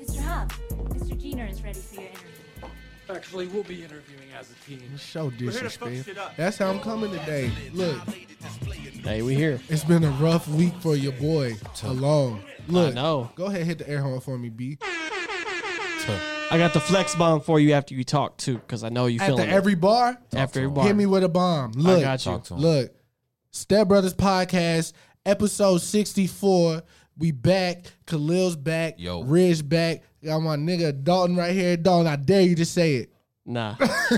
Mr. Hub, Mr. Diener is ready for your interview. Actually, we'll be interviewing as a team. Show disrespect. shit up. That's how I'm coming today. Look, Hey, we here. it's been a rough week for your boy. Alone. Look, know. go ahead, hit the air horn for me, B. I got the flex bomb for you after you talk too, because I know you After feeling it. every bar, after every hit bar. me with a bomb. Look, got you. Talk to him. Look, Step Brothers Podcast, episode 64. We back. Khalil's back. Yo. Ridge back. Got my nigga Dalton right here. Dalton, I dare you to say it. nah, Talk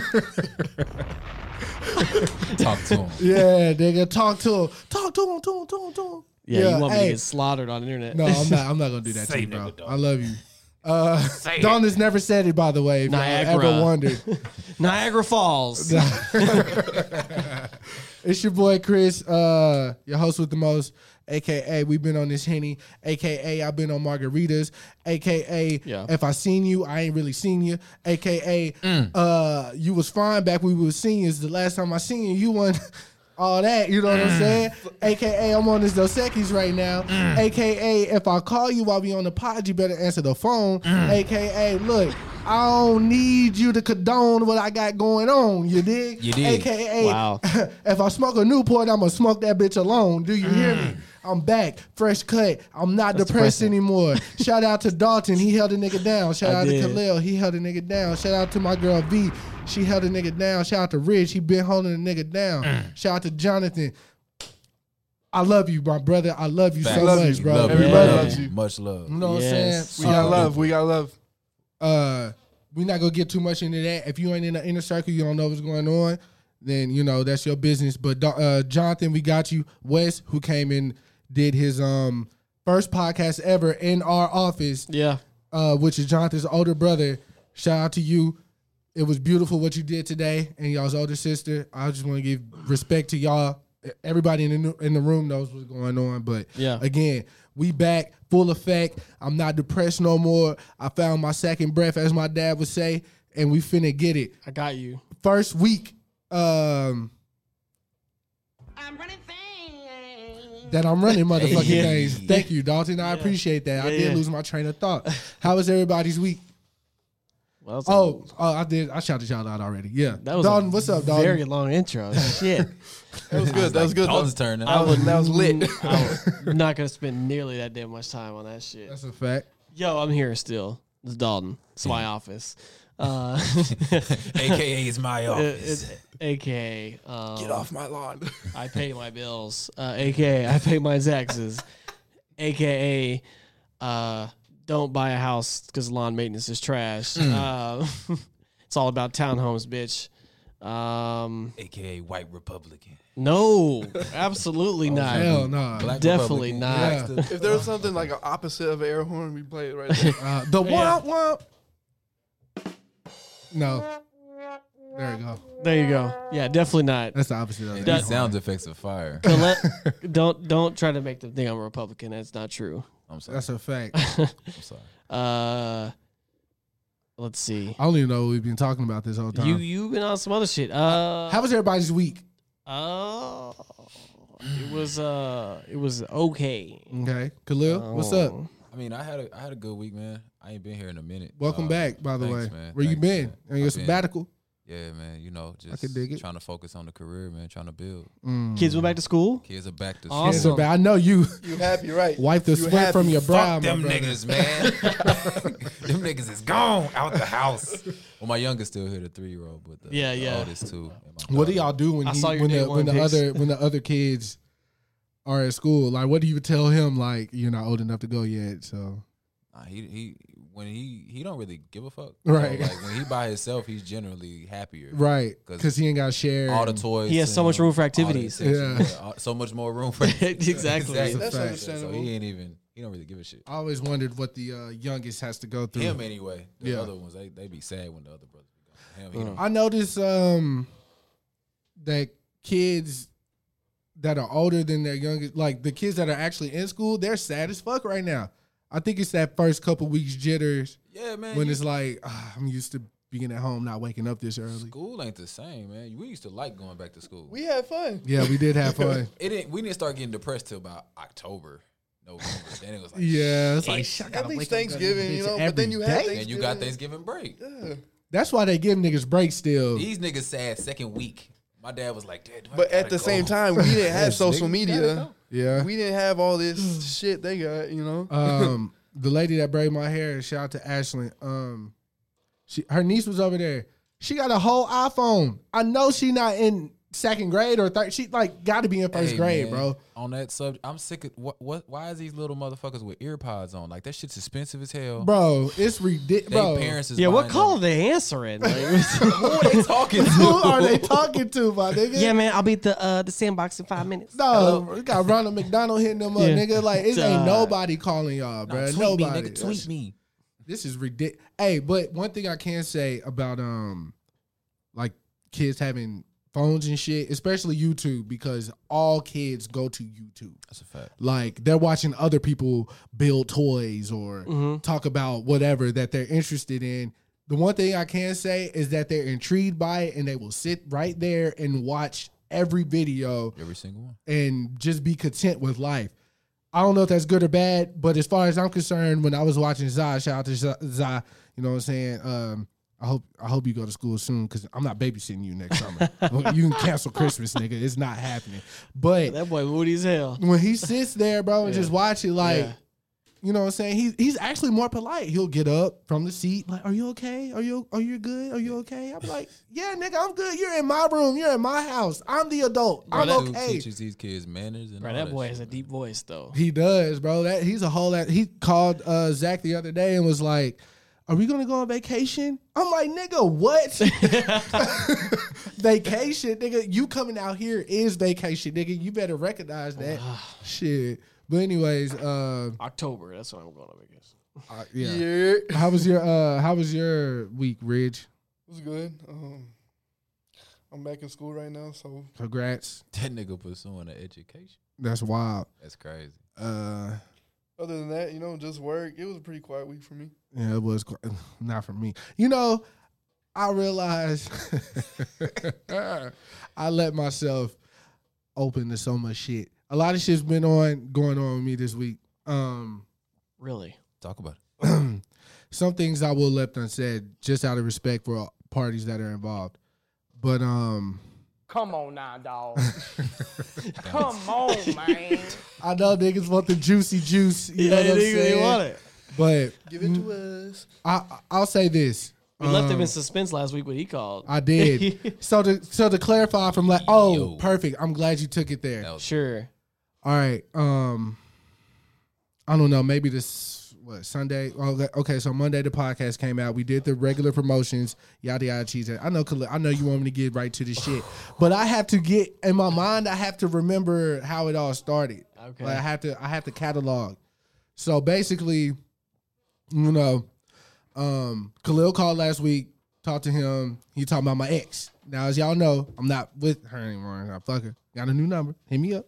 to him. Yeah, nigga. Talk to him. Talk to him, to him, to him, to him. yeah, you want me hey. to get slaughtered on the internet? No, I'm not. I'm not gonna do that to you, bro. I love you. Uh, Don has never said it, by the way. If y'all ever Niagara. wondered, Niagara Falls. it's your boy Chris, uh, your host with the most, aka we've been on this henny, aka I've been on margaritas, aka Yeah. if I seen you, I ain't really seen you, aka uh, you was fine back when we was seniors. The last time I seen you, you won. All that, you know what I'm saying? AKA, I'm on this Dos Equis right now. AKA, if I call you while we on the pod, you better answer the phone. AKA, look, I don't need you to condone what I got going on, you dig? You dig. AKA, Wow. if I smoke a Newport, I'm gonna smoke that bitch alone. Do you hear Mm. me? I'm back, fresh cut. I'm not depressed depressing. anymore. Shout out to Dalton, he held a nigga down. Shout I out did. to Khalil, he held a nigga down. Shout out to my girl V, she held a nigga down. Shout out to Ridge, he been holding a nigga down. Mm. Shout out to Jonathan. I love you, my brother. I love you Facts. so Love much, you, bro. love you, Everybody love loves you. you. Much love. You know what Yes. I'm saying? We got love. we got love. Uh, we not gonna get too much into that. If you ain't in the inner circle, you don't know what's going on. Then you know that's your business. But uh, Jonathan, we got you. Wes, who came in, did his um first podcast ever in our office, yeah, uh, which is Jonathan's older brother. Shout out to you. It was beautiful what you did today, and y'all's older sister. I just want to give respect to y'all. Everybody in the nu- in the room knows what's going on, but Yeah. again, we back full effect. I'm not depressed no more. I found my second breath, as my dad would say, and we finna get it. I got you. First week, um, I'm running things. that I'm running motherfucking Hey. things. Thank you, Dalton. I appreciate that. I Yeah, did yeah. lose my train of thought. How was everybody's week? Well, that was a- Oh, oh, I did. I shouted y'all out already. Yeah. that was a Dalton, what's up, Dalton? Very long intro. Shit, That was good. That was good. Dalton's turn. I now. would. That was lit. I'm not gonna spend nearly that damn much time on that shit. That's a fact. Yo, I'm here still. It's Dalton. It's my office. Uh, AKA is my office. it's AKA. Um, Oh, Get off my lawn. I pay my bills, uh, aka I pay my taxes, aka uh, don't buy a house because lawn maintenance is trash. Hmm. Uh, it's all about townhomes, bitch. Um, AKA white Republican. Oh, no, absolutely not. Hell no. Black Definitely Republican. not. Yeah. If there was something like an opposite of an air horn, we play it right there. Uh, the womp womp. No. There you go. There you go. Yeah, definitely not. That's the opposite of And it. That- These sound effects of fire. But let- don't don't try to make them think I'm a Republican. That's not true. I'm sorry. That's a fact. I'm sorry. Uh, let's see. I don't even know what we've been talking about this Uh-huh. whole time. You you've been on some other shit. Uh, How was everybody's week? oh, It was uh, it was okay. Okay, Khalil, what's up? Oh. I mean, I had a I had a good week, man. I ain't been here in a minute. Welcome Uh, back, by the thanks, way. man. Where you Thanks, been? man. On your I've been- sabbatical? Yeah, man. You know, just can dig it. trying to focus on the career, man. Trying to build. Kids went back to school. Mm. Kids are back to Awesome. school. Answer, but I know you You happy, right? wipe the You sweat from happy. your brow, Fuck my them brother. niggas, man. them niggas is gone out the house. Well, my youngest still here, the three year old, but the, Yeah, the yeah. oldest too. and my What do daughter. y'all do when I he, saw your when, day the, one when the pics. other when the other kids are at school? Like, what do you tell him? Like, you're not old enough to go yet, so Nah, he he when he he don't really give a fuck. Right. So, like when he by himself, he's generally happier. right Cause because he ain't got share. All the toys. He has so and, much room for all the activities. attention, Yeah. yeah, all- So much more room for Exactly. That's So- understandable. So he ain't even. He don't really give a shit. I always wondered what the uh, youngest has to go through. Him anyway. The Yeah. other ones, they they be sad when the other brothers be gone. Him, he don't- I notice um that kids that are older than their youngest, like the kids that are actually in school, they're sad as fuck right now. I think it's that first couple weeks jitters Yeah, man. when you- it's like "Ah, I'm used to being at home, not waking up this early. school ain't the same, man. We used to like going back to school. We had fun. Yeah, we did have fun. it didn't. We didn't start getting depressed till about October, November. then it was like, Yeah, it's like "Shit, I At gotta least wake up Thanksgiving, early you to know. But every then you had day." Then Thanksgiving. you got Thanksgiving break. That's why they give niggas breaks still. These niggas sad second week. My dad was like, Dad, do I But at gotta the same go?" time, we didn't have Yes, social nigga, media. gotta Yeah. We didn't have all this shit they got, you know. um, the lady that braided my hair, shout out to Ashlyn. Um, she her niece was over there. She got a whole iPhone. I know she not in second grade or third. She like got to be in first Hey, grade, man, bro. On that subject, I'm sick of what, what? Why is these little motherfuckers with ear pods on? Like that shit's expensive as hell. Bro, it's ridiculous. They Bro, parents is Yeah, what buying call are them. they answering? Like, Who are they talking to? who are they talking to, my nigga? yeah, man, I'll be at the uh, the sandbox in five minutes. No, we got Ronald McDonald hitting them up, Yeah. nigga. Like it ain't Duh. nobody calling y'all, bro. Tweet nobody. me, nigga, tweet me. This is ridiculous. Hey, but one thing I can say about um, like kids having phones and shit, especially YouTube, because all kids go to YouTube. That's a fact. Like they're watching other people build toys or Mm-hmm. talk about whatever that they're interested in. The one thing I can say is that they're intrigued by it and they will sit right there and watch every video Every single one. and just be content with life. I don't know if that's good or bad, but as far as I'm concerned, when I was watching Zai, shout out to Za- Zai, you know what I'm saying? Um, I hope I hope you go to school soon because I'm not babysitting you next summer. you can cancel Christmas, nigga. It's not happening. But that boy moody as hell. when he sits there, bro, and just watch it, like, Yeah. you know what I'm saying? He's he's actually more polite. He'll get up from the seat, like, "Are you okay? Are you are you good? Are you okay?" I'm like, "Yeah, nigga, I'm good. You're in my room. You're in my house. I'm the adult. I'm Who okay." Teaches these kids manners and Bro, all that boy shit, has a man. deep voice though. He does, bro. That he's a whole. That, he called uh, Zach the other day and was like, "Are we gonna go on vacation?" I'm like, "Nigga, what? vacation, nigga? You coming out here is vacation, nigga. You better recognize that shit." But anyways, uh, October, that's what I'm going on vacation. I- yeah. Yeah, How was your uh, How was your week, Ridge? it was good. Um, I'm back in school right now, so Congrats. That nigga pursuing an education. That's wild. That's crazy. Uh, other than that, you know, just work. It was a pretty quiet week for me. Yeah, it was qu- not for me. You know, I realized I let myself open to so much shit. A lot of shit's been on going on with me this week. Um, Really? Talk about it. some things I will left unsaid just out of respect for all parties that are involved. But um, Come on now, dog. Come on, man. I know niggas want the juicy juice. You know what I'm they, they saying? want it. But Give it to us. I, I'll say this. We left him in suspense last week when he called. Um, I did. so to so to clarify from like, oh, Yo. perfect. I'm glad you took it there. That was- sure. All right. Um, I don't know. Maybe this what Sunday? Okay, okay, so Monday the podcast came out. We did the regular promotions. Yada yada cheese. I know. Khalil- I know you want me to get right to the shit, but I have to get in my mind. I have to remember how it all started. Okay. Like, I have to. I have to catalog. So basically, you know, um, Khalil called last week. Talked to him. He talked about my ex. Now, as y'all know, I'm not with her anymore. I fuck her. Got a new number. Hit me up.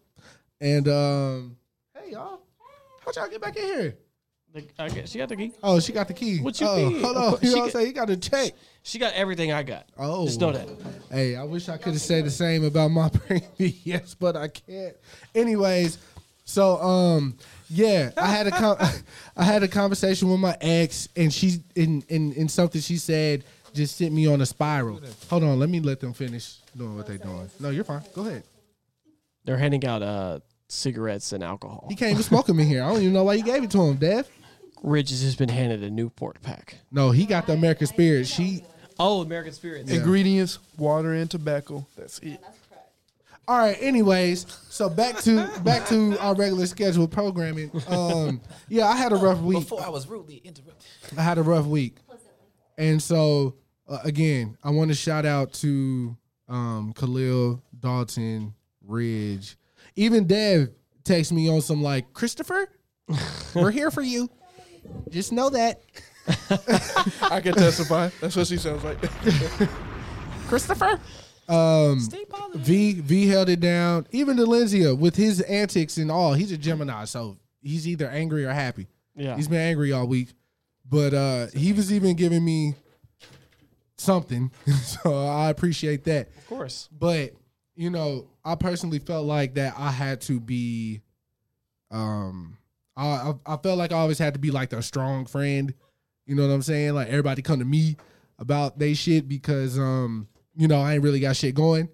And um, hey y'all, how'd y'all get back in here? The, I guess she got the key. Oh, she got the key. What you oh, mean? Hold Of on. course You she know what I'm got- saying? You got to check. She got everything I got. Oh, Just know that. Hey, I wish I could have said the same about my previous, but I can't. Anyways, so um, yeah, I had a com- I had a conversation with my ex, and she in in in something she said just sent me on a spiral. Hold on, let me let them finish doing what they're doing. No, you're fine. Go ahead. They're handing out uh, cigarettes and alcohol. He can't even smoke 'em in here. I don't even know why you gave it to him, Dev. Ridge has just been handed a Newport pack. No, he got the American spirit. She Oh, American Spirits. Ingredients: water and tobacco. That's it. All right. Anyways, so back to back to our regular scheduled programming. Um, yeah, I had a rough week. Before I was rudely interrupted. I had a rough week, and so uh, again, I want to shout out to um, Khalil Dalton Ridge. Even Dev texts me on some like Christopher, we're here for you. Just know that I can testify. That's what she sounds like. Christopher. Um, V V held it down. Even Delenzia with his antics and all, he's a Gemini, so he's either angry or happy. Yeah. He's been angry all week, but uh, he was even giving me something, so I appreciate that. Of course. But you know, I personally felt like that I had to be, um, I I I felt like I always had to be like the strong friend. You know what I'm saying? Like everybody come to me about they shit because um, you know, I ain't really got shit going.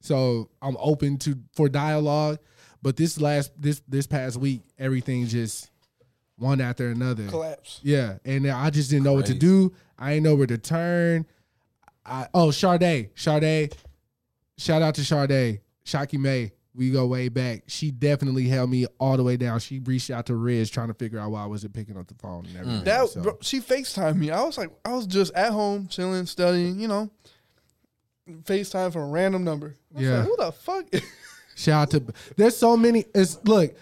So I'm open to for dialogue. But this last this this past week, everything just one after another. Collapse. Yeah, and I just didn't know what to do. I didn't know where to turn. I oh Sade, Sade, shout out to Sade, Shaki May. We go way back. She definitely held me all the way down. She reached out to Riz trying to figure out why I wasn't picking up the phone and everything. That so. bro, she Facetime me. I was like, I was just at home chilling, studying. You know, Facetime from a random number. I was Yeah. like, who the fuck? Shout out to there's so many. It's look,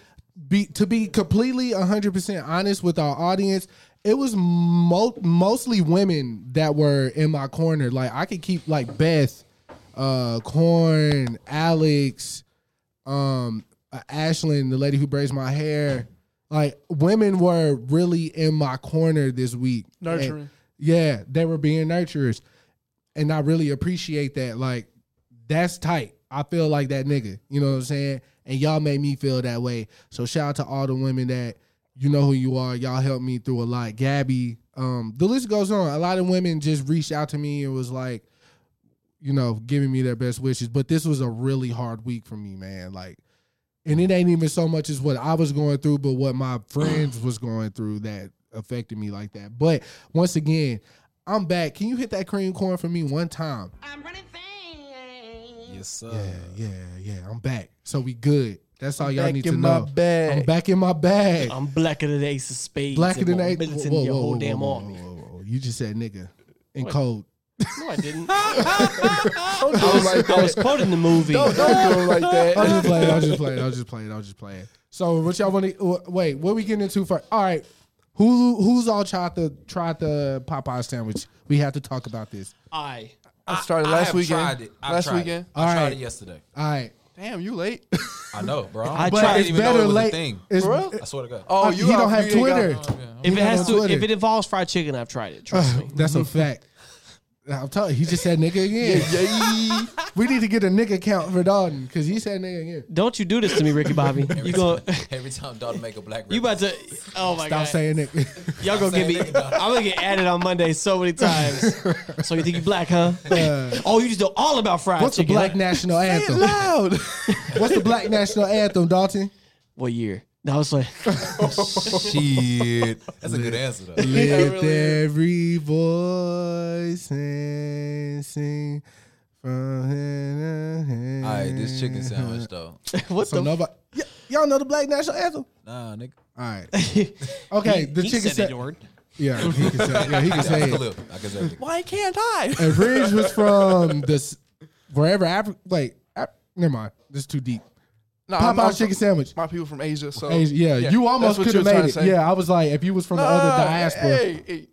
be to be completely 100 percent honest with our audience. It was mo- mostly women that were in my corner. Like I could keep like Beth, uh, Corn, Alex, um, uh, Ashlyn, the lady who braids my hair. Like women were really in my corner this week. Nurturing. And- yeah, they were being nurturers, and I really appreciate that. Like that's tight. I feel like that nigga. You know what I'm saying? And y'all made me feel that way. So shout out to all the women that you know who you are. Y'all helped me through a lot. Gabby, um, the list goes on. A lot of women just reached out to me and was like, you know, giving me their best wishes. But this was a really hard week for me, man. Like, and it ain't even so much as what I was going through, but what my friends was going through that affected me like that. But once again, I'm back. Can you hit that cream corn for me one time? Yes, sir. Yeah, yeah, yeah. I'm back. So we good. That's all y'all back need in to my know. bag. I'm back in my bag. I'm blacker than the Ace of Spades. Blacker and than more eight. militant than your whole damn army. You just said nigga in code. No, I didn't. I Don't like that. was quoting the movie. Don't, don't go like I was that. just playing. I was just playing. I was just playing. I was just playing. So what y'all want to wait? What we getting into first? All right. Who who's all tried the tried the Popeye sandwich? We have to talk about this. I. I started I last have weekend. tried it. I've last tried weekend. It. I tried Alright. it yesterday. All right. Damn, you late. I know, bro. I I, tried- didn't even know it was a thing. It's, Bro? I swear to God. Oh, he don't have ain't got- Twitter. If it got has on to, Twitter. Uh, if it involves fried chicken, I've tried it. Trust me. That's a fact. I'm telling you, he just said nigga again. we need to get a nigga count for Dalton because he said nigga again. Don't you do this to me, Ricky Bobby? You go. Every time Dalton make a black You about to? Oh my Stop god! saying nigga. Y'all gonna get saying me? nigga, dog. I'm gonna get added on Monday so many times. so you think you black, huh? oh, you just know all about fried Uh, What's the chicken. black huh? national anthem? loud. What's the black national anthem, Dalton? What year? No, I was like, shit. That's a good answer though. Lift every voice and sing from hand to hand. All right, this chicken sandwich though. what So the? nobody, y- y'all know the black national anthem. Nah, nigga. All right. Okay, the he chicken said said, that word. yeah, he can say, yeah, he can I say can it. live. I can say it. Why can't I? And Ridge was from this wherever Africa. Wait, Af- never mind. This is too deep. No, I'm- I'm Popeye's chicken from- sandwich. My people from Asia, so Asia- yeah, you that's almost what could you have were trying made to it. say. Yeah, I was like, if you was from the other Nah, diaspora, hey, hey.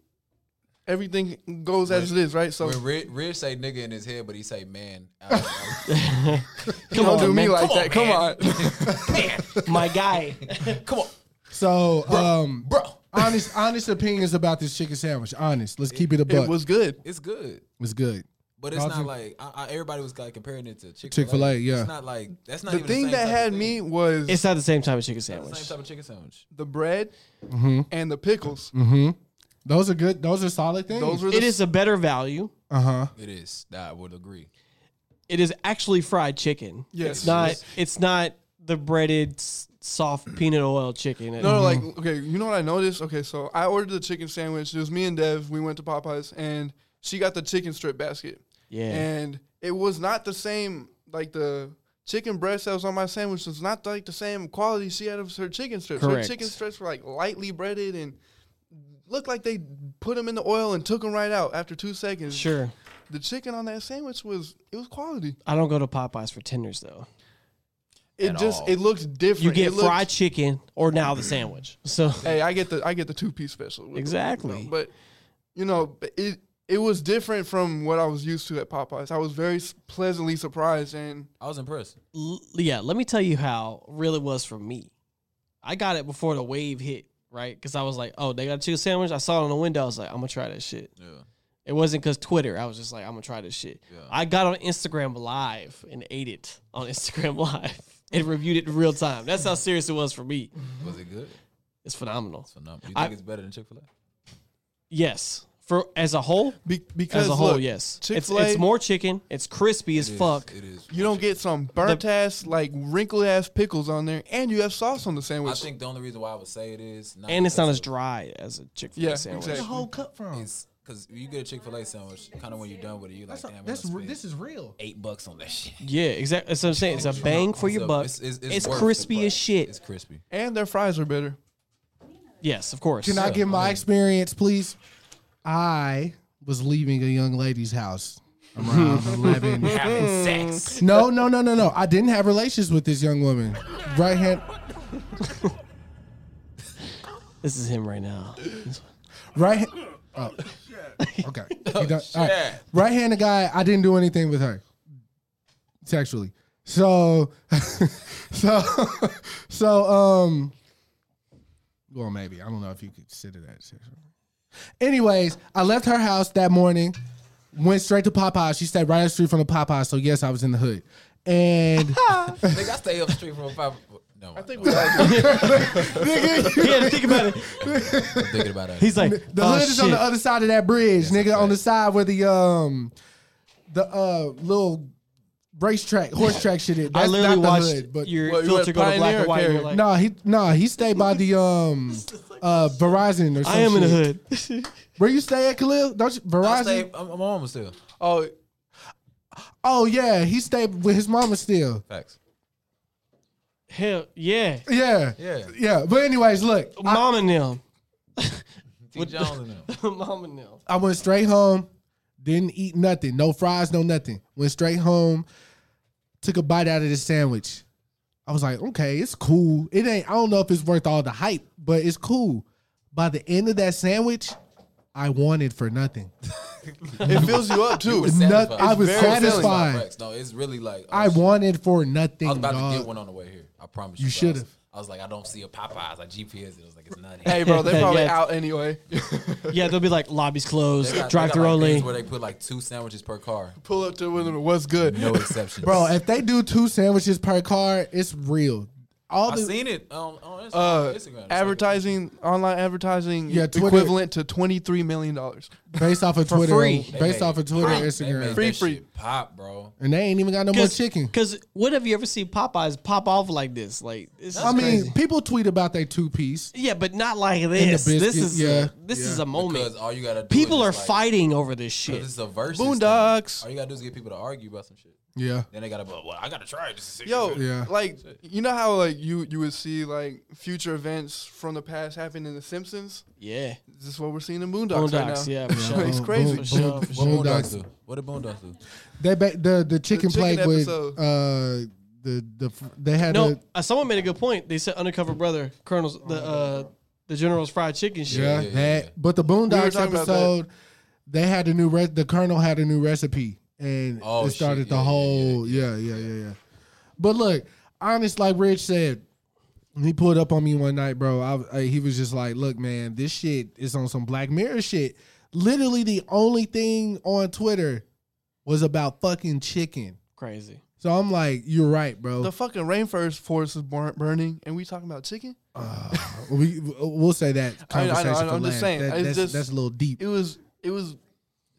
everything goes as it is, right? So When Rich, Rich say nigga in his head, but he say man. I- I- don't do me man. like that. Come on, My guy. Come on, so um, bro. honest, honest opinions about this chicken sandwich. Honest. Let's keep it a buck. good. It's good. It's good. But it's Y'all not think- like I, I, everybody was like comparing it to Chick Chick-fil-A, yeah. It's not like that's not The even thing the same that type of had thing. me was It's not the same type of chicken It's the sandwich. same type of chicken sandwich. the bread and the pickles. Those are good. Those are solid things. Those were the It is a better value. uh huh. It is. I would agree. It is actually fried chicken. Yes. It's not. It's not the breaded s- soft peanut oil chicken. No, no, like okay, you know what I noticed? Okay, so I ordered the chicken sandwich. It was me and Dev. We went to Popeyes, and she got the chicken strip basket. Yeah. and it was not the same. Like the chicken breast that was on my sandwich was not like the same quality she had of her chicken strips. Correct. Her chicken strips were like lightly breaded and looked like they put them in the oil and took them right out after two seconds. sure. the chicken on that sandwich was it was quality. I don't go to Popeyes for tenders though. It At just all. it looked different. You get It looked- fried chicken or now the sandwich. So Hey, I get the I get the two piece special. with it. exactly. No, but you know, but it it was different from what I was used to at Popeyes. I was very s- pleasantly surprised, and I was impressed. L- yeah, let me tell you how real it was for me. I got it before the wave hit, right? Because I was like, oh, they got a chicken sandwich. I saw it on the window. I was like, I'm gonna try that shit. Yeah. It wasn't because Twitter. I was just like, I'm gonna try this shit. I got on Instagram Live and ate it on Instagram Live and reviewed it in real time. That's how serious it was for me. Was it good? It's phenomenal. So no. You think I- it's better than Chick Fil A? Yes, for as a whole, be, because as a whole, look, yes. It's, Chick-fil-A- it's more chicken. It's crispy as fuck. It is. You don't get some burnt ass, like wrinkled ass pickles on there, and you have sauce on the I sandwich. think the only reason why I would say it is, not and it's not because as of- dry as a Chick Fil A Yeah, Where's sandwich. exactly. the whole cup from? It's because you get a Chick Fil A sandwich, kind of when you're done with it, you like, That's, damn, that's I re- spent this is real. eight bucks on that shit. Yeah, exactly. That's what I'm saying. It's a bang for your So buck. It's, It's, it's, it's worth the crispy price. as shit. It's crispy. and their fries are better. yes, of course. Can I give my experience, please? I was leaving a young lady's house around 11. Having sex. No, no, no, no, no. I didn't have relations with this young woman. Right hand, this is him right now. right. Hand, oh, okay. You done- all right. Right handed guy. I didn't do anything with her sexually. So, so, so, um, well, maybe. I don't know if you consider that sexual. Anyways, I left her house that morning, went straight to Popeyes. She stayed right up the street from the Popeyes. So, yes, I was in the hood. And Nigga, I stay up street from a five. No, I think He had to think about it. I'm thinking about it. He's like, The oh, hood shit. is on the other side of that bridge, That's nigga. a On the fact. side where the um, the uh little racetrack, horse track shit is. I That's literally not the watched hood, but your What, you filter at go to black Pioneer and or white. And you're Carrier? like, no, he no, he stayed by the um, uh, Verizon or something. I am in the hood. Where you stay at, Khalil? Don't you I Verizon? stay. I'm, I'm almost still. Oh, oh yeah, he stayed with his mama still. Facts. Hell yeah, Yeah, Yeah. yeah. But anyways, look, mom and them, T. Jones and them. mom and them. I went straight home, didn't eat nothing, no fries, no nothing. Went straight home, took a bite out of the sandwich. I was like, okay, it's cool. It ain't, I don't know if it's worth all the hype, but it's cool. By the end of that sandwich, I wanted for nothing. it fills you up too. Not- satisfied. I was It's very satisfied. Facts. No, it's really like I was- wanted for I nothing. was about to dog. get one on the way here. I promise you. You but I was- should've. I was like, I don't see a Popeyes. I GPS it. I was like, it's not here. hey, bro, they're probably Yeah. out anyway. Yeah, they'll be like lobbies closed, They got- they drive got, through like, only. things Where they put like two sandwiches per car. Pull up to with them. What's good? No exceptions. Bro, if they do two sandwiches per car, it's real. All I've the, seen it on, on Instagram. Uh, Instagram. It's like a- advertising, online advertising, Yeah, Twitter- equivalent to twenty three million dollars. based off of Twitter, free. They based made off of it. Twitter, They and made Instagram, that Free, free. shit Pop, bro. and they ain't even got no more chicken. Because what have you ever seen Popeyes pop off like this? Like, this I is mean, crazy. people tweet about their two piece. Yeah, but not like this. biscuit, this is yeah, this yeah. is a moment. Because all you gotta do People are is just, like, fighting over this shit. This is a versus. Boondocks. Thing. All you gotta do is get people to argue about some shit. Yeah. Then they gotta be like, well, I gotta try it. Just to see Yo, if it's Yeah. like you know how like you you would see like future events from the past happen in The Simpsons. Yeah, This is what we're seeing in Boondocks, Boondocks. right now. Yeah, for sure. It's crazy. For sure. Boom, For good. What sure. boom. Boondocks Boondocks. do? What did Boondocks do? They ba- the the chicken chicken plate with episode. uh the the f- they had No, a uh, someone made a good point. They said undercover brother, Colonel's the uh, the General's fried chicken shit. yeah, yeah, that yeah. but the We were Boondocks talking about that. episode they had a new re- the Colonel had a new recipe and Oh, it shit. started the Yeah, yeah, yeah, whole yeah yeah yeah, yeah But look, honest like Rich said, He pulled up on me one night, bro. I, I- he was just like, "Look, man, this shit is on some Black Mirror shit. Literally, the only thing on Twitter was about fucking chicken." Crazy. So I'm like, "You're right, bro. The fucking rainforest forest is burn- burning, and we talking about chicken? Uh, we we'll say that I- I know, conversation I know, for I'm just last. saying, That- it's that's, just- that's a little deep. It was. It was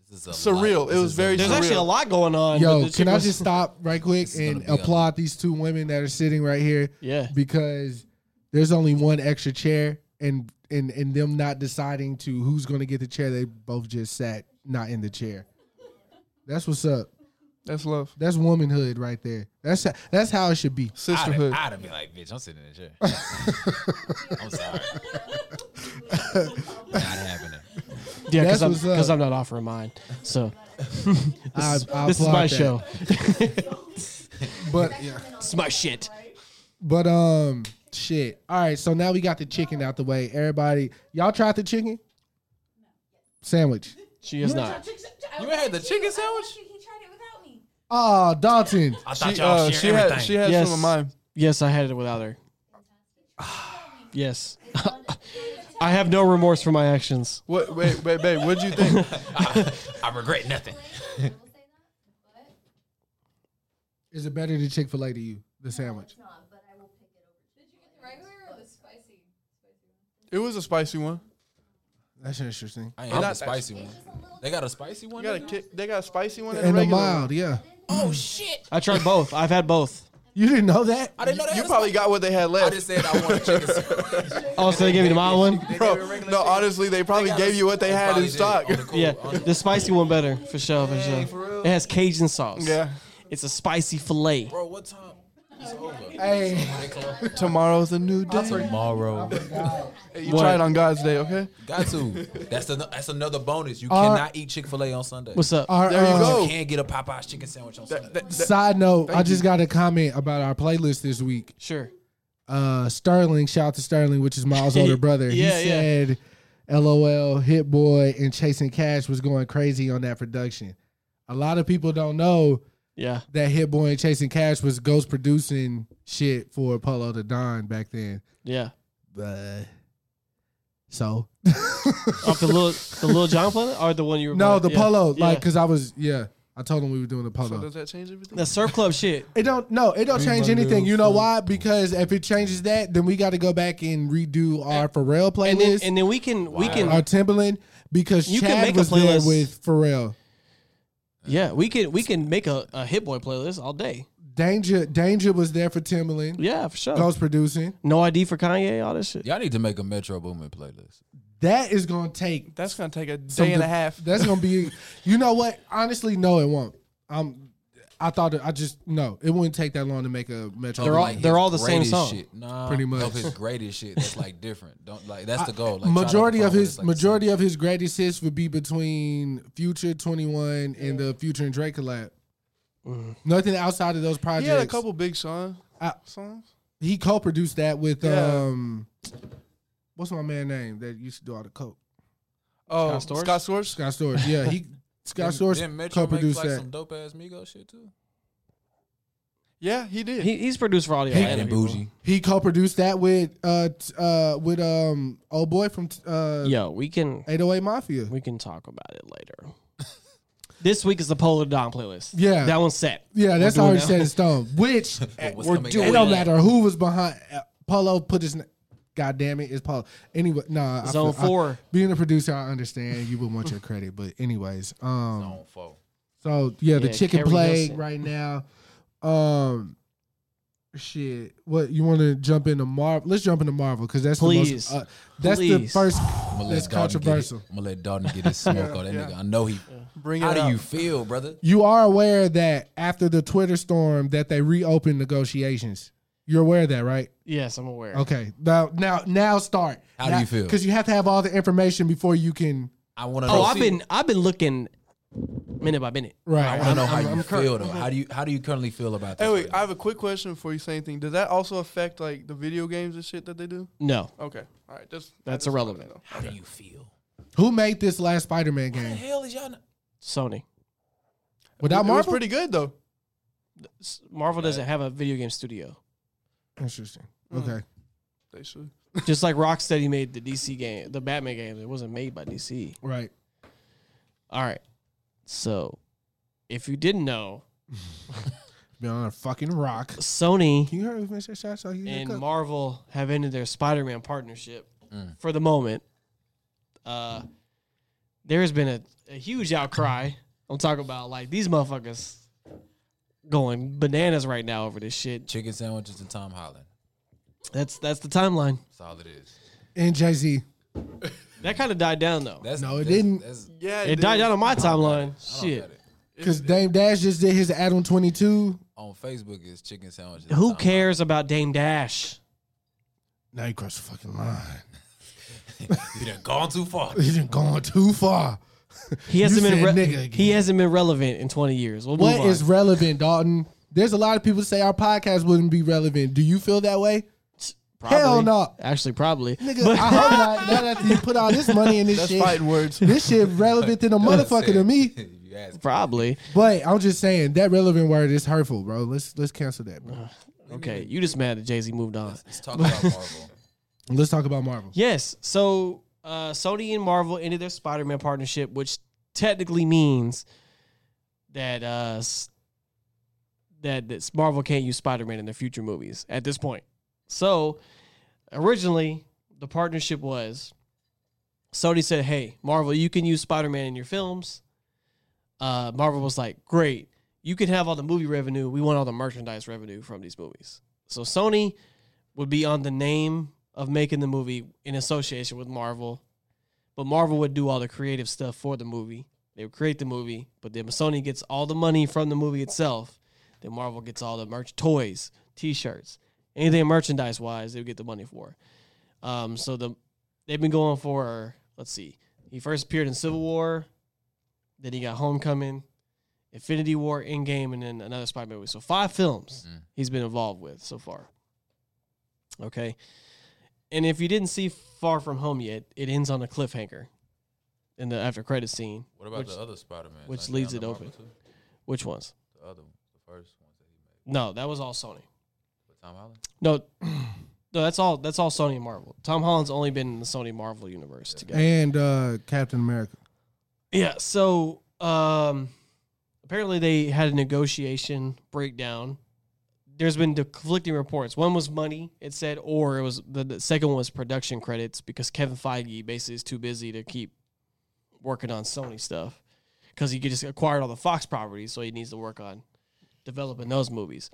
This is a Surreal. It lot. This was is very There's surreal. actually a lot going on. with Yo, the can I chicken- just stop right quick This is and gonna be a- applaud these two women that are sitting right here? Yeah. Because there's only one extra chair and and and them not deciding to who's gonna get the chair, they both just sat not in the chair. That's what's up. That's love, That's womanhood right there. That's that's how it should be. I'd, sisterhood. I'd have been like, bitch, I'm sitting in the chair. I'm sorry. Not happening. Yeah, That's because I'm, what's up. 'cause I'm not offering mine. So I, I this is applaud my that. show. But yeah. It's my shit. But um shit. All right, so now we got the chicken out the way. Everybody, y'all tried the chicken? Sandwich. She is not. You had the chicken sandwich? He tried it without me. Oh, Dalton. I she, uh, she had she had Yes. some of mine. Yes, I had it without her. Yes. I have no remorse for my actions. What? Wait, wait, babe. What'd you think? I regret nothing. Is it better to Chick Fil A to you? The sandwich. It was a spicy one. That's interesting. I ain't had the spicy one. They got a spicy one? They got a kick, they got a spicy one and, And a a regular mild, one. yeah. I tried both. I've had both. You didn't know that? I didn't know they You had a probably got what they had spicy- I left. just said I wanted chicken sandwich. Oh, so they gave you the mild one? Bro, They gave me a regular no, chicken. honestly, they probably got gave a- you what they had in probably did, stock. on the cool, Yeah, on the- the spicy one better for sure. For sure, it has Cajun sauce. Yeah. it's a spicy fillet. Bro, what time? It's over. Hey, Tomorrow's a new day. Tomorrow. Hey, you try What? it on God's day, okay? Got to. That's the, that's another bonus. You Uh, cannot eat Chick Fil A on Sunday. What's up? our, There you uh, go. You can't get a Popeyes chicken sandwich on Sunday. That- that- Side note, I Thank just you. got a comment about our playlist this week. Sure. Uh, Sterling, shout out to Sterling, which is Miles' older brother. Yeah, yeah. he said, LOL, Hit Boy, and Chasing Cash was going crazy on that production. A lot of people don't know Yeah. that Hit Boy and Chasing Cash was ghost producing shit for Apollo to Don back then. Yeah. But so Off the little the little John planet or the one you were No, playing? the Yeah. polo. Yeah. Like, cause I was, yeah. I told him we were doing the So polo. does that change everything? the surf club shit. it don't. No, it don't change anything. You know why? Because if it changes that, then we got to go back and redo our Pharrell And then, playlist, and then we can we can our Timberland, because You can Chad make a was there playlist. with Pharrell. yeah we can we can make a, a hit boy playlist all day. Danger, Danger was there for Timberland. Yeah, for sure. Ghost producing. No ID for Kanye, all this shit. Y'all need to make a Metro Boomin playlist. That is gonna take That's gonna take a some day and de- a half. That's gonna be. You know what? Honestly, no, it won't. I'm. I thought it, I just no. It wouldn't take that long to make a Metro. Oh, They're all- playlist. they're all the same greatest song. Shit. Nah, Pretty much. Of his greatest shit, that's like different. Don't like that's the goal. Like, try not to majority of follow his this, like, majority of his greatest hits would be between Future Twenty One and the Future and Drake collab. Mm-hmm. Nothing outside of those He projects. had a couple big song, I- songs. He co-produced that with Yeah. um, what's my man name that used to do all the coke? Oh, Scott Storch? Storch. Scott Storch. Yeah, he Scott Didn't- Storch didn't Metro make, co-produced like, that. some dope ass Migos shit too. Yeah, he did. He, he's produced for audio. Bad and bougie. he co-produced that with uh t- uh with um old boy from t- uh Yo, we can 808 Mafia. we can talk about it later. this week is the Polar Don playlist. Yeah. that one's set. Yeah, that's doing already that. set in stone. Which eh, what's we're coming doing. It out don't of that? matter who was behind. eh, Polo put his. na- God damn it, it's Polo. Anyway, nah. I Zone feel- I- four. being a producer, I understand you would want your credit, but anyways, um, Don't fall. so yeah, the Yeah, chicken Kerry plague Hilson. right now. Um, shit. What you want to jump into Marvel? Let's jump into Marvel because that's Please. the most. Uh, that's the Please. first. I'm gonna let Dalton that's get his- controversial. I'm gonna let Dalton get his smoke on that nigga. I know he. Bring it How out. do you feel, brother? You are aware that after the Twitter storm, that they reopened negotiations. You're aware of that, right? Yes, I'm aware. Okay. Now now now start. How do you feel? Because you have to have all the information before you can I want to. Oh, know, I've been I've been looking minute by minute. I Right. want to know how you feel though. How do you How do you currently feel about that? Hey, wait, I have a quick question before you say anything. Does that also affect like the video games and shit that they do? No, Okay, all right, just That's I just wanted to irrelevant. know. how do you feel? Who made this last Spider Man The game? hell is y'all? Not, Sony. It Without was Marvel? pretty good though. S- Marvel doesn't have a video game studio. Mm. Interesting. Okay. They should. Just like Rocksteady made the DC game, the Batman game, it wasn't made by DC. Right. All right. So, if you didn't know, Be on a fucking rock. Sony Can you hear me finish that shot? So you and cut? Marvel have ended their Spider-Man partnership for the moment. Uh, there has been a, a huge outcry. I'm talking about like these motherfuckers going bananas right now over this shit. Chicken sandwiches and Tom Holland. That's that's the timeline. That's all it is. and Jay Z. That kind of died down though. That's No, it that's- didn't. That's, Yeah, it died down on my timeline. I don't Shit. get it. Because Dame Dash just did his Adam 22. On Facebook is chicken sandwiches. and Who Tom cares about Dame Dash? Now you crossed the fucking line. Holland. You done gone too far. You done gone too far. He hasn't You been said re- nigga again. he hasn't been relevant in 20 years. We'll What move on. is relevant, Dalton? There's a lot of people say our podcast wouldn't be relevant. Do you feel that way? Probably. Hell no. Actually, probably. Nigga, But- I hope not. Now that you put all this money in this That's shit, fighting words. this shit relevant than a motherfucker to me. you asked. probably. But I'm just saying that relevant word is hurtful, bro. Let's let's cancel that, bro. Uh-huh. Okay, you just mad that Jay Z moved on. Let's talk about Marvel. Let's talk about Marvel. Yes. So uh, Sony and Marvel ended their Spider-Man partnership, which technically means that uh, s- that that Marvel can't use Spider-Man in their future movies at this point. So originally, the partnership was Sony said, "Hey, Marvel, you can use Spider-Man in your films." Uh, Marvel was like, "Great, you can have all the movie revenue. We want all the merchandise revenue from these movies." So Sony would be on the name of making the movie in association with Marvel. But Marvel would do all the creative stuff for the movie. They would create the movie, but then Sony gets all the money from the movie itself. Then Marvel gets all the merch, toys, T-shirts, anything merchandise wise, they would get the money for. Um, so the they've been going for let's see, he first appeared in Civil War, then he got Homecoming, Infinity War, Endgame, and then another Spider-Man movie. So five films Mm-hmm. he's been involved with so far. Okay. And if you didn't see Far From Home yet, it ends on a cliffhanger in the after credit scene. What about which, the other Spider Man? which leaves it open. Which ones? The other one, the first one that he made No, that was all Sony. with Tom Holland. No, no, that's all. That's all Sony and Marvel. Tom Holland's only been in the Sony Marvel universe together. And uh, Captain America. Yeah. So um, apparently they had a negotiation breakdown. There's been the conflicting reports. One was money, it said, or it was the, the second one was production credits because Kevin Feige basically is too busy to keep working on Sony stuff because he just acquired all the Fox properties, so he needs to work on developing those movies.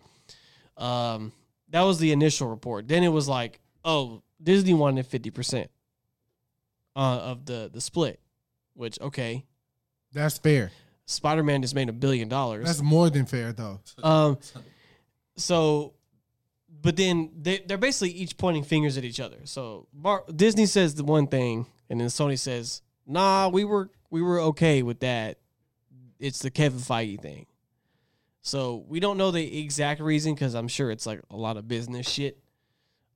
Um, that was the initial report. Then it was like, oh, Disney wanted fifty percent uh, of the the split, which okay, That's fair. Spider Man just made a billion That's dollars. more than fair, though. Um, so, but then they they're basically each pointing fingers at each other. So Mar- Disney says the one thing, and then Sony says, "Nah, we were we were okay with that. It's the Kevin Feige thing." So we don't know the exact reason because I'm sure it's like a lot of business shit.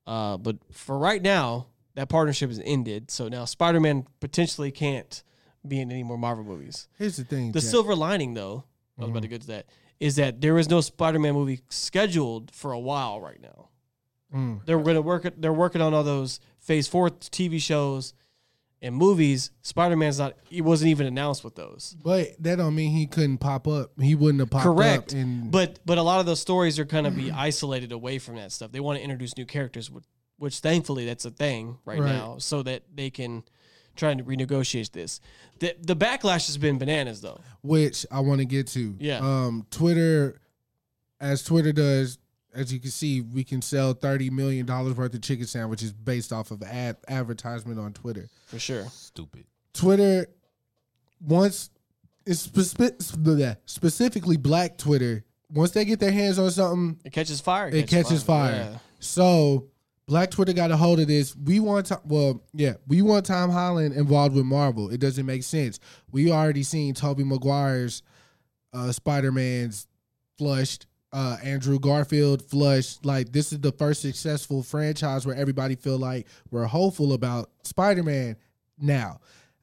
Uh, but for right now, that partnership is ended. So now Spider Man potentially can't be in any more Marvel movies. Here's the thing. The Jack. silver lining, though, I was about Mm-hmm. to get to that, is that there is no Spider-Man movie scheduled for a while right now. Mm. They're going to work. it- They're working on all those Phase Four TV shows and movies. Spider-Man's not. He wasn't even announced with those. But that don't mean he couldn't pop up. He wouldn't have popped Correct. up. And But but a lot of those stories are going to be isolated away from that stuff. They want to introduce new characters, which, which thankfully that's a thing right, Right. now, so that they can try to renegotiate this. The the backlash has been bananas though. which I want to get to. Yeah. Um, Twitter, as Twitter does, as you can see, we can sell thirty million dollars worth of chicken sandwiches based off of ad advertisement on Twitter. For sure. Stupid. Twitter, once it's speci- specifically Black Twitter, once they get their hands on something, It catches fire. it catches fire. Yeah. So Black Twitter got a hold of this. We want to, well, yeah, we want Tom Holland involved with Marvel. It doesn't make sense. We already seen Toby Maguire's uh, Spider Man's flushed. Uh, Andrew Garfield flushed. Like this is the first successful franchise where everybody feel like we're hopeful about Spider Man. Now,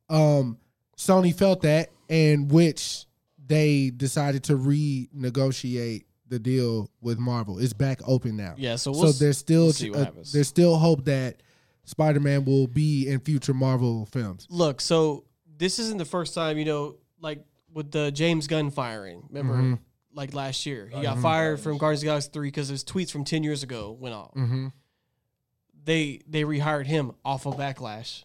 um, Sony felt that, and which they decided to renegotiate the deal with Marvel. It's back open now. Yeah, so so we'll s- there's still we'll see what uh, happens. there's still hope that Spider Man will be in future Marvel films. Look, so this isn't the first time, you know, like with the James Gunn firing. Remember, Mhm. like last year, he got fired from Guardians of the Galaxy three because his tweets from ten years ago went off. Mhm. They they rehired him off of Backlash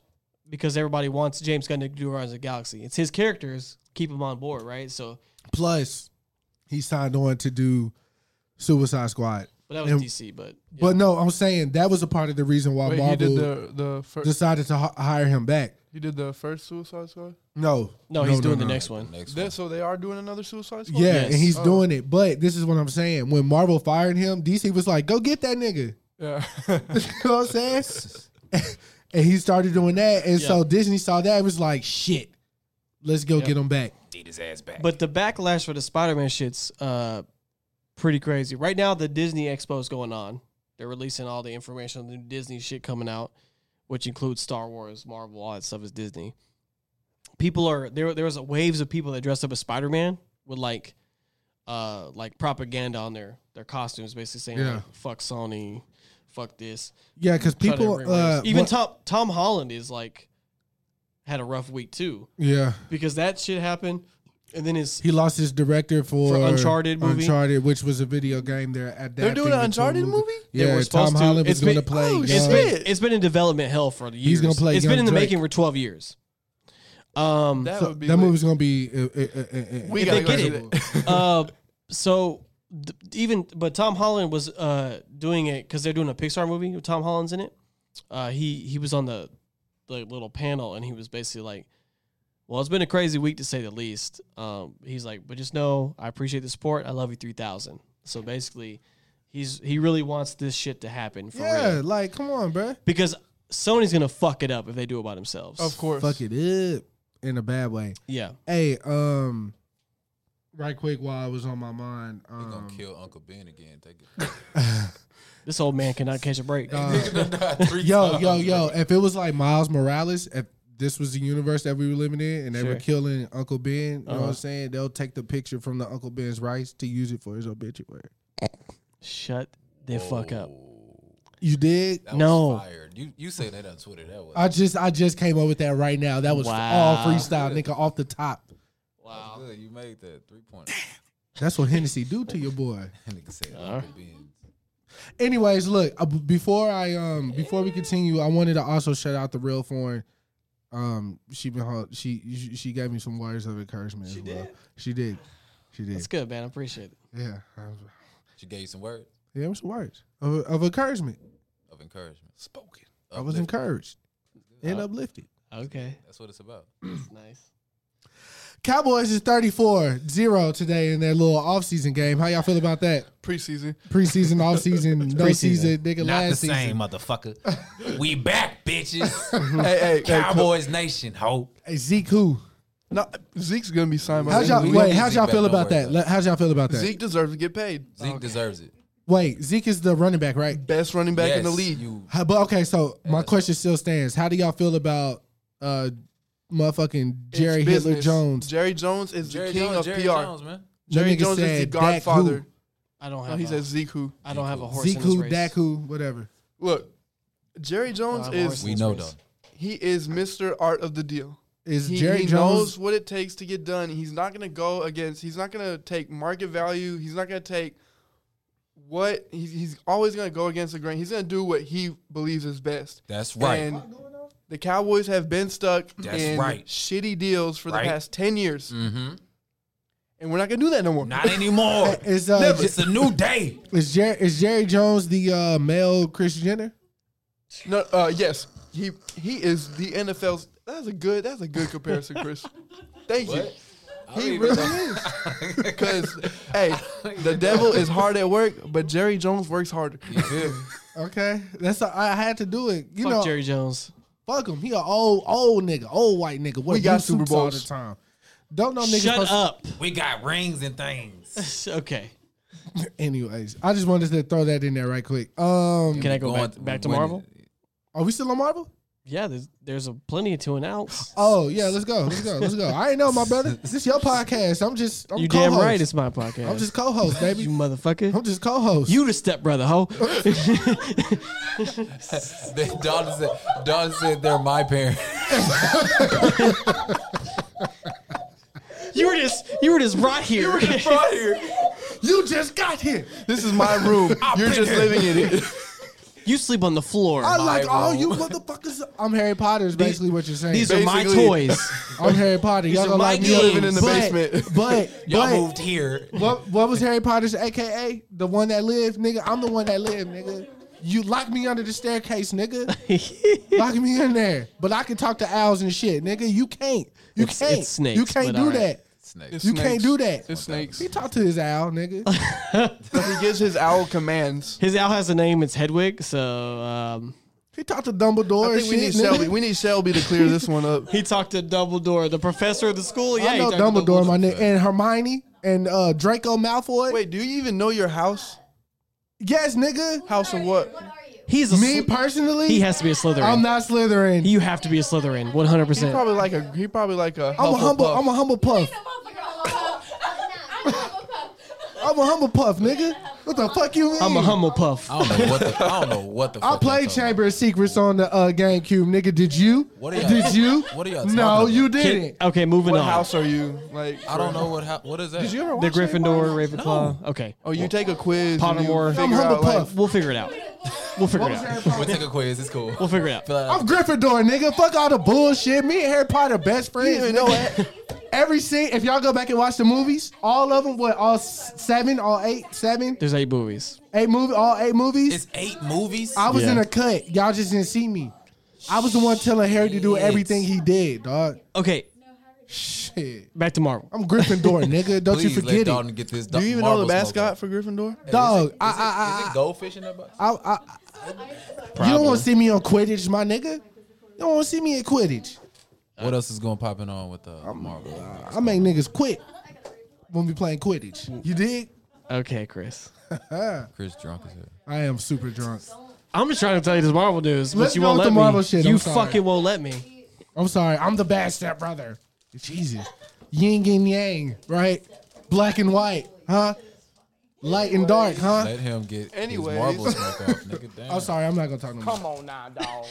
because everybody wants James Gunn to do Guardians of the Galaxy. It's his characters keep him on board, right? So, Plus, he signed on to do Suicide Squad. but that was And- DC. But But no, I'm saying that was a part of the reason why Wait, he Marvel did the the first. decided to h- hire him back. He did the first Suicide Squad. No, no, he's doing the next one. Next That- so they are doing another Suicide Squad. Yeah, and he's Oh. doing it. But this is what I'm saying. When Marvel fired him, DC was like, "Go get that nigga." Yeah. You know what I'm saying? and he started doing that, and so Yeah. Disney saw that and was like, "Shit, let's go get him back." Need his ass back. But the backlash for the Spider Man shit's uh, pretty crazy. Right now, the Disney Expo is going on. They're releasing all the information on the new Disney shit coming out, which includes Star Wars, Marvel, all that stuff is Disney. People are there. There was a waves of people that dressed up as Spider Man with like, uh, like propaganda on their their costumes, basically saying Yeah. like, "fuck Sony, fuck this." Yeah, because try to people, bring uh, waves. even what- Tom Tom Holland is like had a rough week too yeah, because that shit happened, and then his he lost his director for, For Uncharted movie? Uncharted, which was a video game. They're adapting. They're doing into an a Uncharted movie. movie. They Yeah, Tom were supposed to. Holland It's was going to been- play. oh, It's young- shit. been it's been in development hell for years. He's gonna play It's been Young in the Drake. making for twelve years. Um, That So would be that lit. movie's going to be. Uh, uh, uh, uh, We gotta If they go get see it. that. uh, so d- even but Tom Holland was uh doing it because they're doing a Pixar movie. with Tom Holland's in it. Uh, he he was on the the little panel and he was basically like, "Well, it's been a crazy week to say the least." Um, he's like, "But just know I appreciate the support. I love you, three thousand. So basically, he's he really wants this shit to happen for yeah, real like come on, bruh. because Sony's gonna fuck it up if they do it by themselves. Of course. Fuck it up in a bad way. Yeah. Hey, um, right quick while I was on my mind, He's um, gonna kill Uncle Ben again. Take it. This old man cannot catch a break. Uh, Three Uh, yo, times. yo, yo. If it was like Miles Morales, if this was the universe that we were living in, and they were Sure. killing Uncle Ben, you know what Uh-huh. I'm saying? They'll take the picture from the Uncle Ben's rice to use it for his obituary. Shut the fuck up. You did? That was No. fired. You you say that on Twitter. That was. I just, I just came up with that right now. That was all Wow. freestyle, nigga, off the top. Wow. Good. You made that three point. That's what Hennessy do to your boy. Nigga said Uh-huh. Uncle Ben. Anyways, look, uh, b- before I um before we continue, I wanted to also shout out the real foreign. Um, she been hol- she she- she gave me some words of encouragement as well. She did, she did. That's good, man. I appreciate it. Yeah, I was- She gave you some words yeah, it was some words of, of encouragement. of encouragement. Spoken. I was encouraged and uplifted. Okay. That's what it's about. That's nice. Cowboys is 34-0 today in their little offseason game. How y'all feel about that? Preseason. Preseason, offseason, no Preseason. season, nigga, Not the last same, season. motherfucker. we back, bitches. hey, hey, hey, cool. Cowboys Nation, hope. Hey, Zeke who? No, Zeke's gonna be signed by. How's the end y'all, of the wait, week. how'd y'all feel Don't about worry that? about it. How'd y'all feel about that? Zeke deserves to get paid. Zeke deserves it. Wait, Zeke is the running back, right? Best running back in the Yes, league. You How, but okay, so my question still stands. How do y'all feel about uh motherfucking It's Jerry Hitler business. Jones? Jerry Jones is the Jerry king Jones, of Jerry PR. Jones, man. Jerry That nigga Jones is the said Dak who? godfather. I don't No, have. he a, says Zeke who. I don't have a horse in this Zeku, race. Daku, whatever. Look, Jerry Jones Wow, is Horace We That's know right. though. he is Mr. Art of the Deal. Is He, Jerry he Jones knows what it takes to get done. He's not going to go against. He's not going to take market value. He's not going to take what he's, he's always going to go against the grain. He's going to do what he believes is best. That's right. And the Cowboys have been stuck That's in right. shitty deals for Right. Mm, the past ten years, and we're not going to do that no more. Not anymore. is uh It's a new day. J- is Jerry is Jerry Jones the uh male Christian Jenner? No, uh, yes, he he is the NFL's. That's a good. That's a good comparison, Chris. Thank you. He really is. Because hey, the devil is hard at work, but Jerry Jones works harder. Okay, that's a, I had to do it. You Fuck know, Jerry Jones. fuck him. He an old old nigga, old white nigga. What We got Super all the Bowls. time. Don't know niggas. Shut supposed- up. We got rings and things. okay. Anyways, I just wanted to throw that in there right quick. Um, Can I go Going back, back to when- Marvel? are we still on Marvel? yeah, there's there's a plenty to announce. Uh, Oh yeah, let's go, let's go, let's go. I ain't know, my brother. This is your podcast. I'm just, I'm You co-host. damn right, it's my podcast. I'm just co-host, baby. you motherfucker. I'm just co-host. you the stepbrother, ho. Uh, They- Don said, Don said they're my parents. You were just you were just right here. you just got here. This is my room. You're just living in it. You sleep on the floor. I like all you motherfuckers. I'm Harry Potter. Is basically what you're saying. These are my basically- toys. I'm Harry Potter. Y'all are gonna my like me. games. Living in the But- basement. But Y'all but- moved here. What what was Harry Potter's AKA? The one that lived, nigga. I'm the one that lived, nigga. You locked me under the staircase, nigga. Lock me in there. But I can talk to owls and shit, nigga. You can't. You It's- can't. it's snakes, you can't but do all right. that. Snakes. You can't do that. It's snakes. He talked to his owl, nigga. But he gives his owl commands. His owl has a name. It's Hedwig. So um, He talked to Dumbledore. I and think we need shit, nigga. Shelby. We need Shelby to clear this one up. he talked to Dumbledore, the professor of the school. Yeah, I he know talked to Dumbledore, my nigga, and Hermione and uh, Draco Malfoy. Wait, do you even know your house? yes, nigga. House of what? He's a Me Sly- personally, he has to be a Slytherin. I'm not Slytherin. You have to be a Slytherin, one hundred He percent. probably like a. He probably like a. I'm a humble. Hufflepuff. I'm a humble puff. I'm a humble puff, nigga. What the fuck you mean? I'm a Hummlepuff. I don't know what the. I don't know what the. I fuck y'all played talking Chamber of Secrets on the uh, GameCube, nigga. Did you? What are y'all- Did you? what are y'all talking No, about? you Can- didn't. okay, moving What on. house are you? Like about. I don't know what. hap- What is that? Did you ever The watch Gryffindor, Harry Potter? Ravenclaw. Okay, Oh, you take a quiz. and you Pottermore. figure I'm out, like- Hufflepuff. we'll figure it out. We'll figure it out. We'll take a quiz. It's cool. We'll figure it out. Fill out. I'm Gryffindor, nigga. Fuck all the bullshit. Me and Harry Potter best friends. even know nigga. Every scene, if y'all go back and watch the movies, all of them, what, all s- seven, all eight, seven, There's eight movies. eight movie, all eight movies. It's eight movies. I was Yeah. in a cut. Y'all just didn't see me. I was the one telling Harry to do everything he did, dog. Okay, Shit. back to Marvel. I'm Gryffindor, nigga. Don't Please you let forget it. Dalton get this. Do you even know the mascot for Gryffindor? Dog, I, Is I, it goldfish in that box? I, I, I, you don't want to see me on Quidditch, my nigga. You don't want to see me in Quidditch. What else is going popping on with Oh uh, Marvel? I make niggas quit when we playing Quidditch. You dig? Okay, Chris. Chris drunk as hell. I am super drunk. I'm just trying to tell you this Marvel news, but Let's you go won't with let the me. Marvel shit, you I'm sorry. fucking won't let me. I'm sorry. I'm the bad step brother. Jesus. Yin and yang, right? Black and white, huh? Light and dark, huh? Let him get Anyways. his Marvel smoke off, nigga. Damn. I'm sorry. I'm not gonna talk no more. Come on now, dog.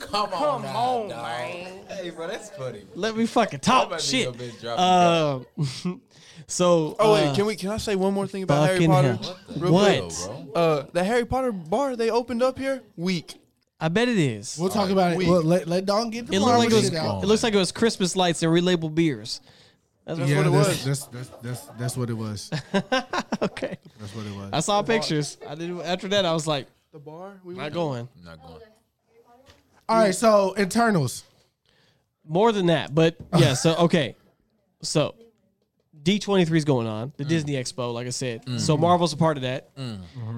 Come on, Come now, on, dog. man. Hey, bro, that's funny. Bro. Let me fucking That talk might be shit. your bitch dropping Uh, so. Oh wait, uh, can we? Can I say one more thing about Harry fucking Potter? hell. Real What? quick. Uh, the Harry Potter bar they opened up here weak. I bet it is. We'll talk about it. we- Well, let let Don get the It looked Marvel like it was. shit out. It looks like it was Christmas lights and relabeled beers. That's Yeah. what it that's, was. That's, that's that's that's what it was. okay. That's what it was. I saw pictures. I did not After that, I was like, The bar we not going. I'm not going. All right, so internals. More than that, but yeah. So okay, so D twenty three is going on the Disney Expo, like I said. So Marvel's a part of that.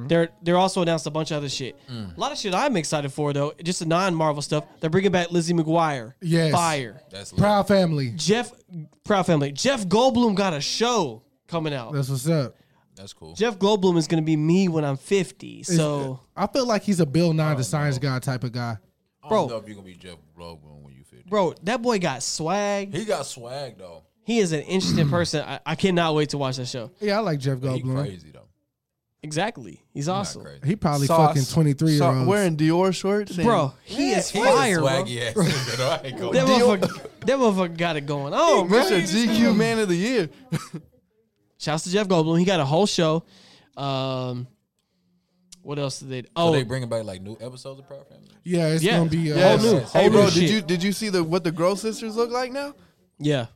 They're they're also announced a bunch of other shit. A lot of shit I'm excited for though, just the non Marvel stuff. They're bringing back Lizzie McGuire. Yes. fire. That's lit. Proud family. Jeff Proud Family. Jeff Goldblum got a show coming out. That's what's up. That's cool. Jeff Goldblum is gonna be me when I'm fifty. So I feel like he's a Bill Nye, Oh, the Science Guy type of guy. I Bro. don't know if you're gonna be Jeff Goldblum when you fit. bro, that boy got swag. He got swag though. He is an interesting person. I, I cannot wait to watch that show. Yeah, I like Jeff He Goldblum. crazy though. Exactly. He's Not awesome. crazy. He probably Sauce. fucking twenty three year Sauce- old. wearing Dior shorts. and- Bro, he is He fire. is bro. swaggy ass. nigga, though. I ain't gonna- That motherfucker, that motherfucker got it going on, bro. Mr. GQ Man of the Year. Shouts to Jeff Goldblum. He got a whole show. Um, what else did they? So Oh, they bringing back like new episodes of Proud Family. Yeah, it's Yeah. gonna be. Uh, Yes. Whole new- Hey, whole bro, new did shit. you did you see the what the Grow Sisters look like now? yeah.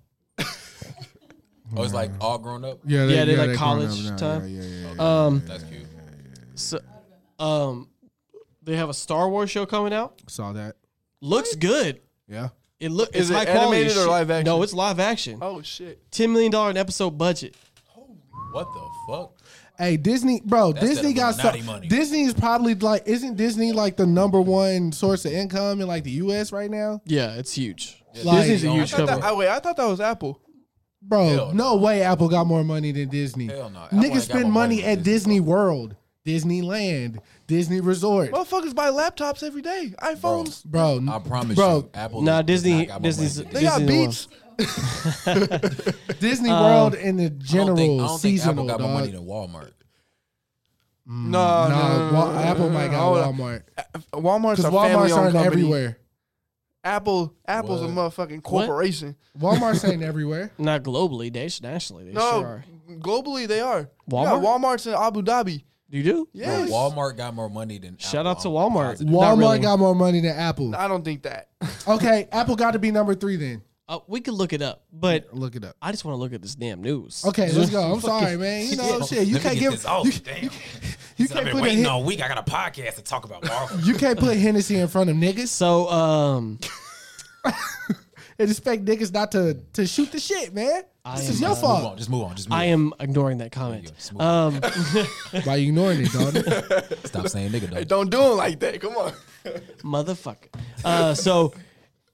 Oh, it's like all grown up. Yeah, Mm-hmm. Yeah, they like grown college up now. time. Yeah, yeah, yeah. Um, That's cute. so, um, they have a Star Wars show coming out. Saw that. Looks good. Yeah. It look Is it's it high quality animated as or shit. live action? No, it's live action. Oh shit. Ten million dollar an episode budget. What the fuck? Hey, Disney, bro. That's Disney got that some. Illuminati money. Disney is probably like, isn't Disney like the number one source of income in like the U.S. right now? Yeah, it's huge. Like, Disney's a huge I thought, company. I, wait, I thought that was Apple. Bro, Hell no way Apple got more money than Disney. Hell no. Apple ain't Niggas got spend more money money than at Disney. Disney World. Disneyland, Disney Resort. Motherfuckers buy laptops every day, iPhones. Bro, I promise bro, you, Apple. Nah, does Disney- not got my Disney's- blanket. They got Disney World. Beats. Disney World in the I don't general think, I don't think seasonal. Apple got dog. more money than Walmart. No, no, Nah, no, no, Wa- no, no, Apple no, might no, got hold on. Walmart A- Walmart's because a family Walmart's owned aren't company. everywhere. Apple, Apple's a What? motherfucking corporation. Walmart's ain't everywhere. Not globally, they nationally they No, sure are. globally they are. You got Walmart? Walmart's in Abu Dhabi. You do? Bro, Yes. Walmart got more money than. Shout Apple. out to I'm Walmart. positive. Not Walmart really. got more money than Apple. I don't think that. Okay, Apple got to be number three then. Uh, we could look it up, but Look it up. I just want to look at this damn news. Okay, let's go. I'm sorry, man. You know, Yo, shit, you let me can't get give this off. you, Damn. you I've been can't put a waiting hen- all week. I got a podcast to talk about Marvel. you can't put Hennessy in front of niggas So, um, and expect niggas not to to shoot the shit, man. I This am is your not- Move on. fault. Just move on. Just move I on. am ignoring that comment. There you go. Um, Why you ignoring it, dog? Stop saying nigga, Hey, dog. don't do it like that. Come on. motherfucker. Uh, so,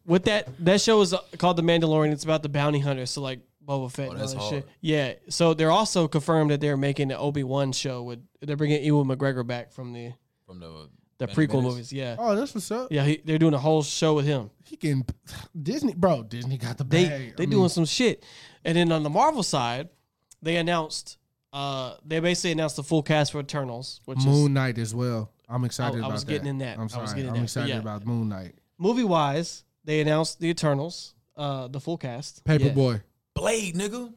with that, that show is uh, called The Mandalorian. It's about the bounty hunter. So, like Boba Fett and all Oh, that's that hard. shit. Yeah. So they're also confirmed that they're making the Obi wan show with they're bringing Ewan McGregor back from the From the the Phantom prequel Menace. movies. Yeah. oh, that's what's up. Yeah. He, they're doing a whole show with him. He can Disney, bro. Disney got the they bag. I they mean, doing some shit. And then on the Marvel side, they announced uh they basically announced the full cast for Eternals, which Moon is Knight as well. I'm excited I about was that. getting in that. I I'm was sorry. getting in I'm that, but excited yeah. about Moon Knight. movie wise, they announced the Eternals, uh the full cast. Yeah. Paperboy. Oh, Blade, nigga.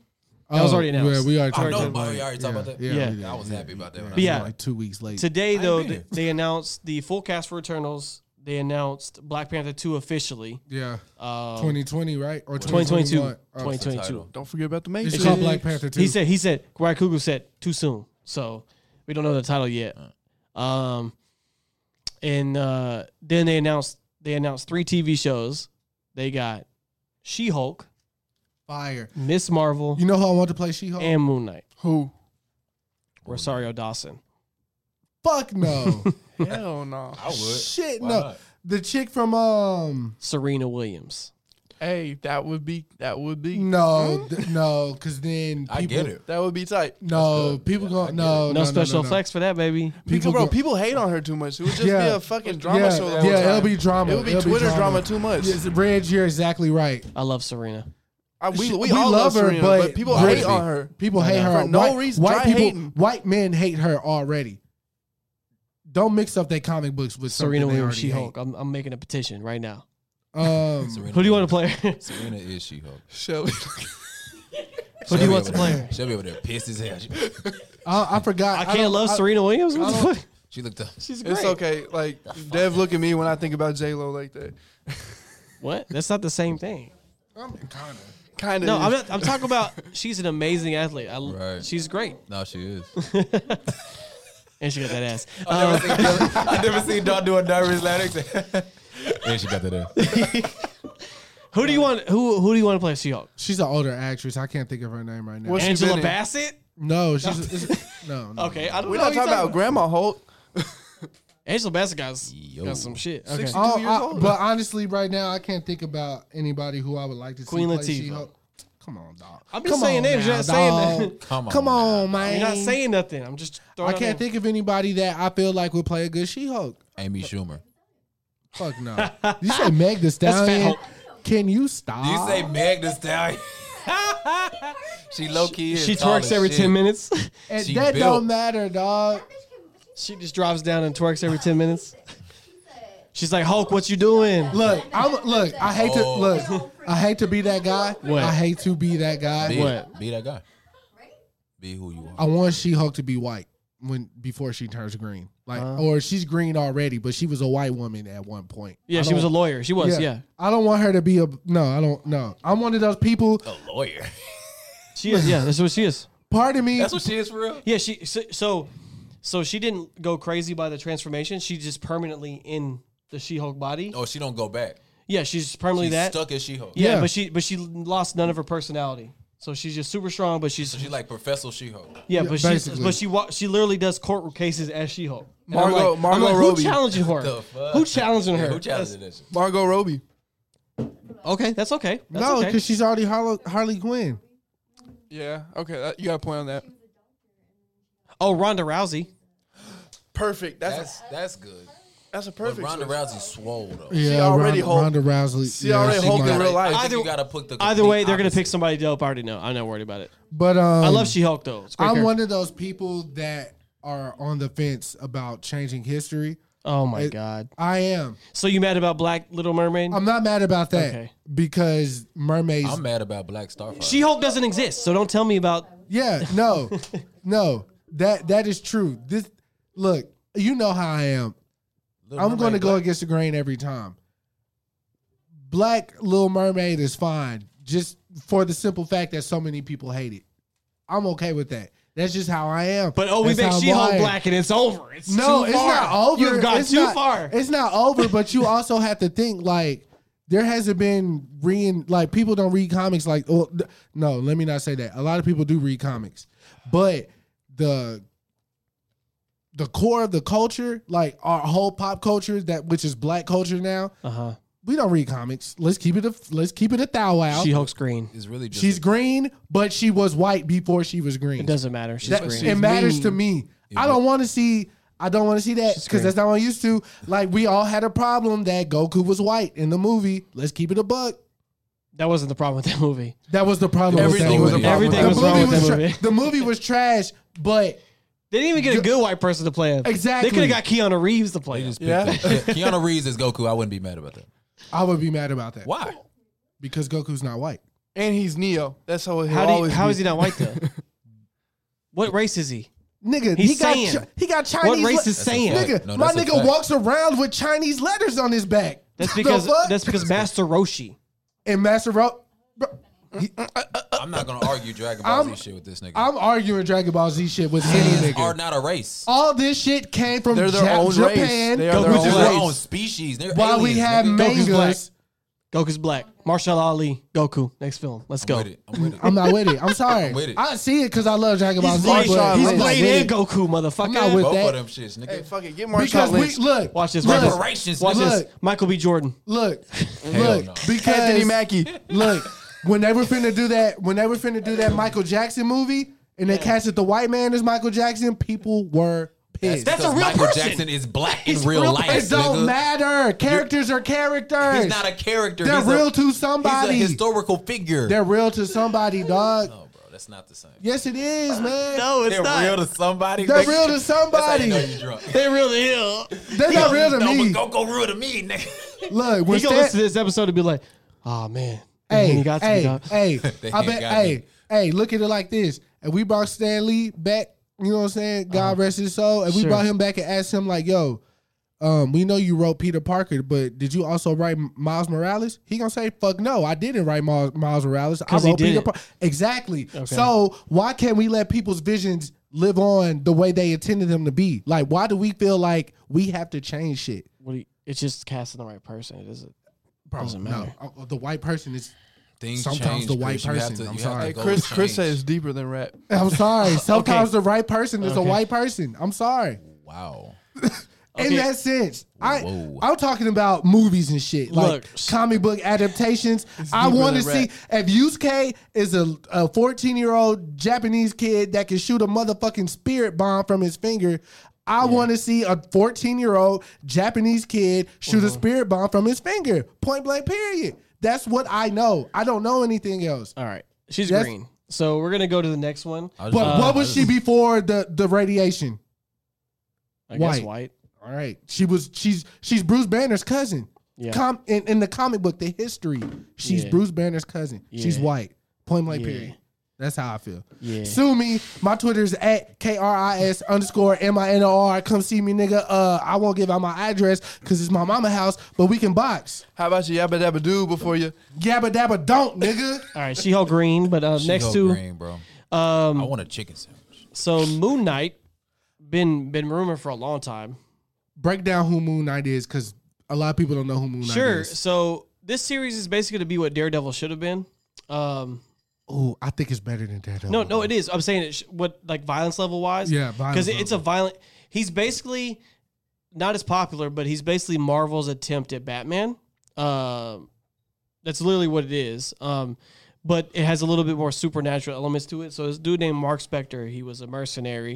That was already Yeah, announced. we already I talked know, about but it. we already talked about that. Yeah, Yeah. we did, I was happy about that when I we saw were it. like two weeks late. Today I though, ain't they, been they announced the full cast for Eternals. They announced Black Panther 2 officially. yeah, Uh, 2020, right? Or 2022. 2021. Oh, 2022. Don't forget about the It's Matrix. called Black Panther 2. He said he said Ryan Coogler said too soon. So we don't know the title yet. Um and uh then they announced they announced three TV shows. They got She Hulk, fire. Miss Marvel, You know who I want to play She-Hulk? and Moon Knight. who? Rosario Dawson. Fuck no. Hell no. I would. Shit, Why no. not? The chick from um. Serena Williams. Hey, that would be that would Mm, be No, th- no, because then people, I get it. that would be tight. No, Yeah, people I going get no, No, no, no special no, no. effects for that, baby. People, People bro, go- people hate on her too much. It would just be Yeah. a fucking drama yeah, show. the Yeah, whole time. it'll be drama. It would be It'll Twitter drama too much. Yes, Reg, you're exactly right. I love Serena. I, we, She- we, all love her, but, people Why would hate it on be? her. People hate her For no white, reason. White Try people, hating. white men hate her already. Don't mix up their comic books with Serena Williams, She She Hulk. I'm, I'm making a petition right now. Um, Who do you want to play? her? Serena is she Hulk. Shelby. Who do you want to play? her? She'll be over there pissed as hell. She, I, I forgot. I don't- can't love Serena Williams. What the fuck? she looked up. She's great. It's okay. Like Dev, look at me when I think about J Lo like that. What? That's not the same thing. Kind of. No, I'm not. I'm talking about she's an amazing athlete. I, Right. She's great, No, she is. and she got that ass. Uh, I never seen Don do a nervous latex. yeah, she got that ass. Who do you want? Who Who do you want to play She-Hulk? She's an older actress. I can't think of her name right now. What's- She Angela been in- Bassett. no, she's no, no. Okay, I don't We're know. not who talking you're about Grandma Holt. Angela Bassett got, s- Yo. got some shit. Okay. Six- Oh, Two years I- older. but honestly, right now, I can't think about anybody who I would like to see Queen play Latifah. She-Hulk. Come on, dog. I'm just Come saying on names, you're now, not saying dog. that- Come on Come now. on, man. You're not saying nothing. I'm just. I Throwing can't think of anybody that I feel like would play a good She-Hulk. Amy Schumer. Fuck no. you say Meg the Stallion? Hulk. Can you stop? You say Meg Thee Stallion. she low key. She twerks every ten minutes. And she that built. don't matter, dog. she just drops down and twerks every ten minutes. She's like Hulk, what you doing? Look, I'm look. I hate Oh. to look. I hate to be that guy. What? I hate to be that guy. Be, What? Be that guy. Be who you are. I want She-Hulk to be white when before she turns green, like or she's green already, but she was a white woman at one point. Yeah, I she don't- was a lawyer. She was. Yeah, I don't want her to be a no. I don't. No, I'm one of those people. A lawyer. she is. Yeah, that's what she is. Pardon me. That's what she is for real. Yeah, she so, so so she didn't go crazy by the transformation. She's just permanently in the She-Hulk body. Oh, she don't go back. Yeah, she's just permanently She's that. stuck as she Hulk. Yeah, Yeah. but she but she lost none of her personality. So she's just super strong, but she's So she like Professor She Hulk. yeah, Yeah, but she's basically. but she wa- she literally does court cases as She-Hulk. And I'm Margot- like- I'm Margot like, Robbie. Who challenging her? The fuck? Who challenging her? Who challenged this? Margot Robbie. That's- Okay, that's okay. That's no, okay. because she's already Harley, Harley Quinn. Yeah. Okay. that- You got a point on that. oh Ronda Rousey. perfect. That's That's that's good. that's a But perfect. Ronda switch. Rousey swole though. Yeah, already Ronda, Hulk- Ronda Rousey. she already she Hulk might. in real life. I think Either- you gotta put the Either way, complete they're gonna opposite. pick somebody dope. I already know. I'm not worried about it. But um, I love She Hulk though. It's a great I'm character. one of those people that are on the fence about changing history. oh my it- god. I am. So you mad about Black Little Mermaid? I'm not mad about that Okay. because mermaids. I'm mad about Black Starfire. she Hulk doesn't exist, so don't tell me about. yeah, no, no, that that is true. This look, you know how I am. Little I'm Mermaid going to go Black. against the grain every time. Black Little Mermaid is fine, just for the simple fact that so many people hate it. I'm okay with that. That's just how I am. But oh, we That's make how She Hulk wired. black and it's over. It's No, too it's far. not over. You've gone It's too not- far. It's not over, but you also have to think like there hasn't been reading like people don't read comics like oh th- no, let me not say that. A lot of people do read comics. But the the core of the culture, like our whole pop culture that which is black culture now, Uh Uh-huh. huh. we don't read comics. Let's keep it a let's keep it a thou out. She Hulk's green. is really just She's a- green, but she was white before she was green. It doesn't matter. She's That- green. it matters to me. I don't want to see. I don't want to see that because that's not what I'm used to. Like we all had a problem that Goku was white in the movie. Let's keep it a buck. That wasn't the problem with that movie. That was the problem. Everything with was that a movie. problem with The that movie movie. Everything was wrong with that tra- The movie was trash, but They didn't even get a good white person to play him. Exactly. They could have got Keanu Reeves to play They him. just picked yeah. Keanu Reeves is Goku. I wouldn't be mad about that. I would be mad about that. Why? Because Goku's not white. and he's Neo. That's how he'll How, do you, always. how be. is he not white though? what race is he? Nigga, He's he got saying. chi- he got Chinese. What race le- is saying? fact. Nigga, No, my that's a nigga fact. walks around with Chinese letters on his back. That's The because fuck? that's because Master Roshi. and Master Ro. bro, I'm not gonna argue Dragon Ball Z I'm- shit with this nigga. I'm arguing Dragon Ball Z shit with any Aliens nigga. are not a race. All this shit came from They're their Ja- own race. Japan. They are their They're own their race. own species. They're While we aliens, had nigga. Goku's black. mangas, Goku's black. Marshall Ali. Goku. Next film. Let's I'm go. with it. I'm with it. I'm not with it. I'm sorry. i I'm with it. see it because I love Dragon Ball He's Z. played, but he's I'm not played with in it. Goku, I'm not with Both that. of them shits, nigga. Hey, fuck it, get Because Marshawn we Lynch. look, Watch this. Watch Look, this. Reparations, Watch nigga. this. Look. Michael B. Jordan. look, Hell look. no. Because Anthony Mackie. Look, when they were finna do that, when they were finna do that Michael Jackson movie, and they casted the white man as Michael Jackson, people were pissed. That's a Because real Michael person. Jackson is black in He's real, real- life. it don't nigga. matter. Characters are characters. He's not a character. They're he's real a, to somebody. He's a historical figure. They're real to somebody, dog. no, bro, that's not the same. Yes, it is, man. it's They're real to somebody. They're nigga. real to That's how somebody. you know you drunk. They're real ill. They're not real to no, me. but Goku real to me, nigga. Look, when He gonna listen to Stan, this episode and be like, "Oh man, hey, he got to me, hey, dog." hey, They I ain't bet, got hey, me. hey, look at it like this. And we brought Stan Lee back, you know what I'm saying? God rest his soul. And we Uh-huh. Sure. brought him back and asked him, like, yo, um, we know you wrote Peter Parker, but did you also write M- Miles Morales? He gonna say, "Fuck no, I didn't write Miles, Miles Morales. I 'Cause he wrote Peter didn't. Parker." Exactly. So why can't we let people's visions live on the way they intended them to be? Like, why do we feel like we have to change shit? What do you, it's just casting the right person. It isn't. Bro, Doesn't no. matter. Uh, uh, The white person is. Things Sometimes change, the white Chris. You have person, to- I'm you have to sorry. go Chris change. Chris says deeper than rap. I'm sorry. Sometimes Okay. the right person is a Okay. white person. I'm sorry. wow. In Okay. that sense, I Whoa. I'm talking about movies and shit, like Look. comic book adaptations. I deeper want to than see if Yusuke is a a 14 year old Japanese kid that can shoot a motherfucking spirit bomb from his finger. I want to see a 14 year old Japanese kid shoot a spirit bomb from his finger. Point blank. Period. That's what I know. I don't know anything else. All right, she's That's- green. So we're gonna go to the next one. I was But just- what was she before the the radiation? I guess White. white. All right. She was she's she's Bruce Banner's cousin. Yeah. Com- in, in the comic book, the history, she's Yeah. Bruce Banner's cousin. She's Yeah. white. Point blank Yeah. period. That's how I feel. Yeah. Sue me. My Twitter's at K R I S underscore M I N O R. Come see me, nigga. Uh I won't give out my address because it's my mama house, but we can box. How about you yabba dabba do before you? Gabba dabba don't, nigga. All right, she Hulk green. But uh, She next go to green, bro. um, I want a chicken sandwich. so Moon Knight, been been rumored for a long time. Break down who Moon Knight is, cause a lot of people don't know who Moon Knight Sure. is. So this series is basically going to be what Daredevil should have been. Um, Oh, I think it's better than Daredevil. no, no, it is. I'm saying it. Sh- what like violence level wise? Yeah, violence because it's a level. violent. He's basically not as popular, but he's basically Marvel's attempt at Batman. Um, that's literally what it is. Um, but it has a little bit more supernatural elements to it. So this dude named Mark Spector, he was a mercenary.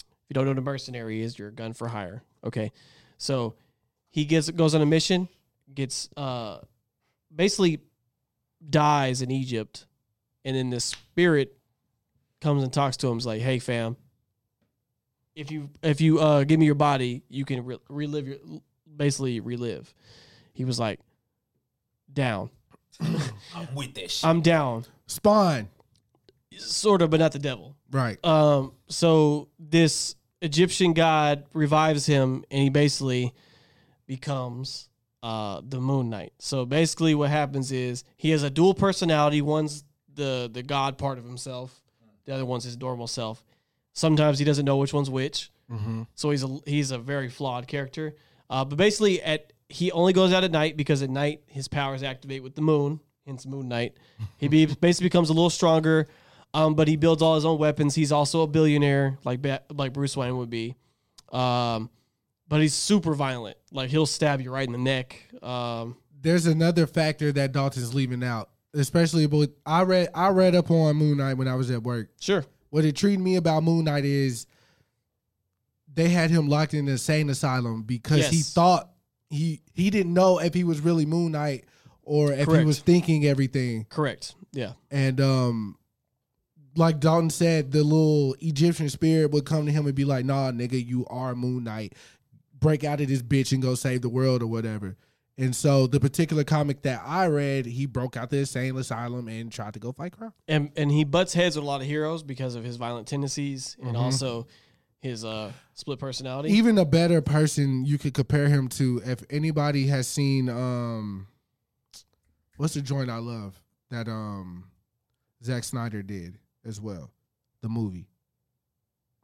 If you don't know what a mercenary is, you're a gun for hire. Okay, so he gets goes on a mission, gets uh, basically dies in Egypt, and then this spirit comes and talks to him. Is like, hey fam, if you if you uh, give me your body, you can re- relive your basically relive. He was like, down. I'm with that shit. I'm down, Spawn. sort of, but not the devil. Right. Um, so this Egyptian god revives him, and he basically becomes uh, the Moon Knight. So basically, what happens is he has a dual personality. One's the the god part of himself, the other one's his normal self. Sometimes he doesn't know which one's which. So he's a he's a very flawed character. Uh, but basically, at he only goes out at night because at night his powers activate with the moon, hence Moon Knight. He be, basically becomes a little stronger, um, but he builds all his own weapons. He's also a billionaire, like Ba- like Bruce Wayne would be. Um, but he's super violent. Like he'll stab you right in the neck. Um, there's another factor that Dalton's leaving out, especially about I read I read up on Moon Knight when I was at work. sure. What intrigued me about Moon Knight is they had him locked in the insane asylum because he Yes. thought he he didn't know if he was really Moon Knight or if he Correct. was thinking everything. Correct. Yeah. And um like Dalton said, the little Egyptian spirit would come to him and be like, nah, nigga, you are Moon Knight. Break out of this bitch and go save the world or whatever. And so the particular comic that I read, he broke out the insane asylum and tried to go fight crime. And and he butts heads with a lot of heroes because of his violent tendencies and also his uh, split personality. Even a better person you could compare him to, if anybody has seen um what's the joint I love that um Zack Snyder did as well. The movie.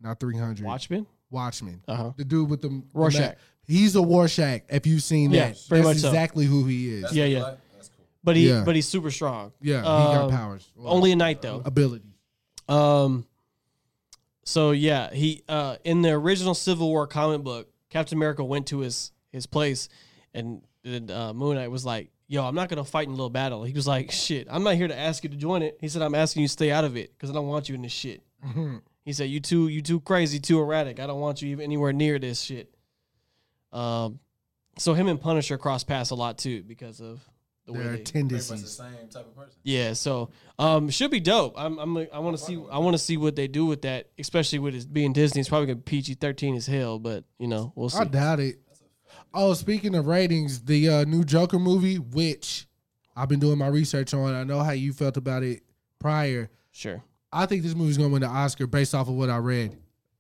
Not three hundred. Watchmen. Watchmen. Uh huh. The dude with the Rorschach. the ma- he's a Rorschach. If you've seen Yeah, that, pretty that's much so. exactly who he is. Yeah, yeah. But he Yeah. but he's super strong. Yeah, he Um, got powers. Only a night though. ability. Um. So yeah, he uh in the original Civil War comic book, Captain America went to his his place, and and uh, Moon Knight was like, "Yo, I'm not gonna fight in a little battle." He was like, "Shit, I'm not here to ask you to join it." He said, "I'm asking you to stay out of it because I don't want you in this shit." He said, "You too, you too crazy, too erratic. I don't want you even anywhere near this shit." Um, so him and Punisher cross paths a lot too because of the way There are they, Pretty much the tendencies. same type of person. yeah, so um, should be dope. I'm, I'm I want to see I want to see what they do with that, especially with it being Disney. It's probably gonna be PG thirteen as hell, but you know we'll see. I doubt it. Oh, speaking of ratings, the uh, new Joker movie, which I've been doing my research on. I know how you felt about it prior. Sure, I think this movie's gonna win the Oscar based off of what I read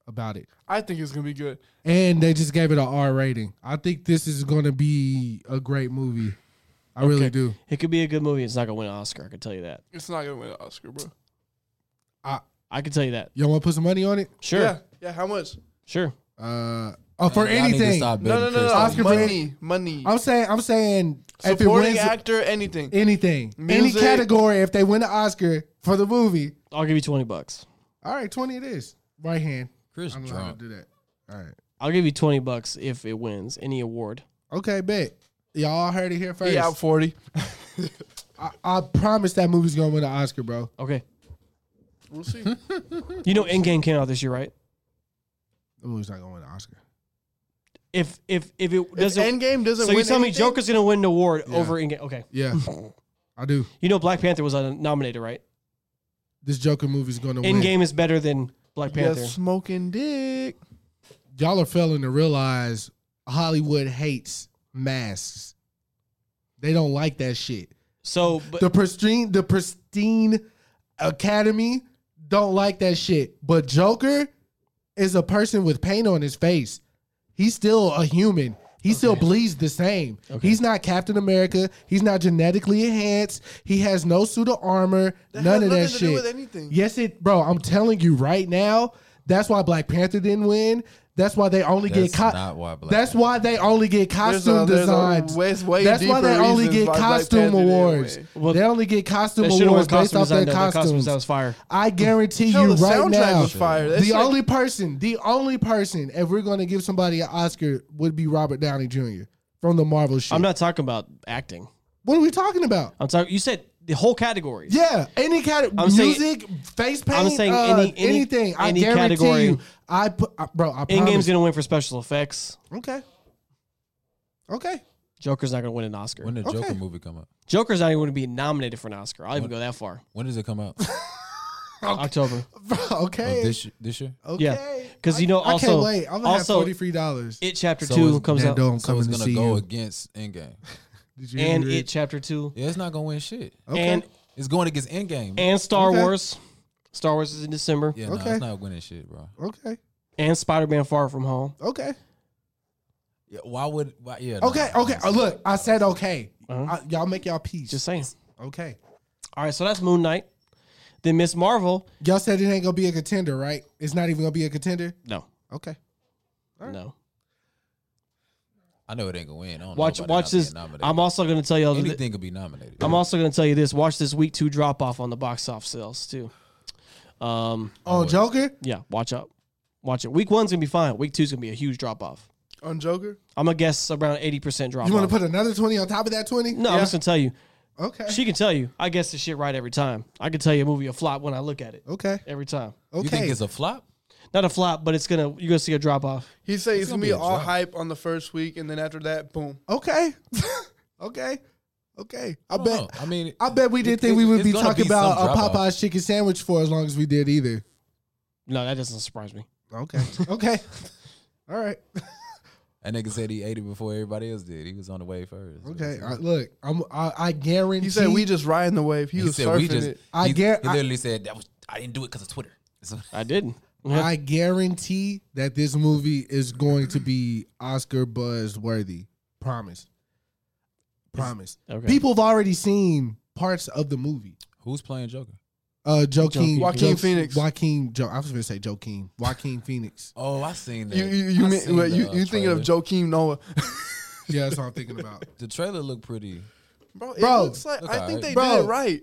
about it. I think it's gonna be good. And they just gave it an R rating. I think this is gonna be a great movie. I really Okay. do. it could be a good movie. It's not gonna win an Oscar. I can tell you that. It's not gonna win an Oscar, bro. I can tell you that. Y'all wanna put some money on it? Sure, Yeah, yeah. How much? sure. Uh, oh, for Y'all need to anything. stop No, betting no, no, no. Crystal. Oscar money, money. I'm saying, I'm saying, if it Supporting wins actor, anything. anything, any Music. category, if they win an Oscar for the movie, I'll give you twenty bucks. all right, twenty it is. Right hand. Chris I'm drunk. allowed to do that. All right. I'll give you twenty bucks if it wins any award. Okay, bet. Y'all heard it here first. He out forty. I, I promise that movie's gonna win an Oscar, bro. Okay, We'll see. you know Endgame came out this year, right? The movie's not gonna win an Oscar. If if if it if doesn't, Endgame doesn't. so you win tell me anything, Joker's gonna win an award over Endgame? Okay, Yeah, I do. you know Black Panther was uh, nominated, right? This Joker movie's gonna win. Endgame is better than Black Yeah, Panther. smoking dick. Y'all are failing to realize Hollywood hates masks. They don't like that shit. So, but the pristine the pristine academy don't like that shit. But Joker is a person with paint on his face. He's still a human. He still bleeds the same. He's not Captain America. He's not genetically enhanced. He has no suit of armor. That none has of that nothing to shit. do with anything. Yes, it, bro. I'm telling you right now. That's why Black Panther didn't win. That's why they only That's get co- not why Black That's why they only get There's costume a- there's a designs. ways- way That's why deeper they only reasons get why Black costume Panther didn't awards. win. Well, they only get costume that shit awards was based costume off their design. though. The costumes. costumes that was fire. I guarantee Hell, you the right soundtrack now, was fire. That the shit- only person, the only person, if we're going to give somebody an Oscar, would be Robert Downey Jr. from the Marvel shit. I'm not talking about acting. What are we talking about? I'm talking. You said the whole category. Yeah, any category, I'm saying- music, face paint, I'm saying uh, any- any- anything. I any guarantee category. you, I put, uh, bro. I In game's promise. gonna win for special effects. okay, okay. Joker's not gonna win an Oscar. When did Joker Okay. movie come out? Joker's not even gonna be nominated for an Oscar. I'll even go that far. When does it come out? October. Bro, okay, Oh, this y- this year. okay. Yeah. 'Cause, you know, I, I also- can't wait. I'm gonna also- have forty three dollars. It Chapter So Two is comes out, Nando, I'm So it's coming to gonna see go you. against Endgame. Did you and hear It Chapter Two, Yeah, it's not gonna win shit. and It's going against Endgame. and Star Okay. Wars. Star Wars is in December, yeah, nah, Okay. it's not winning shit, bro. Okay, and Spider Man Far From Home. okay, Yeah, why would? Why, yeah. nah, okay, nah, okay. nah. Oh, look, I said okay. Uh-huh. I- y'all make y'all peace. Just saying. okay. All right, so that's Moon Knight. Then Miss Marvel. Y'all said it ain't gonna be a contender, right? It's not even gonna be a contender. No, Okay. no. I know it ain't gonna win. I don't Watch, know about it not watch being this. nominated. I'm also gonna tell you. that- anything could be nominated. I'm also gonna tell you this. Watch this week two drop off on the box office sales too. Um, On Joker. yeah, watch out. Watch it. Week one's gonna be fine. Week two's gonna be a huge drop off. On Joker? I'm gonna guess around eighty percent drop. You want off. to put another twenty on top of that twenty? No, I'm just gonna tell you. Okay. She can tell you. I guess the shit right every time. I can tell you a movie a flop when I look at it okay. every time. Okay. You think it's a flop? Not a flop, but it's gonna you're gonna see a drop off. He says it's, gonna, gonna be, be a all drop. hype on the first week, and then after that, boom. Okay. okay. Okay. I, don't bet. know. I mean, I bet we didn't it- think it- we would it's be gonna talking be about some a drop-off. Popeye's chicken sandwich for as long as we did either. No, that doesn't surprise me. Okay. Okay. All right. That nigga said he ate it before everybody else did. He was on the way first. Okay. I, look, I'm, I, I guarantee. He said we just riding the wave. He, He was said surfing we just. it. I he, guar- he I- literally said that was. I didn't do it because of Twitter. So, I didn't. I guarantee that this movie is going to be Oscar buzz worthy. Promise. Promise. okay. People have already seen parts of the movie. who's playing Joker? Uh, Joaquin Joaquin, Joaquin Joaquin- Phoenix. Joaquin, jo- I was gonna say Joaquin, Joaquin Phoenix. Oh, I seen that. You you you, I mean, seen wait, the, you, uh, you thinking of trailer. Joakim Noah? Yeah, that's what I'm thinking about, The trailer looked pretty. Bro, it Bro. looks like Look I think alright. they Bro. did it right.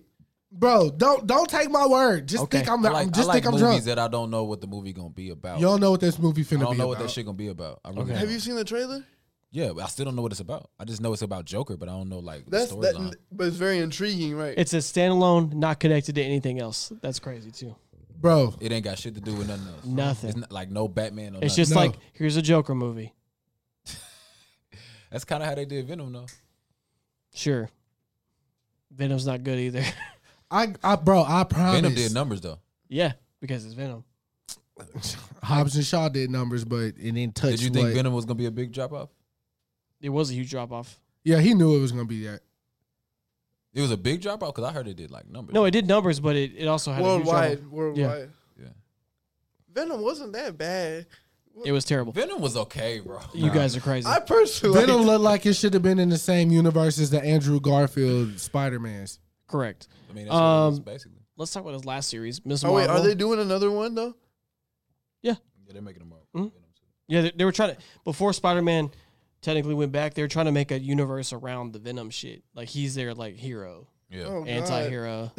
bro. Don't don't take my word. Just Okay. think I'm, I like, I'm I just like think I'm movies drunk. that I don't know what the movie gonna be about. Y'all know what this movie I finna don't be know what about. that shit gonna be about. I really Okay. don't. Have you seen the trailer? Yeah, but I still don't know what it's about. I just know it's about Joker, but I don't know like That's the that, storyline. but it's very intriguing, right? It's a standalone, not connected to anything else. That's crazy too. bro. It ain't got shit to do with nothing else. Nothing. It's not, like no Batman. Or It's nothing. just No. like here's a Joker movie. that's kind of how they did Venom though. Sure. Venom's not good either. I, I bro, I promise. Venom did numbers though. yeah, because it's Venom. Hobbs and Shaw did numbers, but it didn't touch. Did you think what- Venom was gonna be a big drop off? It was a huge drop off. Yeah, he knew it was gonna be that. It was a big drop off because I heard it did like numbers. No, it did numbers, but it, it also had a huge worldwide, drop-off. worldwide. Yeah. Venom wasn't that bad. It was terrible. Venom was okay, bro. You guys are crazy. I personally Venom looked like it should have been in the same universe as the Andrew Garfield Spider Man's. Correct. I mean, that's what it was Um, basically. Let's talk about his last series, Miss Oh Marvel. wait, are they doing another one though? Yeah, they're making a mark. Hmm? Yeah, they, they were trying to before Spider Man technically went back. They were trying to make a universe around the Venom shit. Like he's their like hero, Yeah. Oh, God. anti-hero.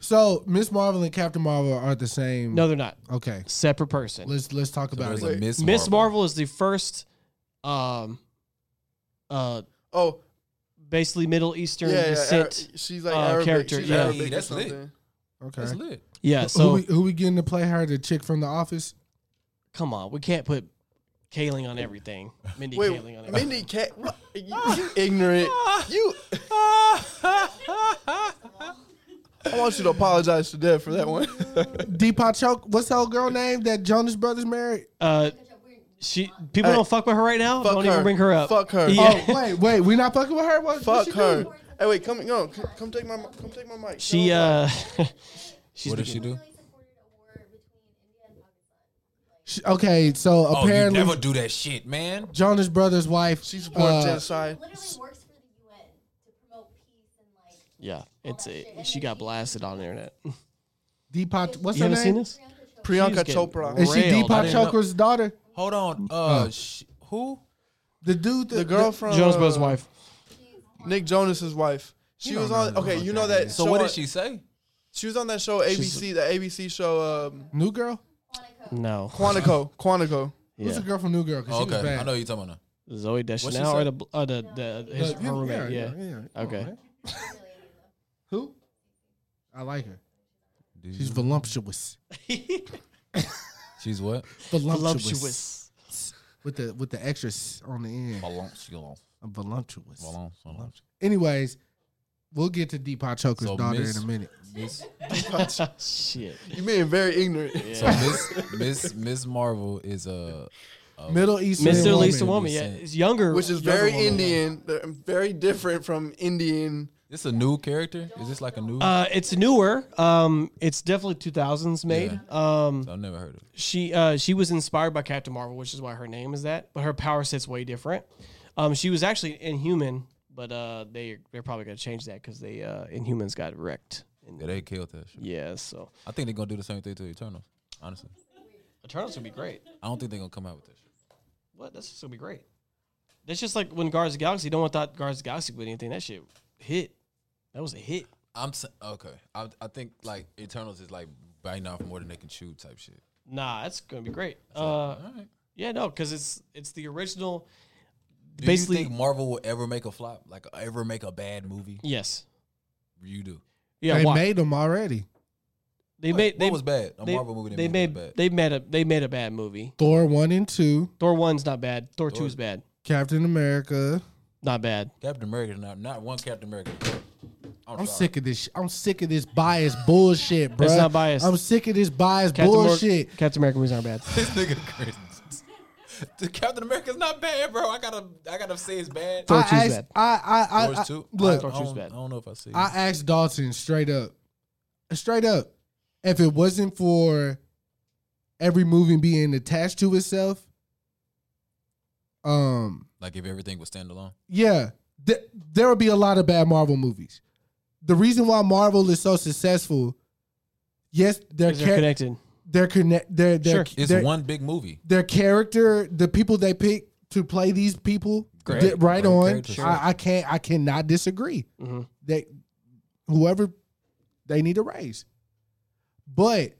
So Miss Marvel and Captain Marvel are the same. no, they're not. Okay. Separate person. Let's let's talk about There's it. a Wait. Miss Marvel. Miss Marvel is the first, um, uh, Oh, basically Middle Eastern yeah, yeah. Ara- descent. she's like uh, Arabic. character, She's yeah. Arabic Hey, or that's lit. something. Okay. That's lit. yeah. who So we, who we getting to play her? The chick from The Office. come on, we can't put Kaling on everything. Mindy Kaling on Wait, everything. Mindy Cat, what? You, you ignorant. You. I want you to apologize to Deb for that one. Deepa Choke. What's the old girl name that Jonas Brothers married? Uh, she people Hey, don't fuck with her right now. fuck Don't her. even bring her up. Fuck her. Uh, Yeah. Oh wait, wait. We not fucking with her. What? what Fuck she her. doing? Hey, wait, come, no, c- come take my, mi- come take my mic. She uh, she's What did beginning- she do? She- okay, so Oh, you apparently never do that shit, man. Jonas Brothers' wife. she's born uh, genocide. Literally works for the UN to promote peace and like. Yeah, it's a, she got blasted on the internet. You Deepa. What's her haven't name? seen this? Priyanka getting Chopra. raped. Is she Railed. I Deepa didn't know. Chokra's daughter? Hold on. Uh, sh- who? The dude, The girl from Jonas Brothers' uh, wife. Nick Jonas's wife. She was on. Okay, you know that. So show what on- did she say? She was on that show ABC, the ABC show um, New Girl. No, Quantico. Quantico. Who's Yeah. the girl from New Girl? 'Cause she was okay, bad. I know you're talking about. now. Zoe she Deschanel or say? the, bl- uh, the, the his, Yeah, her roommate. Yeah. yeah, yeah. Okay. Who? I like her. Do She's you- voluptuous. She's what? Voluptuous. With the with the extra s on the end. Voluptuous. A voluptuous. Voluptuous. Voluptuous. Anyways, we'll get to Deepak Choker's daughter in a minute. Miss, Ah, Shit. You being very ignorant. so Miss Miss Miss Marvel is a Middle Eastern Mr. woman. Lisa Woman, yeah, it's younger, Which is younger very woman. Indian. They're Very different from Indian. this a new character? Is this like a new? Uh, it's newer. Um, it's definitely 2000s made. Um, I've never heard of. it. she uh, she was inspired by Captain Marvel, which is why her name is that. But her power set's way different. Um, she was actually Inhuman, but uh, they they're probably gonna change that because they uh, Inhumans got wrecked. And, Yeah, they killed that. Shit. yeah, so I think they're gonna do the same thing to Eternals. Honestly, Eternals would be great. I don't think they're gonna come out with that. Shit. What? That's just gonna be great. That's just like when Guards of the Galaxy. No one thought Guards of the Galaxy would anything. That shit hit. That was a hit. I'm s- okay. I I think like Eternals is like biting off more than they can chew type shit. Nah, that's gonna be great. Uh, right. yeah, no, because it's it's the original. Do basically, you think Marvel will ever make a flop? Like ever make a bad movie? yes, You do. yeah. they why- made them already. they What- made what they was bad? A they, Marvel movie they They made made was bad. they made a they made a bad movie. Thor one and two, Thor one's not bad. Thor, Thor- two's bad. Captain America. Not bad. Captain America is not not one Captain America. I'm, I'm sorry. sick of this. sh- I'm sick of this biased bullshit, bro. It's not biased. I'm sick of this biased Captain Mar- bullshit. Captain America movies aren't bad. This nigga crazy. The Captain America's not bad, bro. I gotta I gotta say it's bad. Thor I two's asked, bad. I, I, I, Thor's I- two. look, I, I, Thor two's don't, bad. I don't know if I see. I it. asked Dalton straight up, straight up, if it wasn't for every movie being attached to itself, um, like if everything was standalone. yeah, th- there would be a lot of bad Marvel movies. The reason why Marvel is so successful, yes, they're Because they're char- connected. they're connect, they're they're, Sure. It's they're one big movie. their character, the people they pick to play these people, Great. did right Great on. characters. I, I can't, I cannot disagree. Mm-hmm. They, whoever, they need a raise. But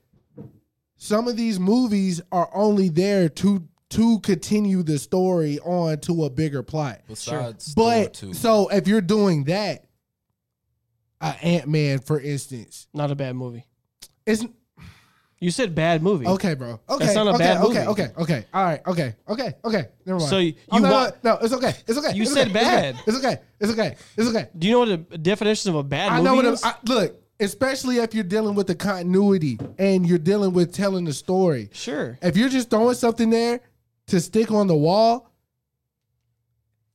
some of these movies are only there to to continue the story on to a bigger plot. Besides But Thor two. so if you're doing that, uh, Ant Man, for instance, Not a bad movie. isn't You said bad movie. Okay, bro. Okay, That's not a okay, bad okay, movie. okay, okay. All right, okay, okay, okay. Never mind. So you- oh, you no, wa- no, no, it's okay. It's okay. You it's said okay, bad. It's okay. It's okay. It's okay. Do you know what the definition of a I bad movie know what I'm, is? I, look, especially if you're dealing with the continuity and you're dealing with telling the story. sure. If you're just throwing something there to stick on the wall,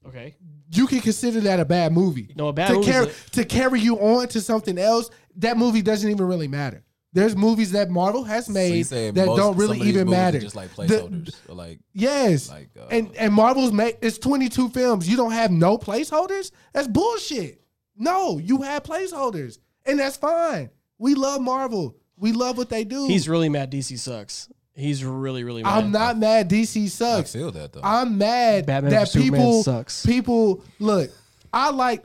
Okay. you can consider that a bad movie. No, a bad to movie's carry a- to carry you on to something else. That movie doesn't even really matter. There's movies that Marvel has you made saying that most- don't some really of these even movies are matter. Just like The- placeholders, or like Yes. Like, uh, and and Marvel's make it's 22 films. You don't have no placeholders? That's bullshit. No, you have placeholders. And that's fine. We love Marvel. We love what they do. He's really mad. DC sucks. He's really really mad. I'm not mad DC I sucks. feel that though. I'm mad Batman that v Superman people sucks. people look. I like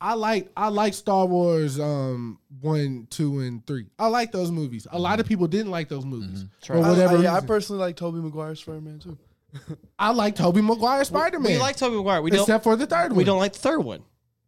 I like I like Star Wars um one, two, and three. I like those movies. A lot of people didn't like those movies. Mm-hmm. Or I- whatever. I, I, yeah, I personally like Toby Maguire's Spider Man too. like Toby Maguire Spider Man. We like Tobey Maguire. We don't. except for the third one. we don't like the third one.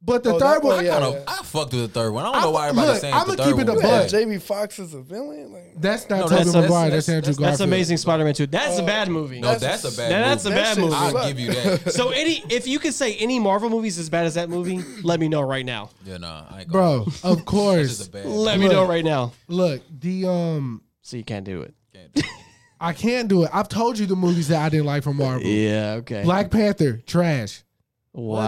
But the Oh, third that one, one, I yeah. kinda- I, I fucked with the third one. I don't I'm- know why everybody's look, saying it's I'ma the keep third it a one. was buck. bad. Yeah, Jamie Foxx is a villain. Like, that's not No, Tobey that's- that's- Maguire. That's, that's- Andrew that's- That's Garfield. Amazing Spider-Man two. That's a bad movie. No, Oh, that's a bad. Now that's a movie. bad shit movie. sucks. I'll give you that. So any, if you could say any Marvel movies as bad as that movie, let me know right now. yeah, nah, I ain't gonna- Bro, of This is course. a bad. Let me know right now. Look, the um, So you can't do it. I can't do it. I've told you the movies that I didn't like from Marvel. Yeah. Okay. Black Panther, trash. What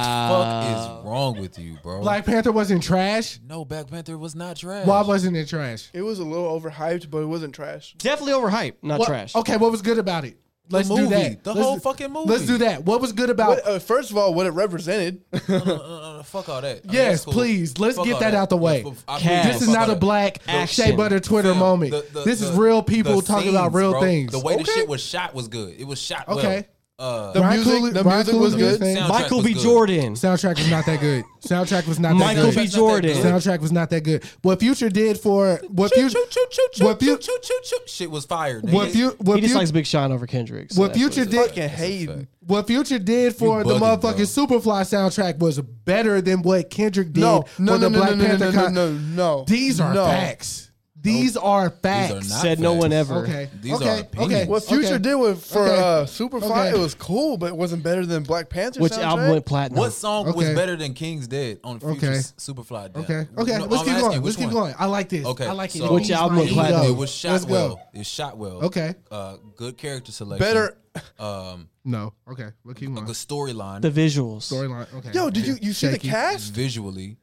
the wow. fuck is wrong with you, bro? Black Panther wasn't trash. no, Black Panther was not trash. Why wasn't it trash? it was a little overhyped, but it wasn't trash. Definitely overhyped. Not What- trash. Okay, what was good about it? Let's do movie. that. The Let's whole do- fucking movie. Let's do that. What was good about? What, uh, first of all, what it represented. Uh, uh, uh, fuck all that. I mean, Yes, that's cool. please. Let's Fuck get all that out the way. Let's- I- Cast. this is not a fuck all that. black Shea Action. Butter Twitter Fam, moment. the- the- this is the- real people the talking about scenes, real bro. things. The way Okay. the shit was shot was good. It was shot well. Okay. Uh, The Ryan music, Coogler- the Ryan music Coogler was is good. famous. Soundtrack Michael was B. good. Jordan. Soundtrack was not that good. Soundtrack was not that Michael good. B. Soundtrack's not that Jordan. good. Soundtrack was not that good. What Future did for what Choo, Future choo, choo, choo, choo, what choo, Future choo, choo, choo. Shit was fired. what nigga. Future what he just Future- likes Big Sean over Kendrick. so what that's Future it's did Fucking hating. what Future did for the motherfucking bugging, bro. Superfly soundtrack was better than what Kendrick did No, for no, no, the no, Black no, no, Panther no, no, con- no, no. These are No. facts. These are facts. These are not Said no facts. one ever. Okay. These are okay. opinions. okay. What Future okay. did with for Okay. uh, Superfly, Okay. it was cool, but it wasn't better than Black Panther. Which soundtrack. album went platinum? What song was Okay. better than King's Dead on Future's Okay. Superfly? Down? Okay. Okay. No, let's I'm keep asking going. you, Let's which keep one? going. I like this. Okay. I like it. so- It Which eased album my went ego. platinum? It was Let's go. Shotwell. It's Shotwell. Okay. Uh, good character selection. better. Um, No. Okay. We'll keep good going. storyline. the visuals. Storyline. Okay. Yo, did you you see the Shaky. cast? visually.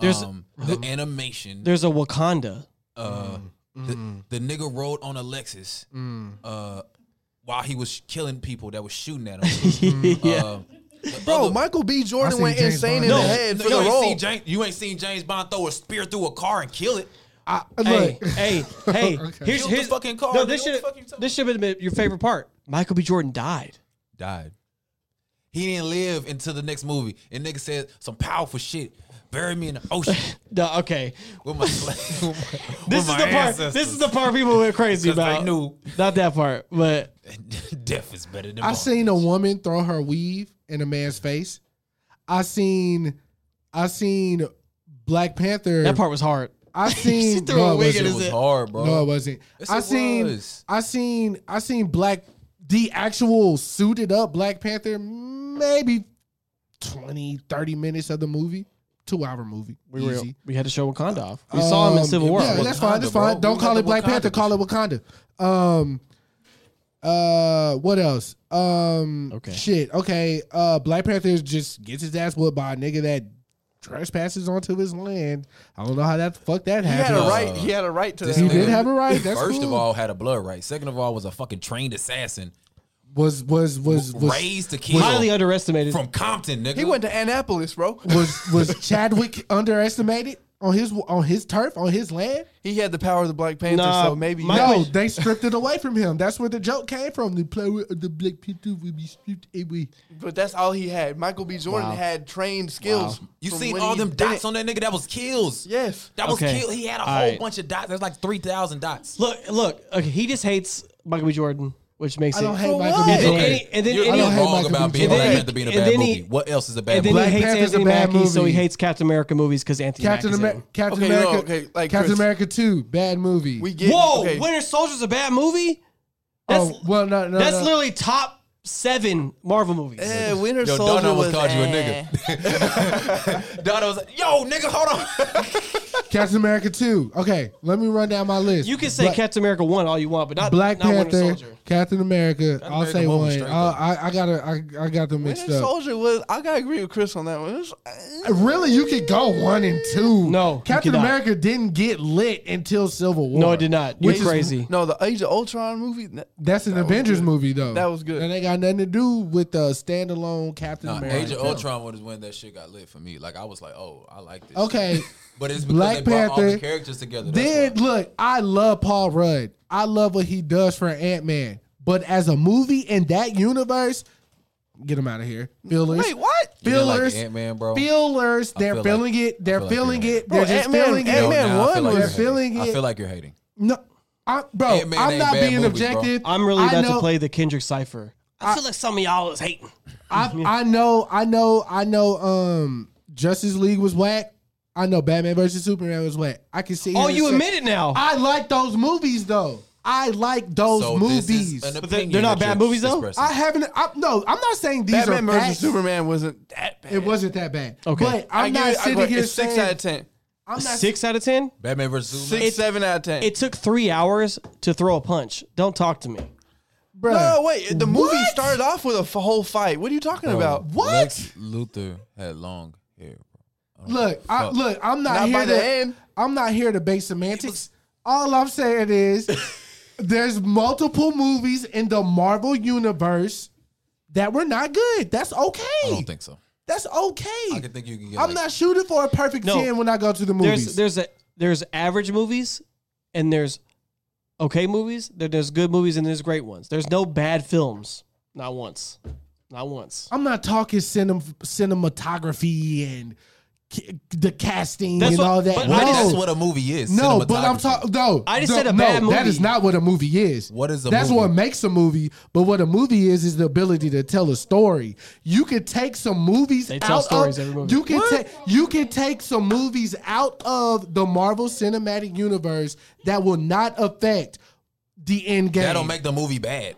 There's- um, the animation. There's a Wakanda. uh, Mm. the, the nigga rode on a Lexus uh, while he was killing people that was shooting at him. yeah. Um, the Bro, other- Michael B. I Jordan see went James insane Bond. in No, the head for you, the ain't role. seen James, you ain't seen James Bond throw a spear through a car and kill it. I, Hey, look. hey, hey! Here's Killed his the fucking car, No, nigga. this What the should fuck you talking this should have been your favorite part. Michael B. Jordan died. Died. He didn't live until the next movie. And nigga said some powerful shit. Bury me in the ocean Duh, okay, with my. with my- with this is the my part. This ancestors. is the part people went crazy 'Cause they about. knew. Not that part, but Death is better than. I bond. seen a woman throw her weave in a man's face. I seen, I seen Black Panther. that part was hard. I seen. threw a it wig wasn't. in It his was it- hard, bro. No, it wasn't. Yes, I it seen. was. I seen. I seen black. The actual suited up Black Panther, maybe 20, 30 minutes of the movie, two hour movie. We were, Easy. we had to show Wakanda off. We saw him in Um, Civil War. Yeah, that's Wakanda, fine. That's fine. bro. Don't We call got it the Black Wakanda Panther. Call it Wakanda. Um, uh, what else? Um, Okay. shit. Okay. Uh, Black Panther just gets his ass whooped by a nigga that trespasses onto his land. I don't know how that fuck that He had happened. a right. He had a right to This that. He nigga- did have a right. That's First of cool. all, had a blood right. Second of all, was a fucking trained assassin. Was was was was raised to kill. Highly underestimated. from Compton, nigga. He went to Annapolis, bro. was was Chadwick underestimated on his on his turf on his land? He had the power of the Black Panther, Nah, so maybe. my- No, question- they stripped it away from him. That's where the joke came from. The power of the Black Panther will be stripped away. but that's all he had. Michael B. Jordan had trained skills. you from seen when all he them did dots it. on that nigga? That was kills. Yes. That was Okay. kill. He had a All whole right. bunch of dots. There's like three thousand dots. Look, look. Okay, he just hates Michael B. Jordan, which makes I don't it. hate For Michael what? B. and then Jordan. any, and then You're any, I don't not hate wrong Michael about B. being Jordan. Black Panther being a And bad then he- movie. What else is a bad and then movie? Black he hates Panther's a Anthony bad Mackie, so he movie. hates Captain America movies because Anthony Captain, Mackie's in Amer- it. Captain Okay, America. no, okay, like, Captain Chris- America Two, bad movie. We get. Whoa, okay. Winter Soldier's a bad movie. That's oh well, no, no, that's no. literally top seven Marvel movies. Eh, Winter Yo, Soldier Don almost was. called you a eh. nigga. Don was like, yo, nigga, hold on. Captain America Two. Okay, let me run down my list. you can say Black, Captain America one all you want, but not Black not Winter Panther, Soldier. Captain America. I'll America say one one. was straight, I'll- though. I, I gotta, I, I got them mixed Winter up. Soldier was. I gotta agree with Chris on that one. It was- Really, you could go one and two. Oh, No, you Captain cannot. America didn't get lit until Civil War. No, it did not. You're Which is- crazy. no, the Age of Ultron movie. n- That's an Avengers movie, though. That was good. and they got nothing to do with the standalone Captain Nah, America. Age of Ultron was when that shit got lit for me. Like I was like, oh, I like this. Okay. shit. but it's because Black they brought all Panther the characters together. That's Then why. look, I love Paul Rudd. I love what he does for Ant Man. But as a movie in that universe, get him out of here. Fillers. Wait, what? You didn't like Fillers. Ant-Man, bro? Fillers. They're feel like- feeling it. They're feel like feeling you're it. Bro, They're just Ant-Man- feeling Yo, it. Ant-man now I feel one like was- you're feeling hating. it. I feel like you're hating. No, I, bro, Ant-Man I'm ain't not bad being movies, bro. objective. I'm really I about know- to play the Kendrick cipher. I, feel like some of y'all is hating. I, I know, I know, I know. Um, Justice League was whack. I know Batman versus Superman was whack. I can see. Oh, you admit it now. I like those movies though. I like those So this is movies. an But they- opinion they're not that bad you're movies, though? expressing. I haven't. I, no, I'm not saying these Batman are versus facts. Superman wasn't that bad. It wasn't that bad. Okay. but I I'm give not it- I- sitting but here it's saying six out of ten. I'm not Six out of ten. Batman versus Superman. Six, seven out of ten. It took three hours to throw a punch. Don't talk to me. bruh. no, wait. The movie What? started off with a f- whole fight. What are you talking about? What? Lex Luthor had long hair. Bro. Look, I, Fuck. look. I'm not, Not here by to. the end. I'm not here to base semantics. All I'm saying is, there's multiple movies in the Marvel universe that were not good. That's okay. I don't think so. That's okay. I can think you can get. I'm like- not shooting for a perfect No. ten when I go to the movies. There's there's a there's average movies and there's okay movies. There, there's good movies and there's great ones. There's no bad films. Not once. Not once. I'm not talking cinem- cinematography and ki- the casting That's and what- all that. but no, I just- That's what a movie is. no, but I'm cinematography. talking. No, I just no, said a no, bad That movie. is not what a movie is. What is a That's movie? what makes a movie. But what a movie is is the ability to tell a story. You can take some movies They out tell stories of. every movie. You can take you can take some movies out of the Marvel Cinematic Universe that will not affect the end game. That don't make the movie bad.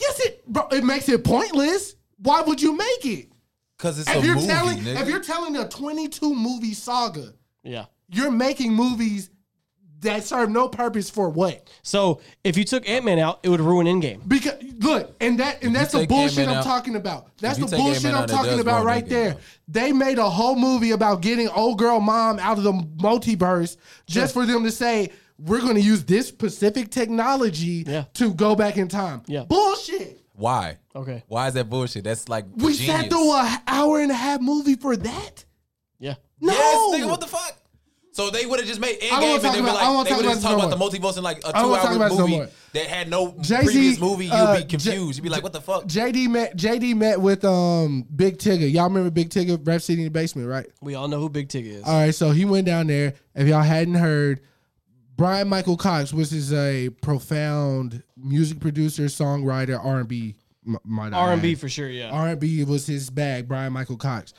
Yes, it bro, it makes it pointless. Why would you make it? Because it's if a you're movie, telling nigga. if you're telling a 22 movie saga, Yeah. you're making movies that serve no purpose for what? So if you took Ant Man out, it would ruin Endgame. Because look, and that and that's the take bullshit Ant-Man I'm out- talking about. That's you the take bullshit Ant-Man I'm out, it talking does about ruin right Endgame, there. though. They made a whole movie about getting old girl mom out of the multiverse just for them to say we're going to use this specific technology Yeah. to go back in time. Yeah. Bullshit. Why? Okay. Why is that bullshit? That's like We genius. sat through an hour and a half movie for that? Yeah. No. Yes, nigga, what the fuck? So they would have just made wanna Endgame and talk they were about- I don't like, they wanna talk would about have just this talked no about the multiverse in like a I don't wanna talk two-hour about this no movie more. that had no Jay-Z, previous movie. You'd uh, be confused. You'd be like, what the fuck? JD met JD met with um Big Tigger. Y'all remember Big Tigger Rap City in the basement, right? We all know who Big Tig is. All right, so he went down there. If y'all hadn't heard, Brian Michael Cox, which is a profound music producer, songwriter, R and B, R and B for sure. Yeah. R and B was his bag. Brian Michael Cox.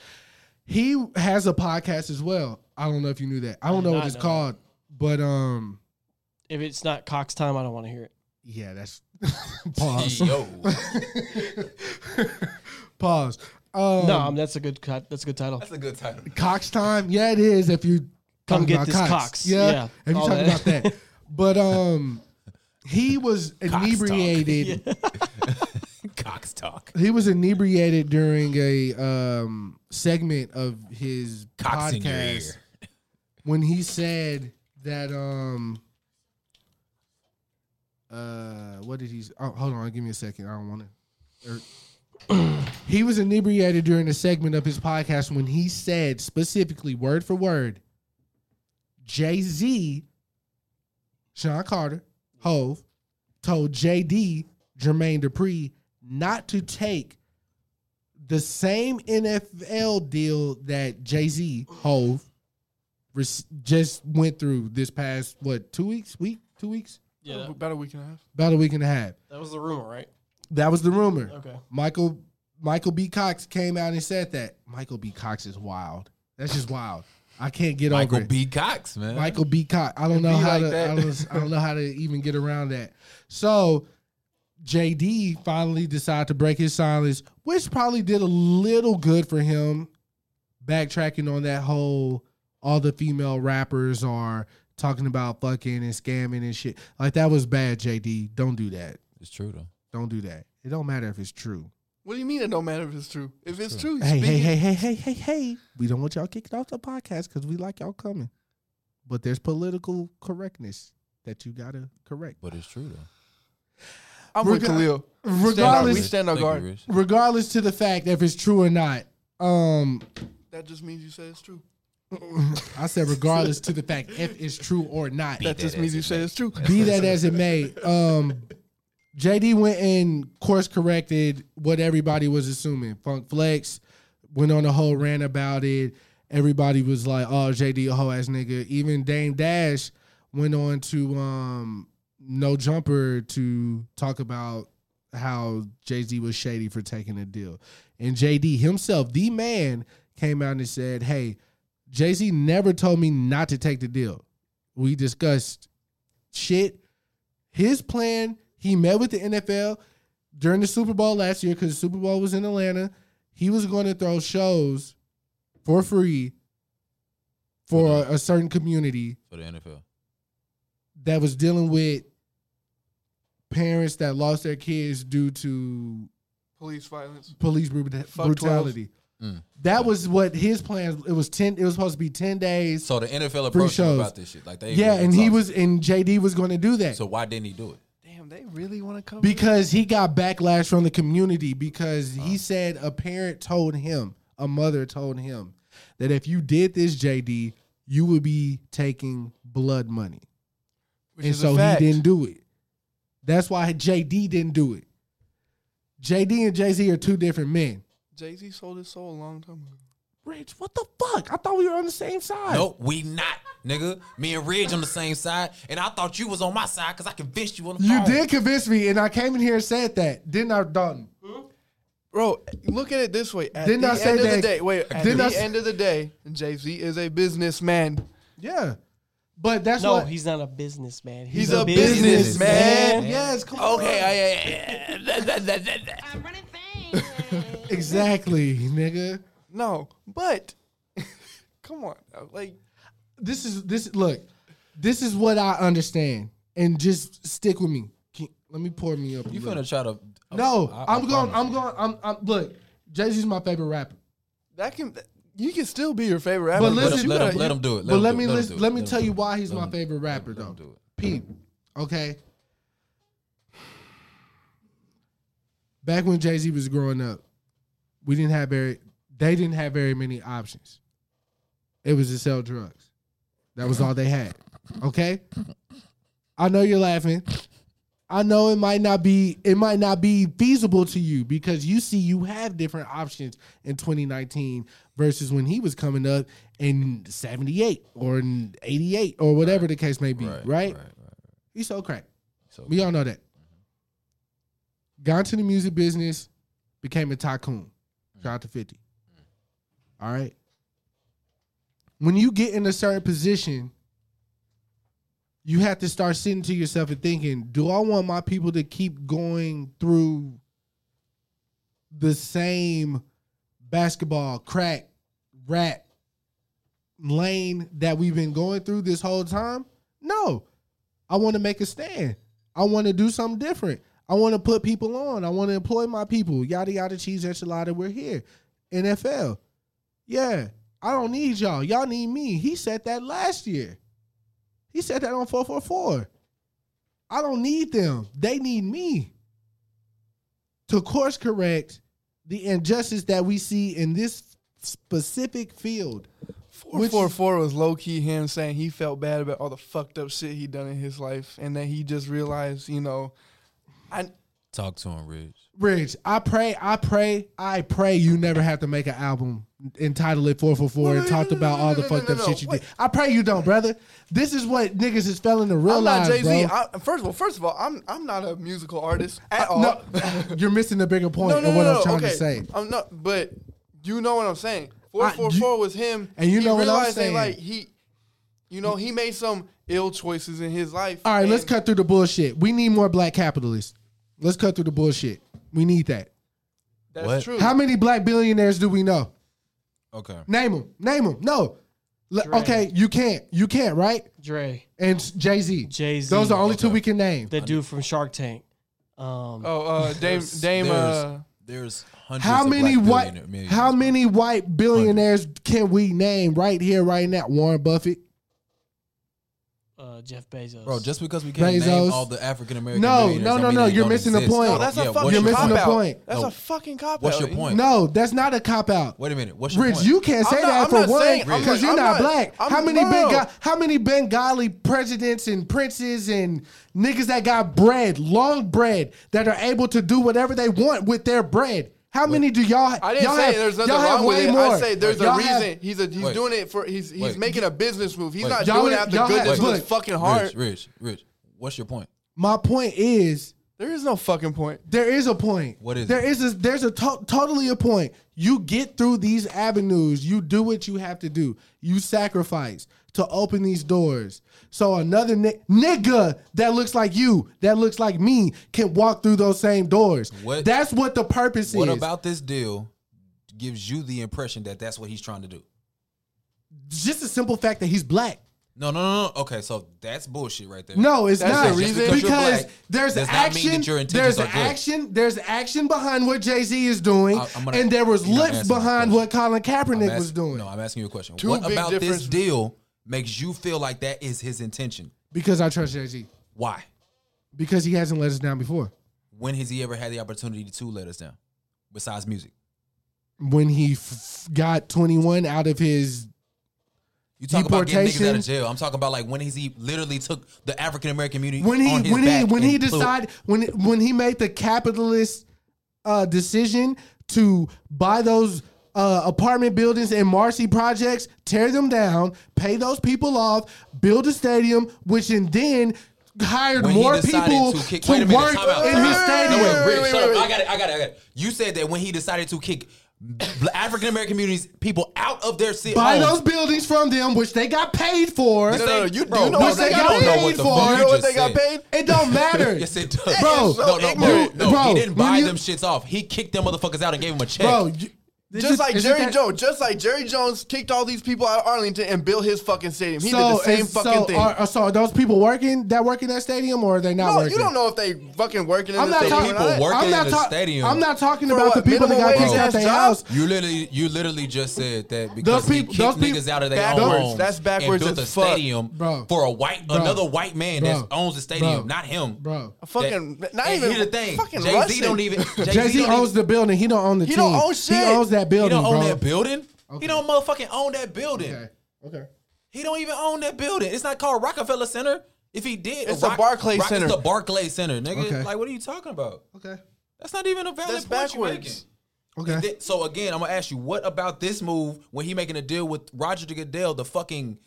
He has a podcast as well. I don't know if you knew that. I don't know did what not it's know called, but um, if it's not Cox time, I don't want to hear it. yeah, that's pause. E Yo. Pause. Um, no, um, that's a good cut. That's a good title. That's a good title. Cox time. Yeah, it is. If you talking Come get about this Cox. Yeah, Yeah, if you all talk that. about that. But um, he was inebriated. Cox talk. He was inebriated during a um segment of his Cox in your ear. podcast when he said that um. Uh, what did he? s- Oh, hold on, give me a second. I don't want to. he was inebriated during a segment of his podcast when he said specifically, word for word, Jay Z, Sean Carter, Hove, told JD, Jermaine Dupree, not to take the same NFL deal that Jay Z, Hove, rec- just went through this past, what, two weeks? Week? Two weeks? Yeah, that, About a week and a half. About a week and a half. that was the rumor, right? That was the rumor. Okay. Michael Michael B. Cox came out and said that. Michael B. Cox is wild. That's just wild. I can't get Michael over it. B. Cox, man. Michael B. Cox. I don't know be how like to. I that. don't, I don't know how to even get around that. So JD finally decided to break his silence, which probably did a little good for him. Backtracking on that whole, all the female rappers are talking about fucking and scamming and shit. Like that was bad, JD. Don't do that. It's true though. Don't do that. It don't matter if it's true. What do you mean it don't matter if it's true? If it's true, Hey, hey, speak hey, it. hey, hey, hey, hey. We don't want y'all kicked off the podcast because we like y'all coming. But there's political correctness that you gotta correct. But it's true though. I'm We're with gonna- Khalil. Stand our, we Regardless, stand our Thank you, guard. Rich. regardless to the fact if it's true or not. Um, That just means you say it's true. I said regardless to the fact if it's true or not. That just that means as you it say may. it's true. Be that as it may, um, JD went and course corrected what everybody was assuming. Funk Flex went on a whole rant about it. Everybody was like, "Oh, JD a hoe ass nigga." Even Dame Dash went on to um, No Jumper to talk about how Jay Z was shady for taking a deal, and JD himself, the man, came out and said, "Hey, Jay Z never told me not to take the deal. We discussed shit." his plan, he met with the NFL during the Super Bowl last year because the Super Bowl was in Atlanta. He was going to throw shows for free for a, a certain community For the NFL. that was dealing with parents that lost their kids due to Police violence. police brut- Fuck brutality. Mm. That was what his plan. It was ten. It was supposed to be ten days. So the NFL Free approached him shows. about this shit. Like they yeah, were and he talking. was and JD was going to do that. So why didn't he do it? Damn, they really want to come. because he got backlash from the community because Uh-huh. he said a parent told him, a mother told him that if you did this, JD, you would be taking blood money, which and is so a fact. he didn't do it. That's why JD didn't do it. JD and Jay Z are two different men. Jay Z sold his soul a long time ago. Rich, what the fuck? I thought we were on the same side. Nope, we not, nigga. Me and Ridge on the same side, and I thought you was on my side because I convinced you on the You phone. did convince me, and I came in here and said that. Didn't I, Dalton? Bro, look at it this way. At Didn't the I say end of that- the day, wait, at Didn't the I s- end of the day, Jay Z is a businessman. Yeah. But that's No, what. he's not a businessman. He's a businessman. yes, come on. Okay, I, I- I'm running things. Exactly, nigga. No, but come on, dog, like This is this. Look, this is what I understand, and just stick with me. Can- let me pour me up. a you little. finna try to? uh, No, I- I I, am going. promise. I'm going. I'm. I'm. Look, Jay Z's my favorite rapper. that can you can still be your favorite rapper. But Let listen, him- let you him- know, let you- him do it. Let But him let do it. me Let him listen- do it. let me Let him tell do you it. why he's Let my him- favorite rapper let though. him do Pete, okay. Back when Jay Z was growing up, we didn't have very. They didn't have very many options. It was to sell drugs. That was all they had. Okay. I know you're laughing. I know it might not be it might not be feasible to you because you see you have different options in 2019 versus when he was coming up in 78 or in 88 or whatever the case may be, right? He's so crack. we all know that. Got into the music business, became a tycoon. Shout out to 50. All right. When you get in a certain position, you have to start sitting to yourself and thinking, do I want my people to keep going through the same basketball, crack, rap lane that we've been going through this whole time? No. I want to make a stand. I want to do something different. I want to put people on. I want to employ my people. Yada yada cheese enchilada. We're here. NFL. Yeah. I don't need y'all. Y'all need me. He said that last year. He said that on 444. I don't need them. They need me to course correct the injustice that we see in this specific field. four four four was low key him saying he felt bad about all the fucked up shit he done in his life, and then he just realized, you know, I Talk to him, Ridge. Rich, I pray, I pray, I pray you never have to make an album entitled it 444 and No, no, talked no, no, about no, all no, the no, fucked no, up no. shit you Wait. did. I pray you don't, brother. This is what niggas is failing to I'm not realize, Jay Z. bro. First of all, first of all, I'm I'm not a musical artist at all. No, you're missing the bigger point of what I'm trying to say. I'm not, but you know what I'm saying. Four I- four you- four was him, and you he know what I'm realized that, saying. Like he, you know, he made some ill choices in his life. All right, let's and cut through the bullshit. We need more black capitalists. Let's cut through the bullshit. We need that. That's What? true. How many black billionaires do we know? Okay. Name them. Name them. No. Le- okay, you can't. You can't, right? Dre, And Jay Z. Jay-Z. Those are the only two we can name. that dude from Shark Tank. Um, Oh, uh, Dame Dame. Uh, There's, there's hundreds. How of many black white? billionaire- millionaires. How many white billionaires can we name right here, right now? Warren Buffett. uh, Jeff Bezos. Bro, just because we can't Bezos. name all the African American. No, no, no, no, you're missing the point. no, that's a Yeah, fucking You're missing cop the out. point. That's No. a fucking cop What's out. your point? No, that's not a cop out. Wait a minute. What's your Rich, point? you can't say I'm not- that I'm for not one saying- I'm not- because you're I'm not, not- black. I'm- how many no. Benga- how many Bengali presidents and princes and niggas that got bread, long bread, that are able to do whatever they want with their bread? How many do y'all? I didn't y'all say have- there's nothing y'all have wrong with way it. More. I say there's a Y'all reason. have- he's a, he's Wait. doing it for he's he's Wait. making a business move. He's Wait. not Y'all doing it have- out the y'all have- goodness of his look. fucking heart. Rich, Rich, Rich. What's your point? my point is. There is no fucking point. There is a point. What is there it? is a there's a to- totally a point. You get through these avenues. You do what you have to do. You sacrifice to open these doors. So another ni- nigga that looks like you, that looks like me, can walk through those same doors. What- That's what the purpose What is. about this deal gives you the impression that that's what he's trying to do? just the simple fact that he's black. No, no, no, no. Okay, so that's bullshit right there. No, it's That's not. the reason. because Just because you're black there's does not mean action. that your intentions there's are good. action. There's action behind what Jay Z is doing, I- I'm gonna- and there was you're not lips answering my behind question. what Colin I'm Kaepernick ask- was doing. No, I'm asking you a question. Two what big about difference- this deal makes you feel like that is his intention? Because I trust Jay Z. Why? Because he hasn't let us down before. When has he ever had the opportunity to let us down? Besides music, When he f- got 21 out of his, you talk about getting niggas out Deportation. of jail. I'm talking about like when has he literally took the African American community when he on his when he back when he and blew- decided when when he made the capitalist uh, decision to buy those uh, apartment buildings and Marcy projects, tear them down, pay those people off, build a stadium, which and then hired When he more decided people to to, kick- wait a minute, work time out. in his No, stadium. wait, Britt, shut up. I got it. I got it. I got it. You said that when he decided to kick African American communities, people out of their oh. city. Buy those buildings from them, which they got paid for. No, no, no, you, Bro, you know you what said they you got don't know paid what the for. fuck You you know what just they got said. paid? It don't matter. Yes, it does. Bro, no, no, bro, you- no. bro, he didn't when buy you- them shits off. He kicked them motherfuckers out and gave them a check. Bro, you- Just like Isn't Jerry that- Jones, just like Jerry Jones kicked all these people out of Arlington and built his fucking stadium. He did the same is- fucking so thing. Are, so are those people working that work in that stadium, or are they not no, working? you don't know if they fucking working in I'm the not, stadium. or talking. people not. work- working I'm not in the stadium. I'm not talking For about what, the people that minimum got wage kicked out their job? house. You literally, you literally just said that because Those he peop- kicked those peop- niggas out of their own backwards. homes. That's backwards And built a as fuck. stadium Bro. for a white, Bro. another white man Bro. that owns the stadium, Bro. not him. Bro. A fucking not and even here's the thing. Fucking Jay Z Russian. don't even. Jay Jay Z owns the building. He don't own the He team. don't own shit. He owns that He building, don't own bro. that building. He don't motherfucking own that building. Okay. Okay. He don't even own that building. It's not called Rockefeller Center. If he did, It's the Barclay Center. It's the Barclay Center, nigga. Okay. Like, what are you talking about? Okay. That's not even a valid That's point backwards. you're making. Okay. Th- So again, I'm gonna ask you, what about this move when he making a deal with Roger Goodell, the fucking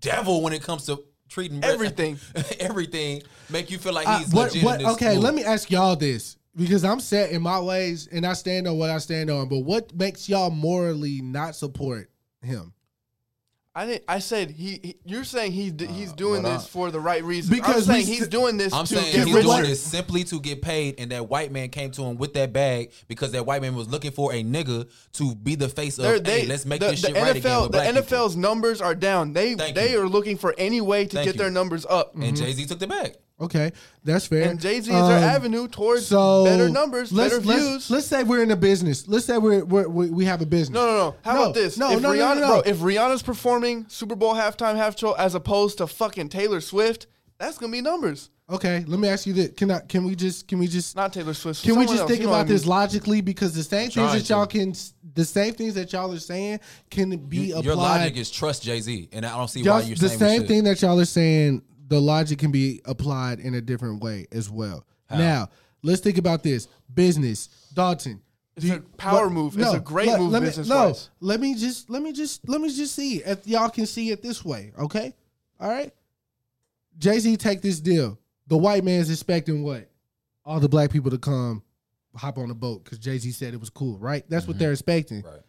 devil, when it comes to treating Everything. everything, make you feel like I- he's what- legit. in what- this okay, move. let me ask y'all this because I'm set in my ways and I stand on what I stand on. But what makes y'all morally not support him? I didn't, I said he, he- You're saying he d- he's doing what this up? for the right reason. Because I'm we saying he's st- doing this Uh, I'm to saying get he's rich. doing this simply to get paid, and that white man came to him with that bag because that white man was looking for a nigga to be the face of. They're- Hey, they- let's make the, this the shit NFL, right again. With The black people." NFL's numbers are down. They Thank they you. are looking for any way to Thank get their you. numbers up. Mm-hmm. and Jay Z took the bag. Okay, that's fair. Um, And Jay Z is their avenue towards so better numbers, let's, better let's, views. Let's say we're in a business. Let's say we're, we're we we have a business. No, no, no. How about this? No, if no, Rihanna, no, no, Bro, no. if Rihanna's performing Super Bowl halftime half show as opposed to fucking Taylor Swift, that's gonna be numbers. okay, let me ask you this: Can I? Can we just? Can we just? Not Taylor Swift. Can someone we just else, think you know about what I mean? this logically? Because the same things Trying that y'all to. can, the same things that y'all are saying, can be You- applied. Your logic is trust Jay Z, and I don't see why Y'all- you're the saying same we thing that y'all are saying. The logic can be applied in a different way as well. Now, let's think about this business. Dalton, It's do a you- power let- move. It's a great move Let me, business no, wise. let me just let me just let me just see if y'all can see it this way. Okay, all right. Jay Z take this deal. The white man's expecting what? All the black people to come hop on the boat because Jay Z said it was cool, right? That's what they're expecting. Mm-hmm. Right.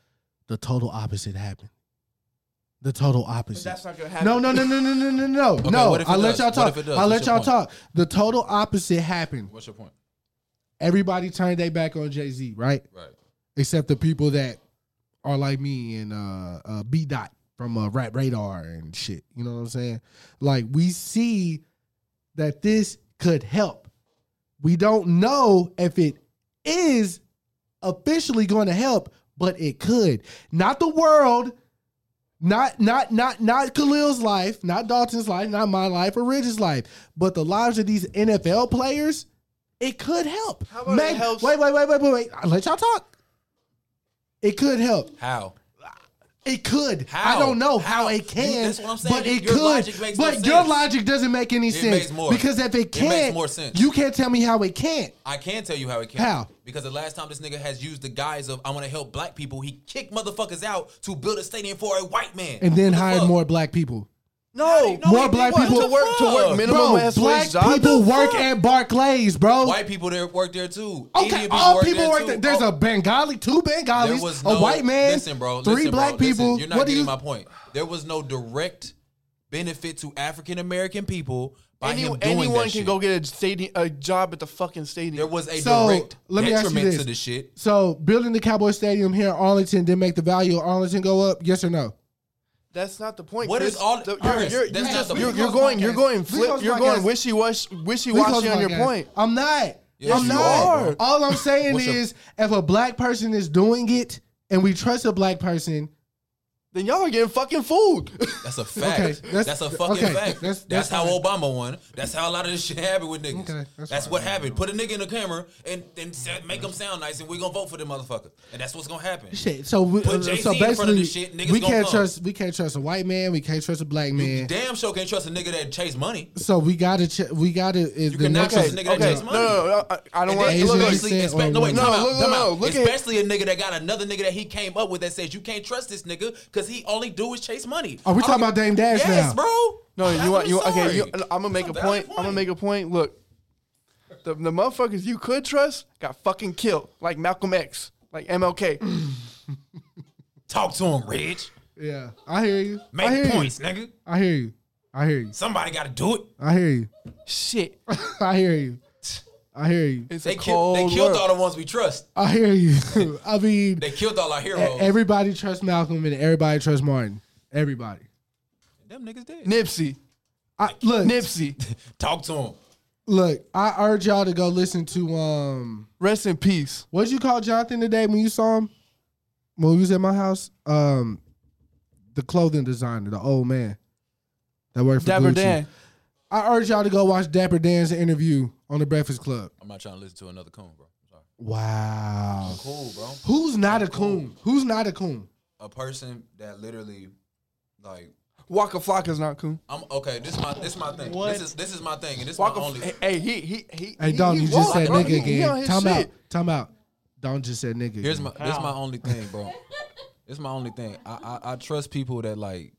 The total opposite happened. The total opposite. That's not gonna happen. No, no, no, no, no, no, no, no. Okay, no, what if it I let does? y'all What talk. if it does? I let What's your y'all point? talk. The total opposite happened. What's your point? Everybody turned their back on Jay Z, right? Right. Except the people that are like me and uh, uh, B Dot from uh, Rap Radar and shit. You know what I'm saying? Like we see that this could help. We don't know if it is officially going to help, but it could. Not the world, not not not not Khalil's life, not Dalton's life, not my life or Ridge's life, but the lives of these NFL players. It could help. How about it May- helps- Wait, wait, wait, wait, wait, wait. I'll let y'all talk. It could help. How? It could. How? I don't know how, How? it can. You- that's what I'm saying. But it Your could. logic makes no but your sense. logic doesn't make any sense. makes more. Because if it It makes can't, more sense. you can't tell me how it can't. I can tell you how it can. How? Because the last time this nigga has used the guise of I want to help black people, he kicked motherfuckers out to build a stadium for a white man, And then What the hired fuck? more black people. no, No, more he black didn't. people What the work to work fuck? minimum Bro, wage black job. people What the work fuck? at Barclays, bro. White people there work there too. Indian Oh. Okay, all work people work too. there. There's Oh, a Bengali, two there Bengalis, was a no- white man, Listen, bro. three listen, bro, black listen. people. You're not what do you? getting my point. There was no direct benefit to African American people by Any- him doing anyone that can shit. go get a stadium, a job at the fucking stadium. There was a So, direct let me ask you detriment this. to the shit. So building the Cowboy Stadium here in Arlington did make the value of Arlington go up. Yes or no? That's not the point. What Chris. is all- The- Chris, you're, you're, that's you're not just the you're, point. you're going you're going Please flip close you're my going gas. wishy washy wishy Please close washy my on your gas. point. I'm not. Yes, I'm you not. are. All I'm saying What's your- is, if a black person is doing it and we trust a black person, then y'all are getting fucking fooled. That's a fact. Okay, that's- that's, a fucking okay, fact. that's- That's, that's how fine. Obama won. That's how a lot of this shit happened with niggas. Okay, that's that's what happened. Put a nigga in the camera and then make them sound nice, and we gonna vote for them motherfucker. And that's what's gonna happen. Shit. So, we, Put uh, Jay-Z so in front of basically, this shit, niggas we gonna can't come. trust we can't trust a white man. We can't trust a black man. Damn sure can't trust a nigga that chase money. So we gotta ch- we gotta is the cannot next trust a one- nigga that takes No, money. no, no, I, I don't And want. then Asian Look, man look, especially, said espe- no, or wait, women. time No, out, look, time no, out. no, look at- especially a nigga that got another nigga that he came up with that says you can't trust this nigga because he only do is chase money. Are Oh, we I talking don't- about Dame Dash yes, now? bro. no, I'm you want you okay? sorry. You, I'm gonna make a That's point. I'm gonna make a point. Look, the the motherfuckers you could trust got fucking killed, like Malcolm X, like Mm. MLK. Talk to him, Rich. Yeah, I hear you. I hear Make points, nigga. You. I hear you. I hear you. Somebody got to do it. I hear you. Shit, I hear you. I hear you. it's They, a kill, cold they killed world. all the ones we trust. I hear you. I mean, They killed all our e- heroes. everybody trusts Malcolm and everybody trusts Martin. Everybody. Them niggas dead. Nipsey, I, look, Nipsey, Talk to him. look. I urge y'all to go listen to um. rest in peace. What'd you call Jonathan today when you saw him? When we was at my house, um, the clothing designer, the old man that worked for Dapper Gucci. Dan. I urge y'all to go watch Dapper Dan's interview on the Breakfast Club. I'm not trying to listen to another coon, bro. I'm sorry. Wow. Cool, bro. Who's not a coon? Who's not a coon? A person that literally, like, Waka Flocka's not cool. I'm okay. This is my this is my thing. What? This is this is my thing, and this is my Waka, only. F- hey, he he he. Hey, he- Don, he you just walked, said bro. nigga He- he on again. his Time out. shit. Time out. Don just said nigga. Here's again. my this is my only thing, bro. this is my only thing. I, I I trust people that like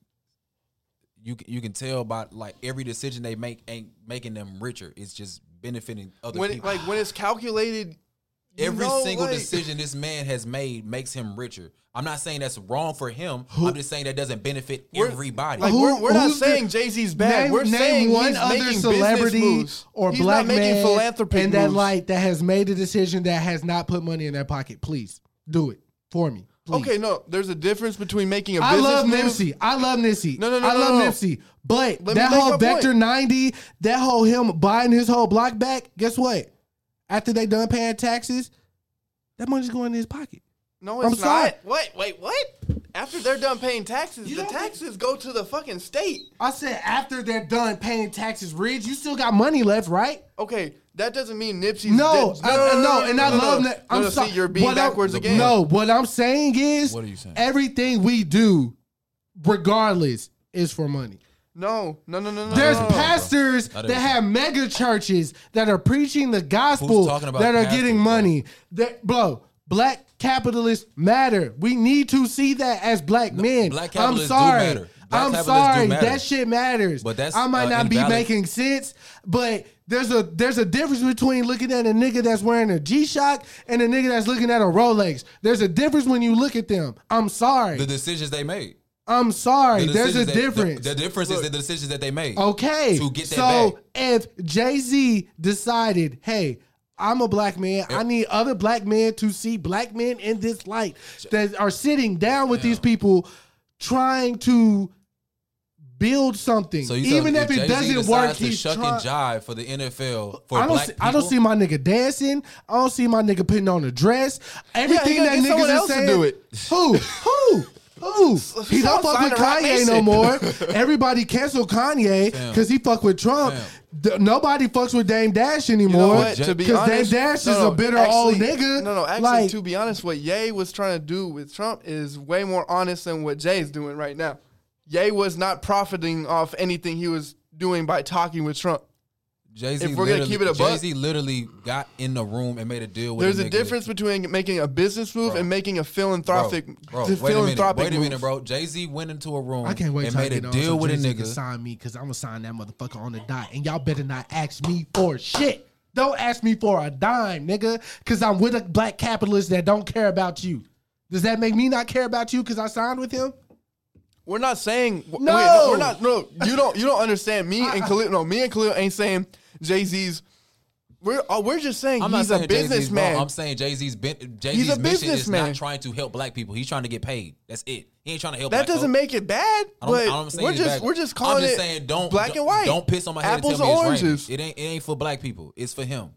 you c- you can tell by like every decision they make ain't making them richer. It's just benefiting other When it, people. like when it's calculated, you every know, single like- decision this man has made makes him richer. I'm not saying that's wrong for him. I'm just saying that doesn't benefit We're- everybody. Like Who- we're, we're not who's the- saying Jay Z's bad. Name- we're name saying one he's other making celebrity or he's black not making man philanthropy and that moves. like that has made a decision that has not put money in their pocket. Please do it for me. Please. Okay, no, there's a difference between making a I business love move. Nipsey. I love Nipsey. No, no, no, I no, love no. Nipsey. But Let me that make whole my Vector point. 90, that whole him buying his whole block back, guess what? After they done paying taxes, that money's going in his pocket. No, I'm it's sorry. not. Wait, wait, what? After they're done paying taxes, the taxes go to the fucking state. I said after they're done paying taxes, Ridge, you still got money left, right? Okay, that doesn't mean Nipsey's No, I- dead. I- no, and I love no. that. No, I'm no, see, sorry. You're being What I'm- backwards again. No, what I'm saying is What are you saying? everything we do, regardless, is for money. no, no, no, no, no. There's no. pastors That that, is- have mega churches that are preaching the gospel Who's talking about that are pastors, getting bro? money. That bro, black capitalists matter. We need to see that as black men. black I'm capitalists do sorry. matter. Black I'm capitalists do sorry. matter. That shit matters. But that's, I might uh, not be invalid. making sense, but there's a there's a difference between looking at a nigga that's wearing a G-Shock and a nigga that's looking at a Rolex. There's a difference when you look at them. I'm sorry. the decisions they made. I'm sorry. The There's a decisions that- the- difference. The, difference is the decisions that they made. Okay. To get that so back. if Jay Z decided, hey, I'm a black man. I need other black men to see black men in this light that are sitting down with these people trying to build something. So you telling Even me if it Jay-Z doesn't decides work, to he's shuck trying. and jive for the NFL for I don't, black see, I don't see people? my nigga dancing. I don't see my nigga putting on a dress. Everything gotta that get someone niggas is else to saying. do it. Who? Who? Who? He don't fuck with Sound Kanye like Mason. no more. Everybody cancel Kanye because he fuck with Trump. D- nobody fucks with Dame Dash anymore. You know what? To be Dame honest, Dash no, is no, a bitter actually- old nigga. No, no. Actually, like, to be honest, what Ye was trying to do with Trump is way more honest than what Jay's doing right now. Ye was not profiting off anything he was doing by talking with Trump. Jay Z. if we're gonna keep it a buck- Jay Z literally got in the room and made a deal with. There's a nigga. difference between making a business move and making a philanthropic, Bro, bro, to wait a minute, philanthropic wait a move. minute, bro. Jay Z went into a room I can't wait and to made a get on so deal with a Jay-Z can nigga. sign me because I'm gonna sign that motherfucker on the dot, and y'all better not ask me for shit. Don't ask me for a dime, nigga, because I'm with a black capitalist that don't care about you. Does that make me not care about you because I signed with him? We're not saying no. No! we're not. No, you don't. You don't understand me and Khalil. No, me and Khalil ain't saying Jay Z's. We're oh, we're just saying I'm not he's saying a Jay-Z's wrong. businessman. I'm saying Jay Z's ben- Jay He's Z's a mission is businessman. not trying to help black people. He's trying to get paid. That's it. He ain't trying to help. black That doesn't folks. make it bad, I but don't- I don't say we're it's just bad. we're just calling I'm just it saying, don't, black don't- and white. Don't piss on my head Apples and tell me and it's oranges. raining. It ain't it ain't for black people. It's for him.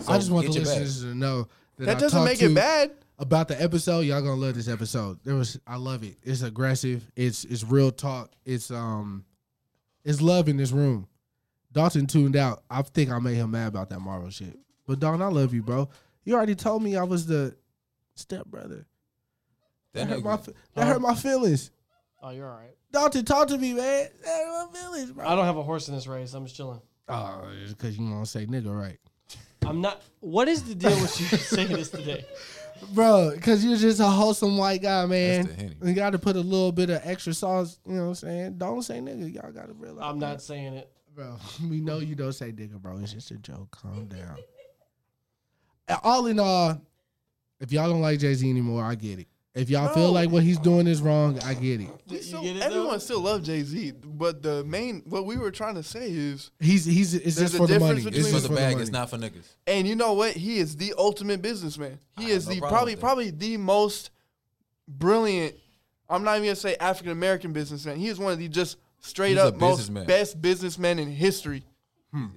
So I just want get the your bag. listeners to know that, That I doesn't talked make to, it bad. about the episode. Y'all gonna love this episode. There was I love it. It's aggressive. It's it's real talk. It's um, it's love in this room. Dalton tuned out. I think I made him mad about that Marvel shit. But Don, I love you, bro. You already told me I was the stepbrother. That, hurt my fe- that hurt my feelings. Oh, you're all right. Dalton, talk to me, man. That hurt my feelings, bro. I don't have a horse in this race. I'm just chilling. Oh, it's because you won't say nigga right. I'm not. What is the deal with you saying this today? Bro, because you're just a wholesome white guy, man. That's the Henny. You got to put a little bit of extra sauce, you know what I'm saying? Don't say nigga. Y'all got to realize. I'm not saying it. Bro, we know you don't say nigga, bro. It's just a joke. Calm down. And all in all, if y'all don't like Jay Z anymore, I get it. If y'all feel No. like what he's doing is wrong, I get it. We still- get it, though? everyone still loves Jay Z, but the main what we were trying to say is, He's he's it's There's just a for the difference money. between- It's just for the bag. money. It's not for niggas. and you know what? He is the ultimate businessman. He have is no the problem probably with that. probably the most brilliant. I'm not even gonna say African American businessman. He is one of the just straight He's a up most businessman. best businessmen in history.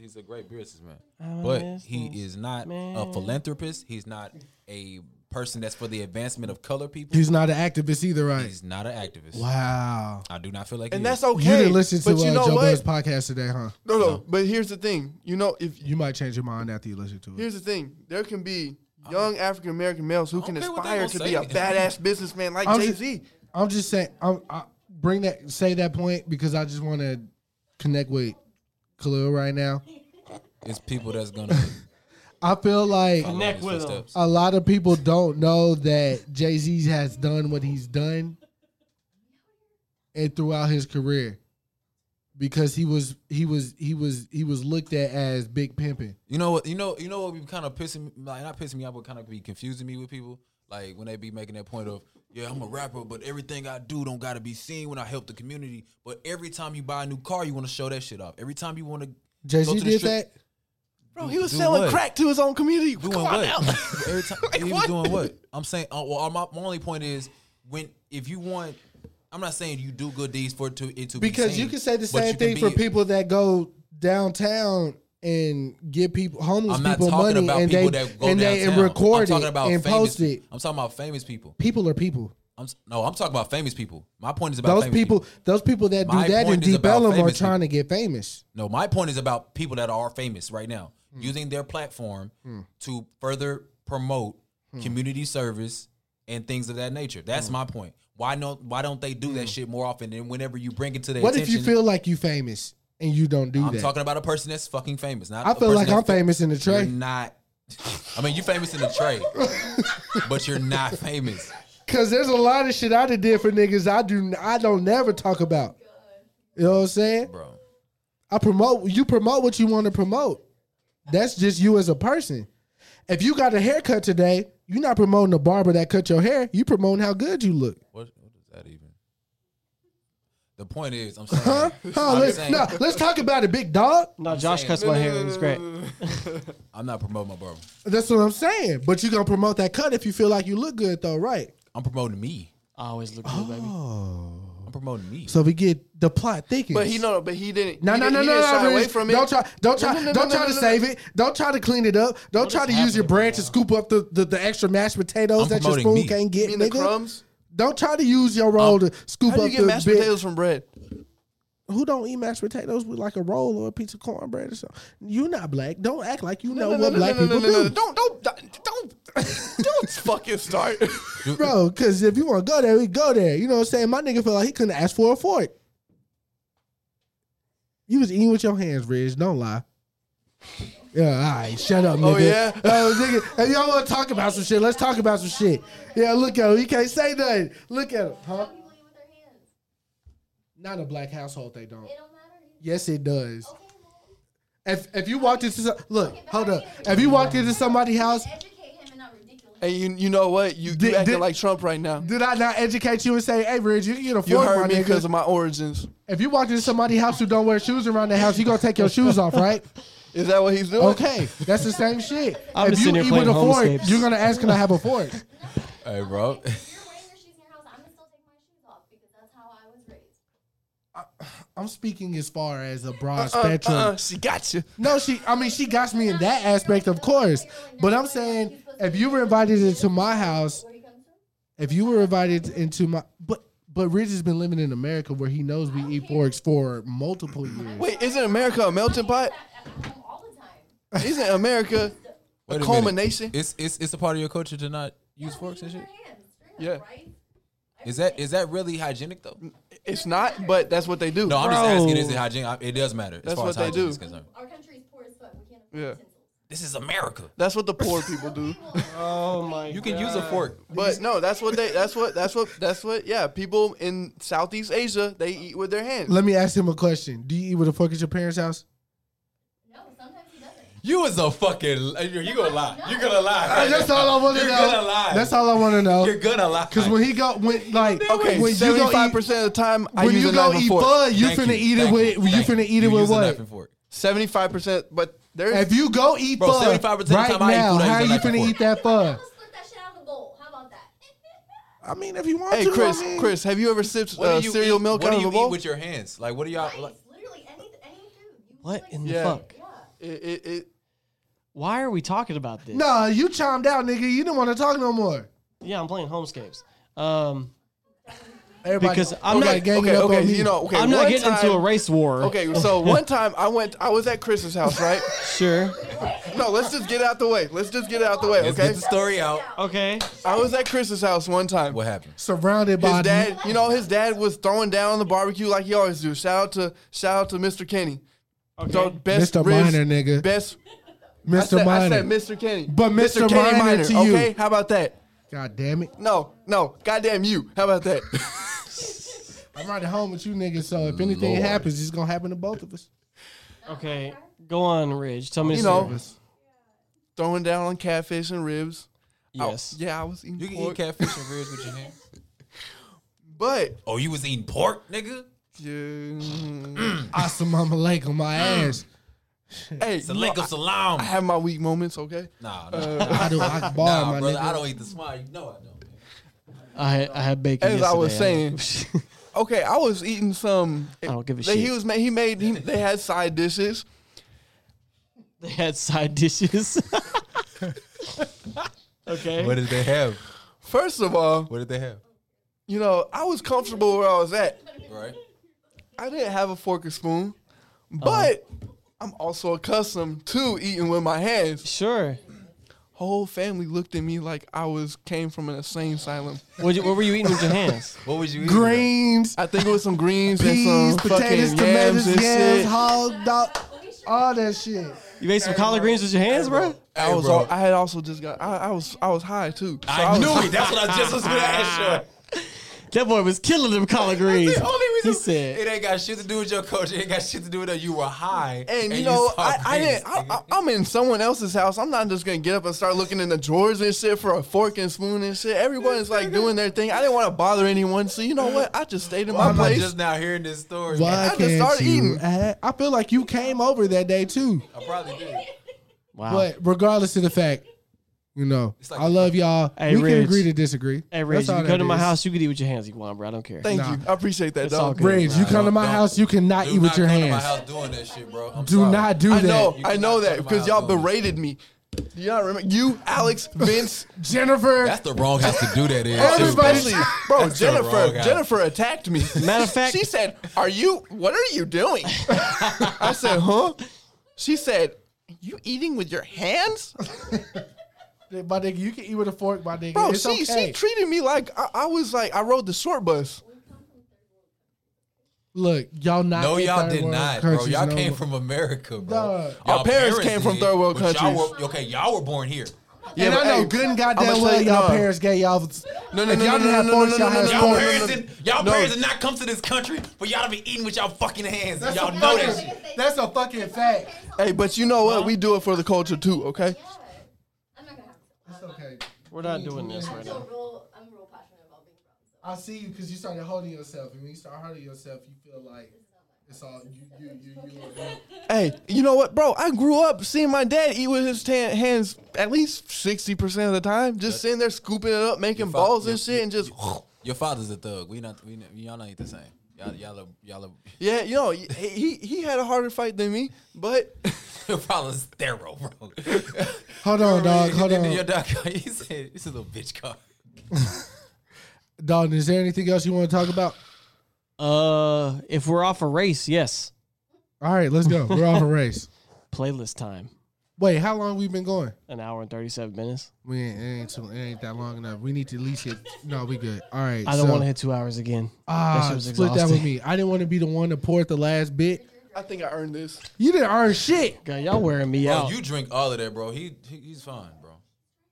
He's a great businessman, but he is not a philanthropist. He's not a person that's for the advancement of color people. He's not an activist either, right? He's not an activist. Wow. I do not feel like. And he is. that's okay. You didn't listen to but you uh, know Joe Budden's what? podcast today, huh? No, no. But here's the thing. You know, if You might change your mind after you listen to it. Here's the thing: there can be young African American males who I can don't care Uh, what they aspire gonna to say. be a badass businessman like I'm Jay just- Z. I'm just saying. I'm, I bring that say that point because I just want to connect with Khalil right now. It's people that's gonna I feel like follow Connect his with him. footsteps. a lot of people don't know that Jay Z has done what he's done, and throughout his career, because he was he was he was he was looked at as big pimping. You know what? You know. You know what? Be kind of pissing, me- like not pissing me off, but kind of be confusing me with people. Like when they be making that point of, yeah, I'm a rapper, but everything I do don't gotta be seen when I help the community. But every time you buy a new car, you want to show that shit off. Every time you want to, Jay Z did that. Bro, he was do selling what? crack to his own community. Doing Come on what? now. Every time he was doing what? I'm saying. Uh, well, my, my only point is when if you want, I'm not saying you do good deeds for it to it to be Because you seen, can say the but you same can thing for be- people that go downtown and give people homeless I'm not people talking money about and people they that go and downtown. they and record I'm talking it about and famous, post it. I'm talking about famous people. People are people. I'm s- no, I'm talking about famous people. My point is about Those famous people, those people that do My that in point is Deep about Ellum are famous trying to get famous. No, my point is about people that are famous right now Hmm. using their platform to further promote Hmm. community service and things of that nature. That's my point. Why no? Why don't they do that shit more often? And whenever you bring it to their Hmm. What if attention, you feel like you famous and you don't do I'm that? talking about a person that's fucking famous. Not I a feel like person I'm that's- famous in the You're trade not. I mean, you famous in the trade, but you're not famous. because there's a lot of shit I done did for niggas I do I don't never talk about. You know what I'm saying? Bro, I promote you promote what you want to promote. That's just you as a person. If you got a haircut today, you're not promoting the barber that cut your hair. You promoting how good you look. what, what is that even? The point is, I'm saying, Huh? Huh, I'm, let's, saying no, let's talk about it, big dog. No, Josh cuts my hair. It's great. I'm not promoting my brother. That's what I'm saying. But you gonna promote that cut if you feel like you look good though, right? I'm promoting me. Oh. I always look good, baby. I'm promoting me. So we get the plot thickens. But he no, but he didn't. No, he no, didn't- no, he no, didn't no, shy no, away Rich. from it. Don't try, don't try, No, no, no, don't no, try no, to no, save no. it. Don't try to clean it up. Don't try to use your bread to scoop up the, the, the extra mashed potatoes I'm that your promoting spoon me. can't You get, mean nigga. the crumbs? Don't try to use your roll to scoop How do up you get the mashed bit. potatoes from bread? Who don't eat mashed potatoes with like a roll or a piece of cornbread or something? You're not black. Don't act like you know No, no, what no, black no, no, no, people no, no. do, Don't, don't, don't, don't fucking start. bro. Because if you want to go there, we go there. You know what I'm saying? My nigga felt like he couldn't ask for a fork. You was eating with your hands, Ridge. Don't lie. Yeah, all right, shut up, nigga. Oh, yeah? Oh, nigga. If y'all want to talk about some shit, let's talk about some shit. Yeah, look at him. He can't say nothing. Look at him, huh? Not a black household, they don't. Yes, it does. If if you walked into some, look, hold up. If you walked into somebody's house, Educate him and not ridiculous. and you, you know what? You, you Did- acting did- like Trump right now. did I not educate you and say, "Hey, Ridge, you can get a You fork, my heard me nigga"? because of my origins. if you walked into somebody's house who don't wear shoes around their house, you gonna take your shoes off, right? Is that what he's doing? Okay, that's the same shit. I'm if just you sitting here eat with playing a fork, Homescapes. you're gonna ask, "Can I have a fork?" hey, If bro. you're wearing your shoes in your house, I'm gonna still take my shoes off because that's how I was raised. I'm speaking as far as a broad Uh, spectrum. uh, she got you. No, she. I mean, she got me in that aspect, of course. But I'm saying, if you were invited into my house If you were invited into my, but but Ridge has been living in America where he knows we eat porks for multiple years. Wait, isn't America a melting pot? Isn't America a Wait minute. culmination? It's it's it's a part of your culture to not use forks and shit. Yeah, Is that is that really hygienic though? it's not, but that's what they do. No, I'm just Bro. asking. Is it hygienic? I- It does matter. That's as far what as they hygiene do. Is concerned. Yeah, This is America. that's what the poor people do. Oh my! You can use a fork. But no, that's what they. That's what. That's what. That's what. Yeah, people in Southeast Asia they eat with their hands. Let me ask him a question. Do you eat with a fork at your parents' house? You is a fucking. You you gonna lie? You're gonna lie. That's all I want to You're know. gonna lie. That's all I want to know. You're gonna lie. Because when he go, when like, Okay, when you go seventy-five eat, percent of the time I when use you a knife go and eat fork. bud, you Thank finna eat it Thank with, you Thank finna eat it You with use a knife what? and fork. Seventy-five percent, but there's If you go eat Bro, bud 75% of the right time I eat now, food, I how are use a you knife and finna fork. eat that Uh. bud? Split that shit out of the bowl. How about that? I mean, if you want Hey to, Chris, I mean- Chris, have you ever sipped What uh, do you cereal eat? milk What out do of you a bowl? eat with your hands? Like, what do y'all? Like, Literally any any food. You What in the Yeah. fuck? It, it, it, Why are we talking about this? No, you chimed out, nigga. You didn't want to talk no more. Yeah, I'm playing Homescapes. Um, Everybody, Because I'm okay, not- gang it okay, up okay, on me. you know, okay. I'm not one getting time, into a race war. Okay, so one time I went, I was at Chris's house, right? Sure. No, let's just get it out the way. Let's just get it out the way, let's okay? get the story out. Okay. I was at Chris's house one time. What happened? surrounded by His dad, you know, his dad was throwing down the barbecue like he always do. Shout out to shout out to Mr. Kenny. Okay. So best Mr. ribs- Minor, nigga. Best. I Mr. said, I said Minor. Mr. Kenny. But Mr. Kenny Minor to you. Okay, how about that? God damn it! No, no, goddamn you. How about that? I'm riding home with you, niggas. So if anything happens, it's gonna happen to both of us. Okay. Go on, Ridge. Tell me. You a know, story. throwing down on catfish and ribs. I- Yes. yeah, I was eating You can pork, eat catfish and ribs with your hands. but Oh, you was eating pork, nigga. yeah, Awesome, mama lake on my ass. hey, It's a you link know, of salam. I have my weak moments. Okay, Nah, nah, I do I bar, nah, Uh, my brother. nigga. I don't eat the smile. You know I don't. I had, I had bacon. As I was yesterday. okay, I was eating some. I don't give a they, He shit. was ma- he made he, they had side dishes. they had side dishes. okay. What did they have? First of all, What did they have? you know, I was comfortable where I was at. Right. I didn't have a fork or spoon, but I'm also accustomed to eating with my hands. Sure. Whole family looked at me like I was came from an insane asylum. What, you, what were you eating with your hands? What was you eating? Greens, I think it was some greens peas, and some potatoes, fucking yams tomatoes, and yams, shit. hog dog, all that shit. You made some collard greens with your hands, bro. I was. bro. al- I had also just got. I, I was. I was high too. So I was- knew it. That's what I just was gonna ask you. That boy was killing them collard greens. The only reason he said, it ain't got shit to do with your culture. It ain't got shit to do with that you were high. And you know, saw I, I greens, didn't. I, nigga. I, I'm in someone else's house. I'm not just gonna get up and start looking in the drawers and shit for a fork and spoon and shit. Everyone's like doing their thing. I didn't want to bother anyone, so you know what? I just stayed in Why my am I place. just now hearing this story? man? Why just can't started you? eating. add- I feel like you came over that day too. I probably did. "Wow." But regardless of the fact, you know, like- I love y'all. we Hey, can Ridge. agree to disagree. Hey, Ridge, That's all if you come that to my is. house, you could eat with your hands if you want, bro. I don't care. Thank you. I appreciate that, all dog. good. Ridge, you come to my Don't- house, you cannot Do eat with not your come to my hands. house doing that shit, bro. I'm Do sorry. not do I that. know. You I cannot know come that to my because house y'all doing that. berated me. Do y'all remember you, Alex, Vince, Jennifer. That's the wrong house to do that in. Everybody- too, Especially, bro, That's the wrong Jennifer. guy. Jennifer attacked me. Matter of fact- she said, "Are you? What are you doing?" I said, uh-huh. "Huh?" She said, "You eating with your hands, my nigga, you can eat with a fork, my nigga. bro?" it's she okay. she treated me like I, I was like I rode the short bus. Look, y'all not. No, in Oh, y'all third did world not, bro. countries Y'all no came more. from America, bro. Dog. Y'all Our parents came from third world but y'all countries. were- okay, y'all were born here. And I know good and goddamn well y'all parents gave y'all. No, no, if no, no, y'all didn't no, have no, forks, no, y'all no, had no, Y'all no, spoons. parents, no. didn't, y'all No. parents did not come to this country, but y'all been eating with y'all fucking hands. y'all a know that fucking- shit. That's a fucking fact. Hey, but you know what? We do it for the culture too. Okay. That's okay. We're not doing this right now. I'm real passionate about being brown. So I see you because you started holding yourself, and when you start holding yourself, you feel like it's all you, you, you, you. Hey, you know what, bro? I grew up seeing my dad eat with his tan- hands at least sixty percent of the time, just sitting there scooping it up, making Your fa- balls and your- shit, and just. your, your father's a thug. We not. We not- y'all not ain't the same. Y'all y'all are, y'all are, Yeah, you know, he, he he had a harder fight than me, but your father's thorough, bro. Hold on, dog. Hold Your on. dog- he said, "This is a bitch car." Dalton, is there anything else you want to talk about? Uh, if we're off a race, yes. All right, let's go. We're off a race. Playlist time. Wait, how long we been going? An hour and thirty-seven minutes. We ain't, it ain't too, it ain't that long enough. We need to at least hit. No, we good. All right. I don't so- want to hit two hours again. Ah, shit was split that with exhausting. me. I didn't want to be the one to pour at the last bit. I think I earned this. You didn't earn shit. God, y'all wearing me Bro, out. Oh, you drink all of that, bro. He, he he's fine, bro.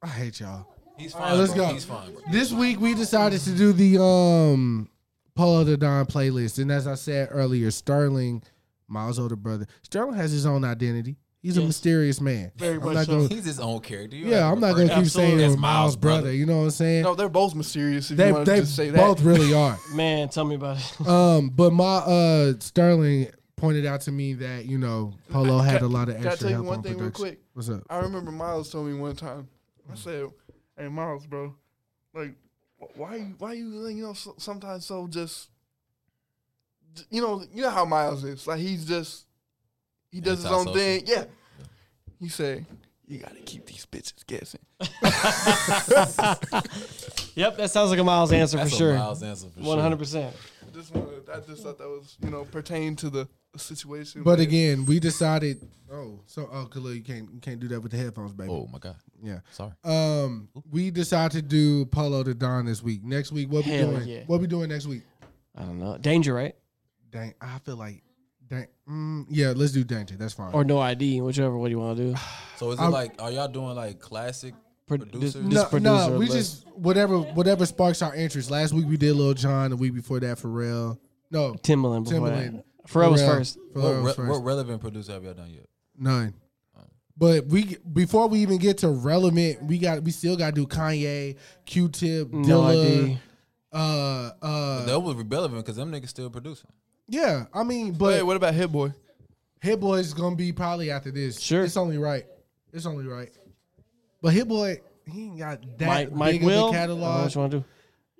I hate y'all. He's All fine. right, let's bro. go. He's fine, bro. This week we decided to do the um Polo the Don playlist, and as I said earlier, Sterling, Miles' older brother, Sterling has his own identity. He's a mysterious man. I'm not gonna- He's his own character. You yeah, have I'm not gonna refer keep to saying him it as was Miles' brother. You know what I'm saying? No, they're both mysterious. If they you want they to say that, both really are. Man, tell me about it. Um, but my uh Sterling pointed out to me that you know Polo had a lot of Can I extra tell you help one on thing real production. quick? What's up? I remember Miles told me one time. I said, "Hey, Miles, bro, like, wh- why you, why you, you know, so, sometimes so just, j- you know, you know how Miles is. Like, he's just, he does his own Antisocial. thing. Yeah. He said, you gotta keep these bitches guessing. Yep, that sounds like a Miles answer That's for a sure. Miles answer for One hundred percent. Just wanted, I just thought that was, you know, pertained to the situation. But again, we decided. Oh, so oh, Khalil, you can't you can't do that with the headphones, baby. Sure. Oh my god. Yeah. Sorry. Um, we decided to do Polo to Don this week. Next week, what we Hell doing? yeah. What we doing next week? I don't know. Danger, right? Dang, I feel like, dang, mm, yeah, let's do danger. That's fine. Or no ID, whichever. What do you want to do? So is it I'm- like are y'all doing like classic Pro- producers? this- this- no, producer no, we list. just whatever whatever sparks our interest. Last week we did Lil John. The week before that, Pharrell. No, Timbaland before Timbaland. that. Pharrell was Pharrell- first. what, Pharrell re- was first. what relevant producer have y'all done yet? None. But we before we even get to relevant, we got we still got to do Kanye, Q-Tip, No Dilla, ID. uh, uh, Mm-hmm. that was relevant because them niggas still producing. yeah. I mean, Hey, but what about Hit Boy? Hit Boy is gonna be probably after this. Sure. it's only right. It's only right. But Hit Boy, he ain't got that Mike, Mike big Will. of a I don't know catalog. What you want to do?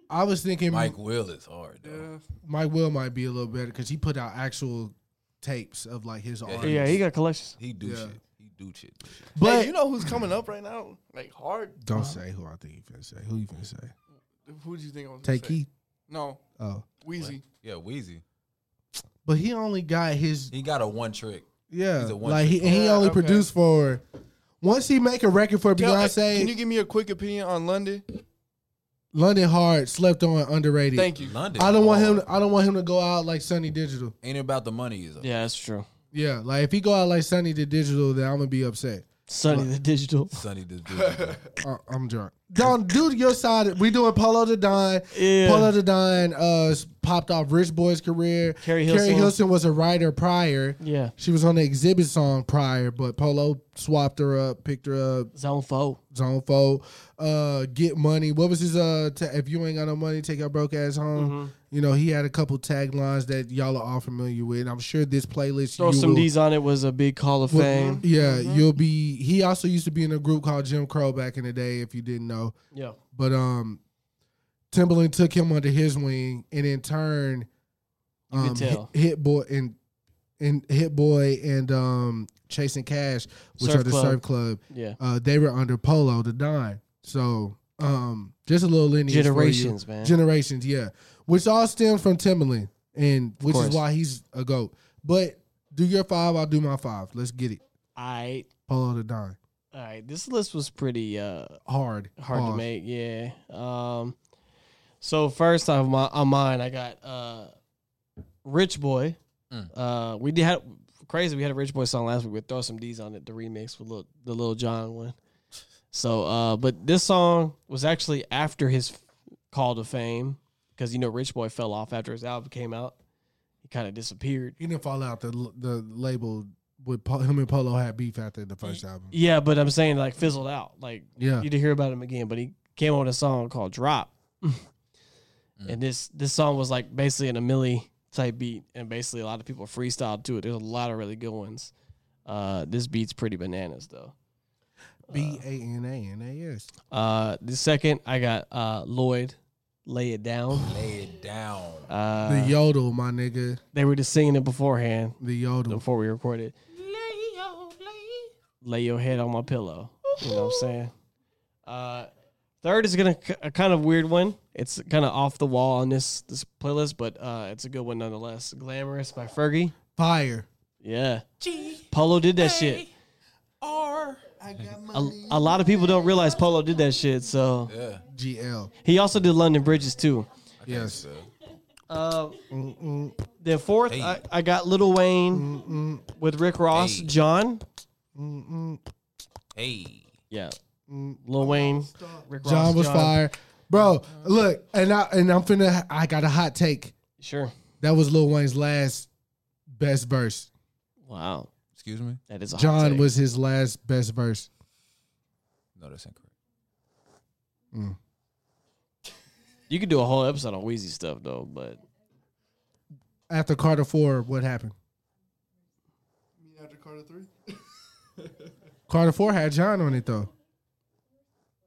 I was thinking Mike. Mike Will is hard. Though. Will might be a little better because he put out actual tapes of like his artists. Yeah, he got collections. He do Yeah. shit. He do shit. do shit. But hey, you know who's coming up right now? Like hard. don't say who I think you finna say. Who you finna say? Who do you think I was? gonna Take say? Keith. No, Oh, Wheezy. Yeah, Wheezy. but he only got his He got a one trick. Yeah, He's a one like he trick and he Yeah, only okay. produced for. Once he make a record for Tell- Beyonce, can you give me a quick opinion on London? London Hard slept on underrated. Thank you. London. I don't want him. hard. I don't want him to go out like Sunny Digital. Ain't it about the money is Yeah, that's true. Yeah, like if he go out like Sunny the Digital, then I'm gonna be upset. Sonny the Digital. Sunny this dude. Uh, I'm drunk. Don, do your side. We doing Polo to Don. Yeah. Polo to Don uh, s- popped off Rich Boy's career. Carrie Carrie Hilson. Hilson was a writer prior. Yeah. She was on the exhibit song prior, but Polo swapped her up, picked her up, Zone four. Zone Four, uh, Get Money. What was his uh? ta- if you ain't got no money, take your broke ass home. Mm-hmm. You know he had a couple taglines that y'all are all familiar with. I'm sure this playlist Throw you some will- D's on it was a big Hall of will- Fame. Yeah, Mm-hmm. you'll be. He also used to be in a group called Jim Crow back in the day. If you didn't know, Yeah. but um, Timberland took him under his wing, and in turn, could um, Hit, tell. Hit Boy and and Hit Boy and um, Chasing Cash, which Surf are the Club. Surf Club Yeah. uh, they were under Polo the Don. So um, just a little lineage. for you. Generations, man. Generations, yeah. Which all stem from Timberland, and which is course. why he's a goat. But do your five, I'll do my five. Let's get it. All right. Polo the Don. All right. This list was pretty uh Hard. hard to make. Yeah. Um. So first on my on mine, I got uh, Rich Boy. Uh, we did had crazy. We had a Rich Boy song last week. We throw some D's on it. The remix with little, the Little John one. So, uh, but this song was actually after his f- call to fame because you know Rich Boy fell off after his album came out. He kind of disappeared. He didn't fall out the the label with Pol- him and Polo had beef after the first album. Yeah, but I'm saying like fizzled out. Like Yeah. you didn't hear about him again. But he came out with a song called Drop, and this this song was like basically in a milli type beat, and basically a lot of people freestyled to it. There's a lot of really good ones. Uh, this beat's pretty bananas though. B A N A N A S. Uh, the second I got uh Lloyd, Lay It Down. Lay it down. Uh, The yodel, my nigga. They were just singing it beforehand The yodel. before we recorded. lay your head on my pillow. You know what I'm saying? Uh, third is gonna c- a kind of weird one. It's kind of off the wall on this this playlist, but uh, it's a good one nonetheless. Glamorous by Fergie. Fire. Yeah. Polo did that shit. A, a lot of people don't realize Polo did that shit. So GL. he also did London Bridges too. Yes. Uh, the fourth, I, I got Little Wayne with Rick Ross, Hey. John. Hey, Yeah. Mm, Lil Wayne, Rick Ross, John was fire. Bro, look, and I and I'm finna I got a hot take. Sure. That was Lil Wayne's last best verse. Wow. excuse me. That is a hot John take. was his last best verse. No, that's incorrect. You could do a whole episode on Wheezy stuff though, but After Carter Four, what happened? After Carter three. Carter Four had John on it though.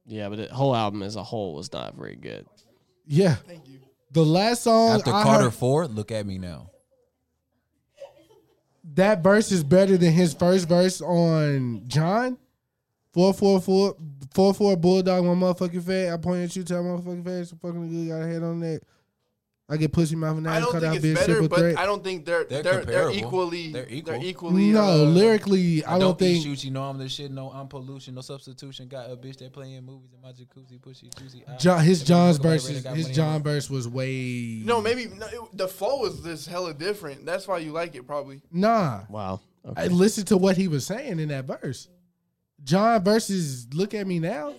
yeah, but the whole album as a whole was not very good. Yeah. Thank you. The last song After I Carter heard- Four, look at me now. that verse is better than his first verse on John. 444 44 Bulldog, my motherfucking fat. I point at you, tell my motherfucking face. Fucking good, got a head on that. I get pussy mouth and I I don't cut think out it's bitch. better, triple but threat. I don't think they're They're they're they're, comparable. equally They're they're, equal. equally No, uh, lyrically, I, don't, eat think. shoot you know I'm the shit. No, I'm pollution. No substitution. Got a bitch that playing movies in my jacuzzi. Pushy juicy. I- John, his Everybody John's look like verse, Ray is- that got his money in John it. verse was way No, maybe no, it- the flow is just hella different. That's why you like it probably. Nah, Wow. Okay. I listened to what he was saying in that verse. John versus "Look at Me Now,"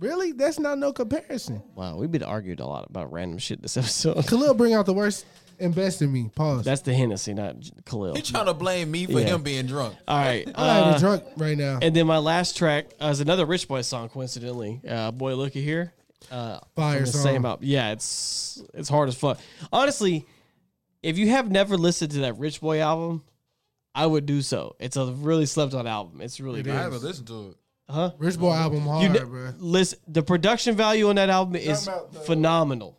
really? That's not no comparison. wow, we've been argued a lot about random shit this episode. Khalil bring out the worst and best in me. Pause. That's the Hennessy, not J- Khalil. He trying to blame me for Yeah. him being drunk. All right. I'm not uh, even drunk right now. and then my last track uh, is another Rich Boy song, coincidentally. Uh, Boy, looky here. Uh, Fire from the song. same album. Yeah, it's it's hard as fuck. Honestly, if you have never listened to that Rich Boy album, I would do so. It's a really slept on album. It's really I good. haven't listened to it. Rich boy album hard, You ne- bro. listen, the production value on that album is about the phenomenal.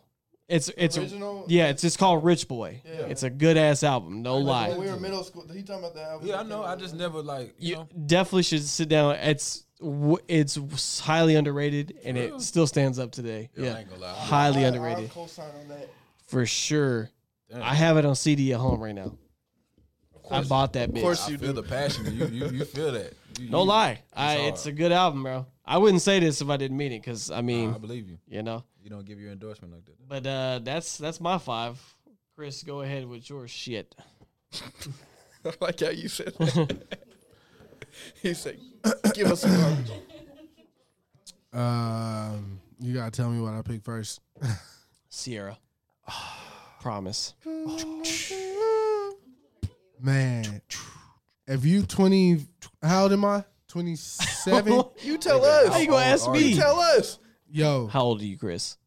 It's it's original? yeah. It's it's called Rich Boy. It's a good ass album. No lie. When we were in middle school, he talking about that album. Yeah, I know. I just never like you, you know. definitely should sit down. It's w- it's highly underrated and it still stands up today. Yeah, I ain't gonna lie. highly I underrated co-sign on that. for sure. I have it on CD at home right now. I bought that bitch. I feel the passion. You you you feel that. You, no you- lie, I, hard. it's a good album, bro. I wouldn't say this if I didn't mean it, because I mean, I believe you. you know. You don't give your endorsement like that. But uh, that's that's my five. Chris, go ahead with your shit. I like how you said that. he said, "Give us some garbage." Um, you gotta tell me what I picked first. Sierra, promise. Man, if you twenty, how old am I? Twenty seven. You tell us. How you gonna ask me? Tell us. Yo, How old are you, Chris?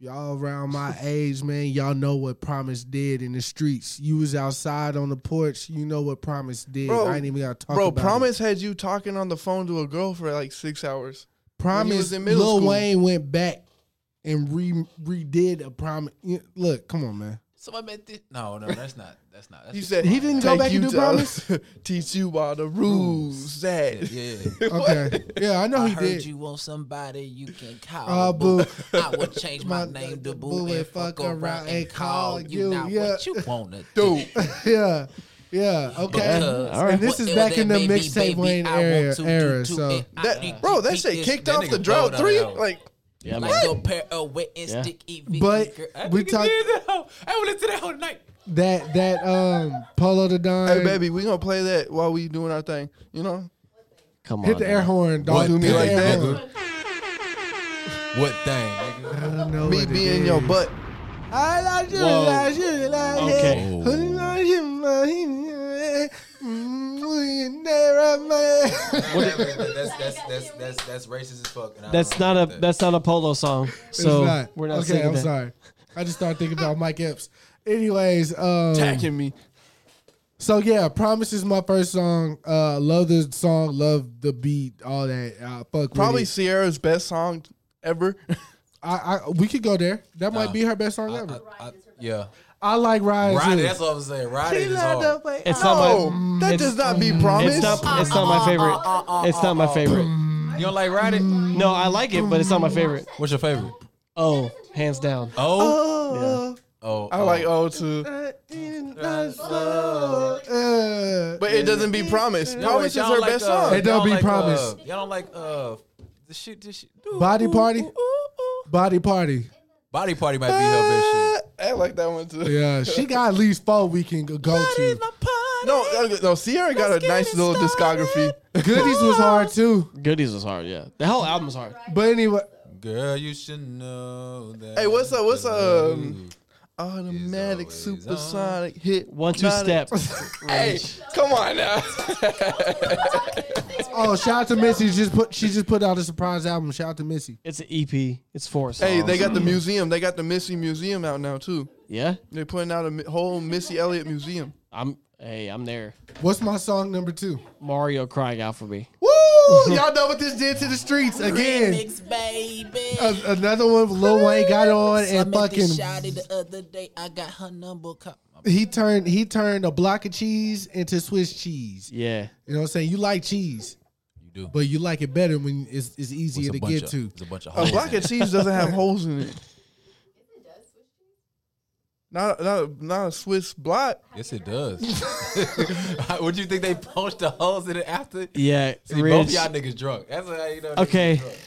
Y'all around my age, man, y'all know what Promise did in the streets. You was outside on the porch, you know what Promise did. Bro, I ain't even gotta talk Bro, about Promise had you talking on the phone to a girl for like six hours. it. when you Promise was in middle Lil school. Wayne went back and re redid a promise. Look, come on, man. So I meant this. No, no, that's not. That's not. That's He said He didn't go "Take back and you do to- Promise? Teach you all the rules that. Yeah. Okay. yeah, I know he did. want somebody you can call. Ah, boo. I would change my name to Boo and fuck around and call you not what you wanna Dude, yeah. Yeah. Okay. uh, And this is back in the mixtape Wayne era, era so that, bro, that shit kicked off the drought three. Like, Yeah, pair of wet and Yeah. EV. But we talk- I would listen to that whole night. that that um Polo the Don hey, baby, we gonna play that while we doing our thing. You know, Come on. hit the air now. horn, dog. Do me like like that? that. What thing? nigga? I don't know me what it being is. your butt. I like you, Whoa. like you, like you. Okay. Who like you, like you. Mm, there am I. That's, that's, that's, that's, that's, that's racist as fuck. and I That's don't not like a that. that's not a polo song. So It's not. we're not okay, singing I'm that. sorry. I just started thinking about Mike Epps. Anyways, um, Attacking me. so yeah, Promise is my first song. Uh, love the song, love the beat, all that. Uh, fuck Probably with it. Sierra's best song ever. I, I we could go there. That might be her best song ever. I, yeah. I, like Ryan. Ride too. it. That's what I was saying. Ride it is hard. It's no, not my that it's- does not be promise. it's not it's not my favorite. It's not my favorite. You don't like ride it? Mm-hmm. No, I like it, but it's not my favorite. What's your favorite? Oh, hands down. Oh, Oh, oh, I like oh too, But but it doesn't be promised. Promise is y'all her like, best uh, song. It don't y'all be like, promised. Uh, y'all don't like uh the shit. This shit. Ooh, Body ooh, Party? ooh, ooh, ooh. Body Party. Body party might be her best shit. I like that one too. Yeah, she got at least four we can go to. No, uh, no. Sierra got a nice little discography. Goodies was hard too. Goodies was hard, yeah. The whole album was hard. Uh, But anyway, Girl, you should know that. Hey, what's up? What's love um? you Mm. Automatic, always supersonic hit. One two not a- step. Hey, come on now. oh shout out to Missy. Just put she just put out a surprise album. Shout out to Missy. It's an EP. It's four songs. hey, they got the museum. They got the Missy Museum out now too. yeah. They're putting out a mi- whole Missy Elliott museum. I'm hey, I'm there. What's my song number two? Mario crying out for me. Woo! Y'all know what this did to the streets again. baby. A- another one Lil Wayne got on and fucking other day. I got her number. he turned he turned a block of cheese into Swiss cheese. Yeah. You know what I'm saying? You like cheese, You do. but you like it better when it's it's It's easier a to bunch get of- to. It's a bunch of A hoes block in of it. cheese doesn't have holes in it. Not a, not a, not a Swiss block. Yes, it does. Would you think they punched the holes in it after? Yeah. See, both Rich. y'all niggas drunk. That's how you know. niggas Okay. drunk.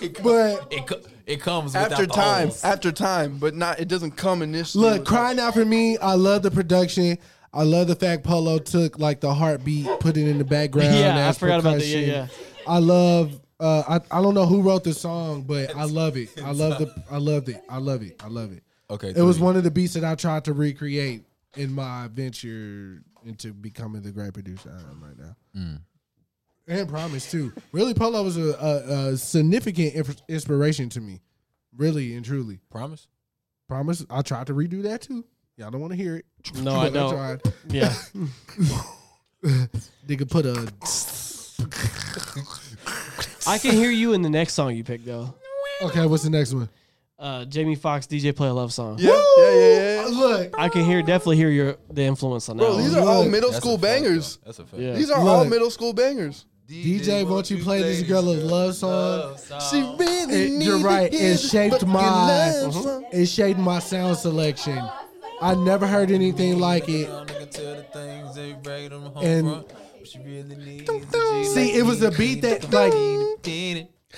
It com- But- it, co- it comes without after the time, holes. after time, but not. It doesn't come initially. Look, without- crying out for me. I love the production. I love the fact Polo took like the heartbeat, put it in the background. Yeah, I as forgot about that. Yeah, percussion. yeah. I love. Uh, I I don't know who wrote the song, but I love it. I love the. I loved it. I love it. I love it. Okay, It was three. one of the beats that I tried to recreate in my venture into becoming the great producer I am right now. Mm. And promise too. Really, Polo was a, a, a significant inf- inspiration to me. Really and truly. Promise. Promise, I tried to redo that too. Y'all don't want to hear it. No, I But don't. tried. Yeah. Nigga put a. I can hear you in the next song you pick though. Okay, what's the next one? Uh Jamie Foxx DJ play a love song. yeah, yeah, yeah, yeah, yeah. Look, I can hear definitely hear your the influence on that. Bro, one. these are all Look, middle That's school a fact, bangers. though. That's a fact. Yeah. These are all Look. middle school bangers. DJ, won't you play this girl a love song? She really It, need you're to right. hear It this shaped fucking my. love song. It shaped my sound selection. I never heard anything like it. And- And See, it was a beat that like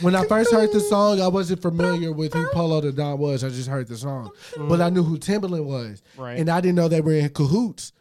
when I first heard the song, I wasn't familiar with who Polo the Don was. I just heard the song, but I knew who Timberland was, Right. and I didn't know they were in cahoots.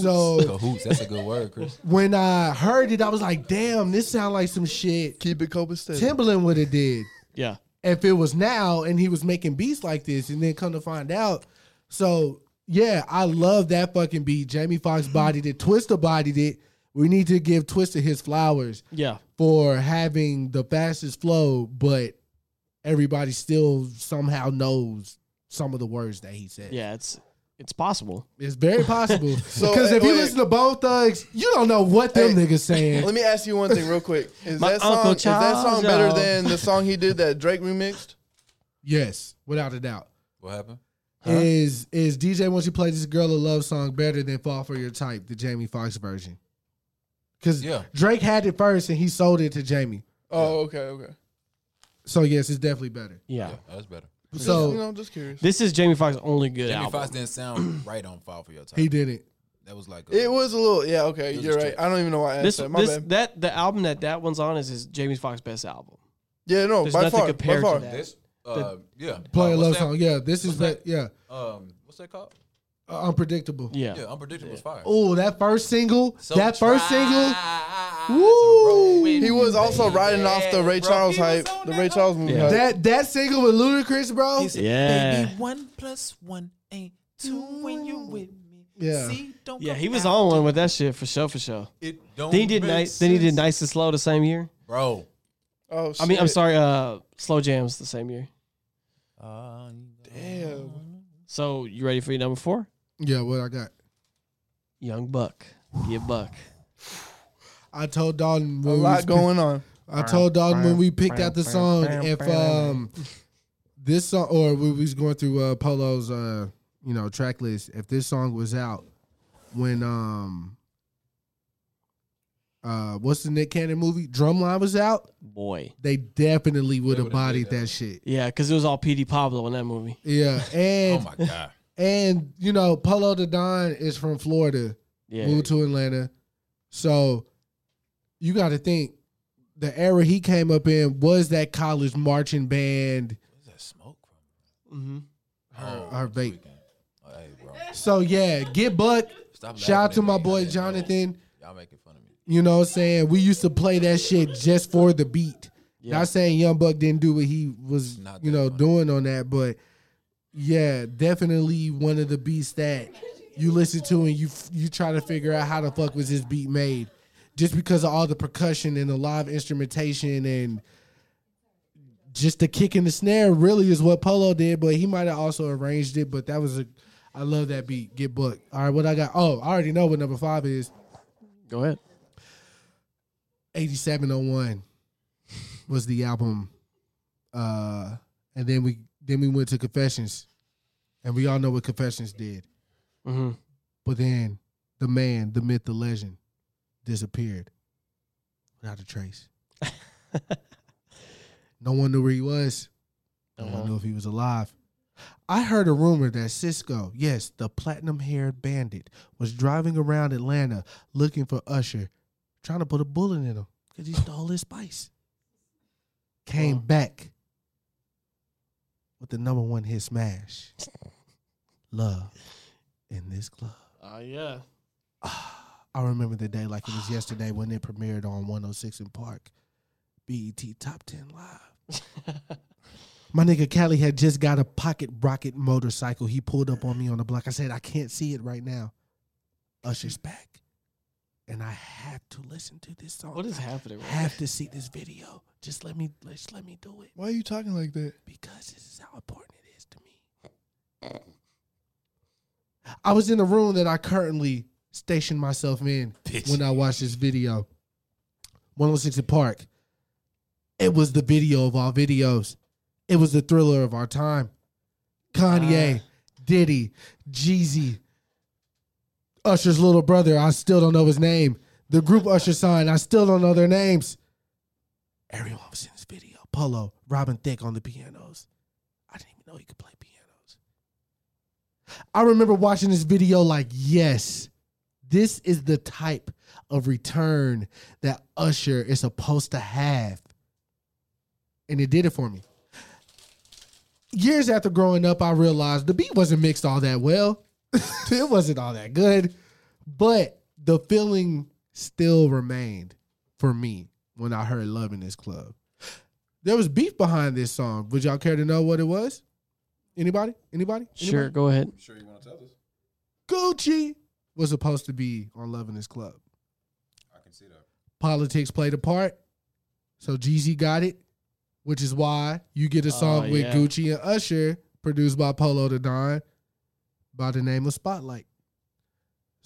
So Cahoots. That's a good word, Chris. when I heard it, I was like, "Damn, this sound like some shit Keep it Copa steady. Timberland would have did Yeah. if it was now." And he was making beats like this, and then come to find out, so yeah, I love that fucking beat. Jamie Foxx bodied it, Twista bodied it. We need to give Twista his flowers Yeah. for having the fastest flow, but everybody still somehow knows some of the words that he said. Yeah, it's it's possible. It's very possible. So, Because if eh, you wait. listen to Bone Thugs, you don't know what them Hey, niggas saying. Let me ask you one thing real quick. Is My that song Uncle is that song Charles, better y'all. than the song he did that Drake remixed? yes, without a doubt. What happened? Oh, Is is DJ Once You Play This Girl a Love song better than Fall for Your Type, the Jamie Foxx version? Because Yeah. Drake had it first and he sold it to Jamie. Oh, okay, okay. So yes, it's definitely better. Yeah. Yeah, that's better. So you know, I'm just curious. This is Jamie Foxx's only good Jamie album. Foxx didn't sound right on file for your time. he did it. That was like a, It was a little, yeah, okay, This you're is right. true. I don't even know why I asked this, that. My this bad. that the album that that one's on is his Jamie Foxx's best album. yeah, no, there's by nothing far, by compared to far. that. This, uh, yeah. Play Uh, a what's love that- song. Yeah, this is that. what's Yeah, Um, what's that called? Uh, unpredictable. Yeah. Yeah, unpredictable is fire. Oh, that first single. So that first try single. to roll Woo! with He was also me, riding off the Ray bro. Charles He was hype, on the that Ray hoe. Charles movie. Yeah. hype. That that single with Ludacris, bro. He said, Yeah. Baby, one plus one ain't two when you with me. Yeah. See, don't Yeah, go he was out on to- one with that shit for sure, for sure. It don't Then he did make nice. Then he did sense. nice and slow the same year. Bro. Oh, I mean, I'm shit. sorry, uh, slow jams the same year. Damn. So you ready for your number four? yeah, what I got. Young Buck, get Buck. I told Dalton A when we lot sp- going on. I told Dalton when we picked out the song if um this song or we was going through uh, Polo's uh you know track list if this song was out when um uh, what's the Nick Cannon movie? Drumline was out. Boy. They definitely would have bodied that shit. Yeah, because it was all PD Pablo in that movie. Yeah, and Oh my god. and you know Polo the Don is from Florida, Yeah. moved to Atlanta, so you got to think the era he came up in was that college marching band. Where's that smoke from? hmm Oh, our this vape. weekend. Oh, Hey, bro. So yeah, get buck. Stop Shout out laughing to at my me. boy I didn't know. Jonathan. Y'all making fun of me. You know what I'm saying? We used to play that shit just for the beat. Yeah. Not saying Young Buck didn't do what he was, Not you that know, funny. doing on that, but yeah, definitely one of the beats that you listen to and you f- you try to figure out how the fuck was this beat made, just because of all the percussion and the live instrumentation and just the kick and the snare really is what Polo did, but he might have also arranged it. But that was a, I love that beat. Get Buck. All right, what I got? Oh, I already know what number five is. Go ahead. 8701 was the album uh and then we then we went to confessions and we all know what confessions did hmm but then the man the myth the legend disappeared without a trace no one knew where he was no one knew if he was alive I heard a rumor that Cisco, yes, the platinum haired bandit, was driving around Atlanta looking for Usher, trying to put a bullet in him because he stole his spice. Came back with the number one hit smash Love in This Club. Oh, yeah. I remember the day like it was yesterday when it premiered on 106 in Park, BET Top 10 Live. My nigga Callie had just got a pocket rocket motorcycle. He pulled up on me on the block. I said, I can't see it right now. Usher's back. And I have to listen to this song. What is I happening right have to see this video. Just let me just let me do it. Why are you talking like that? Because this is how important it is to me. I was in a room that I currently stationed myself in when I watched this video. 106 at Park. It was the video of all videos. It was the thriller of our time. Kanye, Diddy, Jeezy, Usher's little brother. I still don't know his name. The group Usher signed. I still don't know their names. Everyone was in this video. Polo, Robin Thicke on the pianos. I didn't even know he could play pianos. I remember watching this video like, yes, this is the type of return that Usher is supposed to have. And it did it for me. Years after growing up, I realized the beat wasn't mixed all that well. it wasn't all that good. But the feeling still remained for me when I heard Love in This Club. There was beef behind this song. Would y'all care to know what it was? Anybody? Anybody? Sure, go ahead. Gucci was supposed to be on Love in This Club. I can see that. Politics played a part, so Jeezy got it, which is why you get a song Oh, with yeah. Gucci and Usher, produced by Polo the Don, by the name of Spotlight.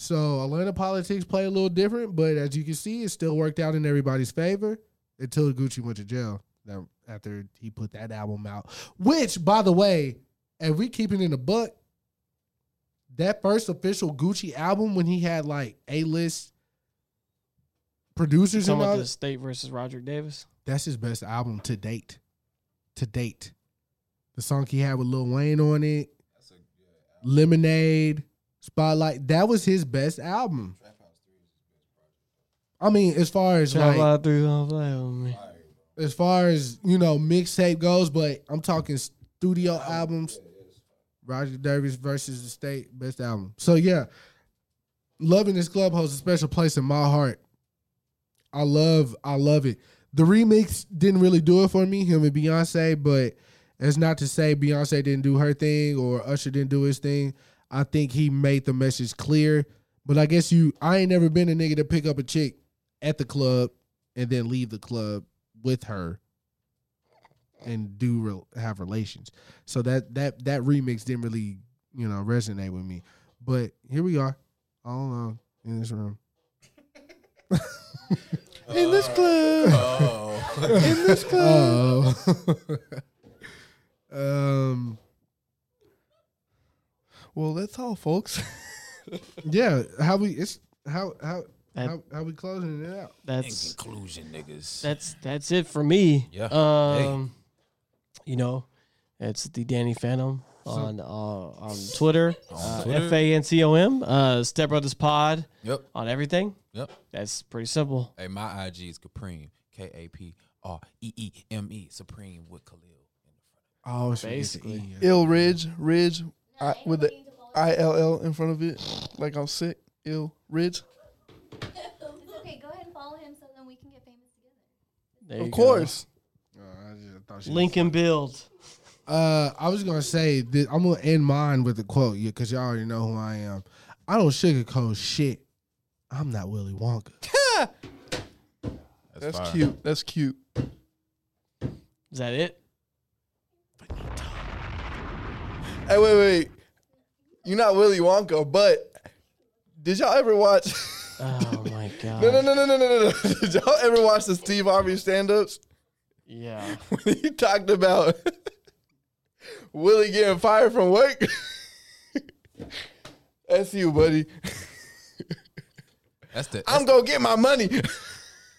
So Atlanta politics play a little different, but as you can see, it still worked out in everybody's favor until Gucci went to jail that- after he put that album out. Which, by the way, and we keep it in the buck, that first official Gucci album when he had like A list producers and Talking all about that- the state versus Roger Davis. that's his best album to date. To date. The song he had with Lil Wayne on it, Lemonade, Spotlight, that was his best album. I mean, as far as Shout like, out through don't play with me. as far as you know, mixtape goes, but I'm talking studio albums. Roger Davis versus the State, best album. So yeah, loving this club holds a special place in my heart. I love, I love it. The remix didn't really do it for me, him and Beyonce, but it's not to say Beyonce didn't do her thing or Usher didn't do his thing. I think he made the message clear. But I guess you, I ain't never been a nigga to pick up a chick at the club and then leave the club with her and do rel have relations. So that that that remix didn't really you know resonate with me. But here we are, all alone in this room. in this club. Oh, In this club. um. Well, that's all, folks. Yeah. How we? It's how how. That- how, how we closing it out? That's conclusion, niggas. That's that's it for me. Yeah. Um, you know, it's the Danny Phantom on uh, on Twitter, On uh, Twitter. F A N C O M, uh, Step Brothers Pod. Yep. On everything. Yep. That's pretty simple. Hey, my IG is Capreme. K A P R E E M E. Supreme with Khalil. Oh, Basically. Ill Ridge, Ridge I, with the I L L in front of it, like I'm sick. Ill Ridge, It's okay. Go ahead and follow him so then we can get famous together. There of you go. course. Lincoln Build. Uh, I was gonna say that I'm gonna end mine with a quote, yeah, because y'all already know who I am. I don't sugarcoat shit. I'm not Willy Wonka. That's, cute. That's cute. Is that it? Hey, wait, wait. You're not Willy Wonka, but did y'all ever watch? Oh my god. no, no, no, no, no, no, no. Did y'all ever watch the Steve Harvey stand-ups? Yeah. when he talked about Willie getting fired from work. That's you, buddy. That's the. That's I'm gonna get my money.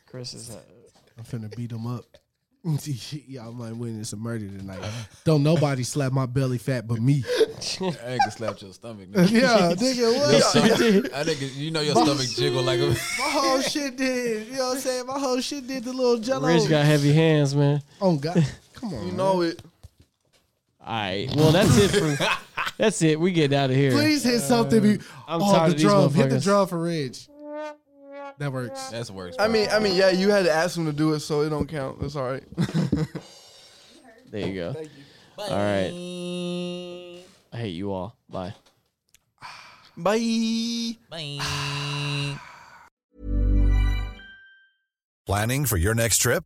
Chris is. Uh, I'm finna beat him up. y'all might witness a murder tonight. Don't nobody slap my belly fat but me. the, I can slap your stomach. nigga. Yeah, nigga, what? I think you know your stomach jiggle like a. My whole shit did. You know what I'm saying? My whole shit did the little jello. Rich got heavy hands, man. Oh God, come on. You know it. All right. Well, that's it for. That's it. We get out of here. Please hit something. be- Uh, I'm oh, tired the of these drum. Hit the motherfuckers. drum for Ridge. That works. That's worse. I mean, I mean, yeah, you had to ask him to do it, so it don't count. It's all right. There you go. Bye. All right. I hate you all. Bye. Bye. Bye. Planning for your next trip?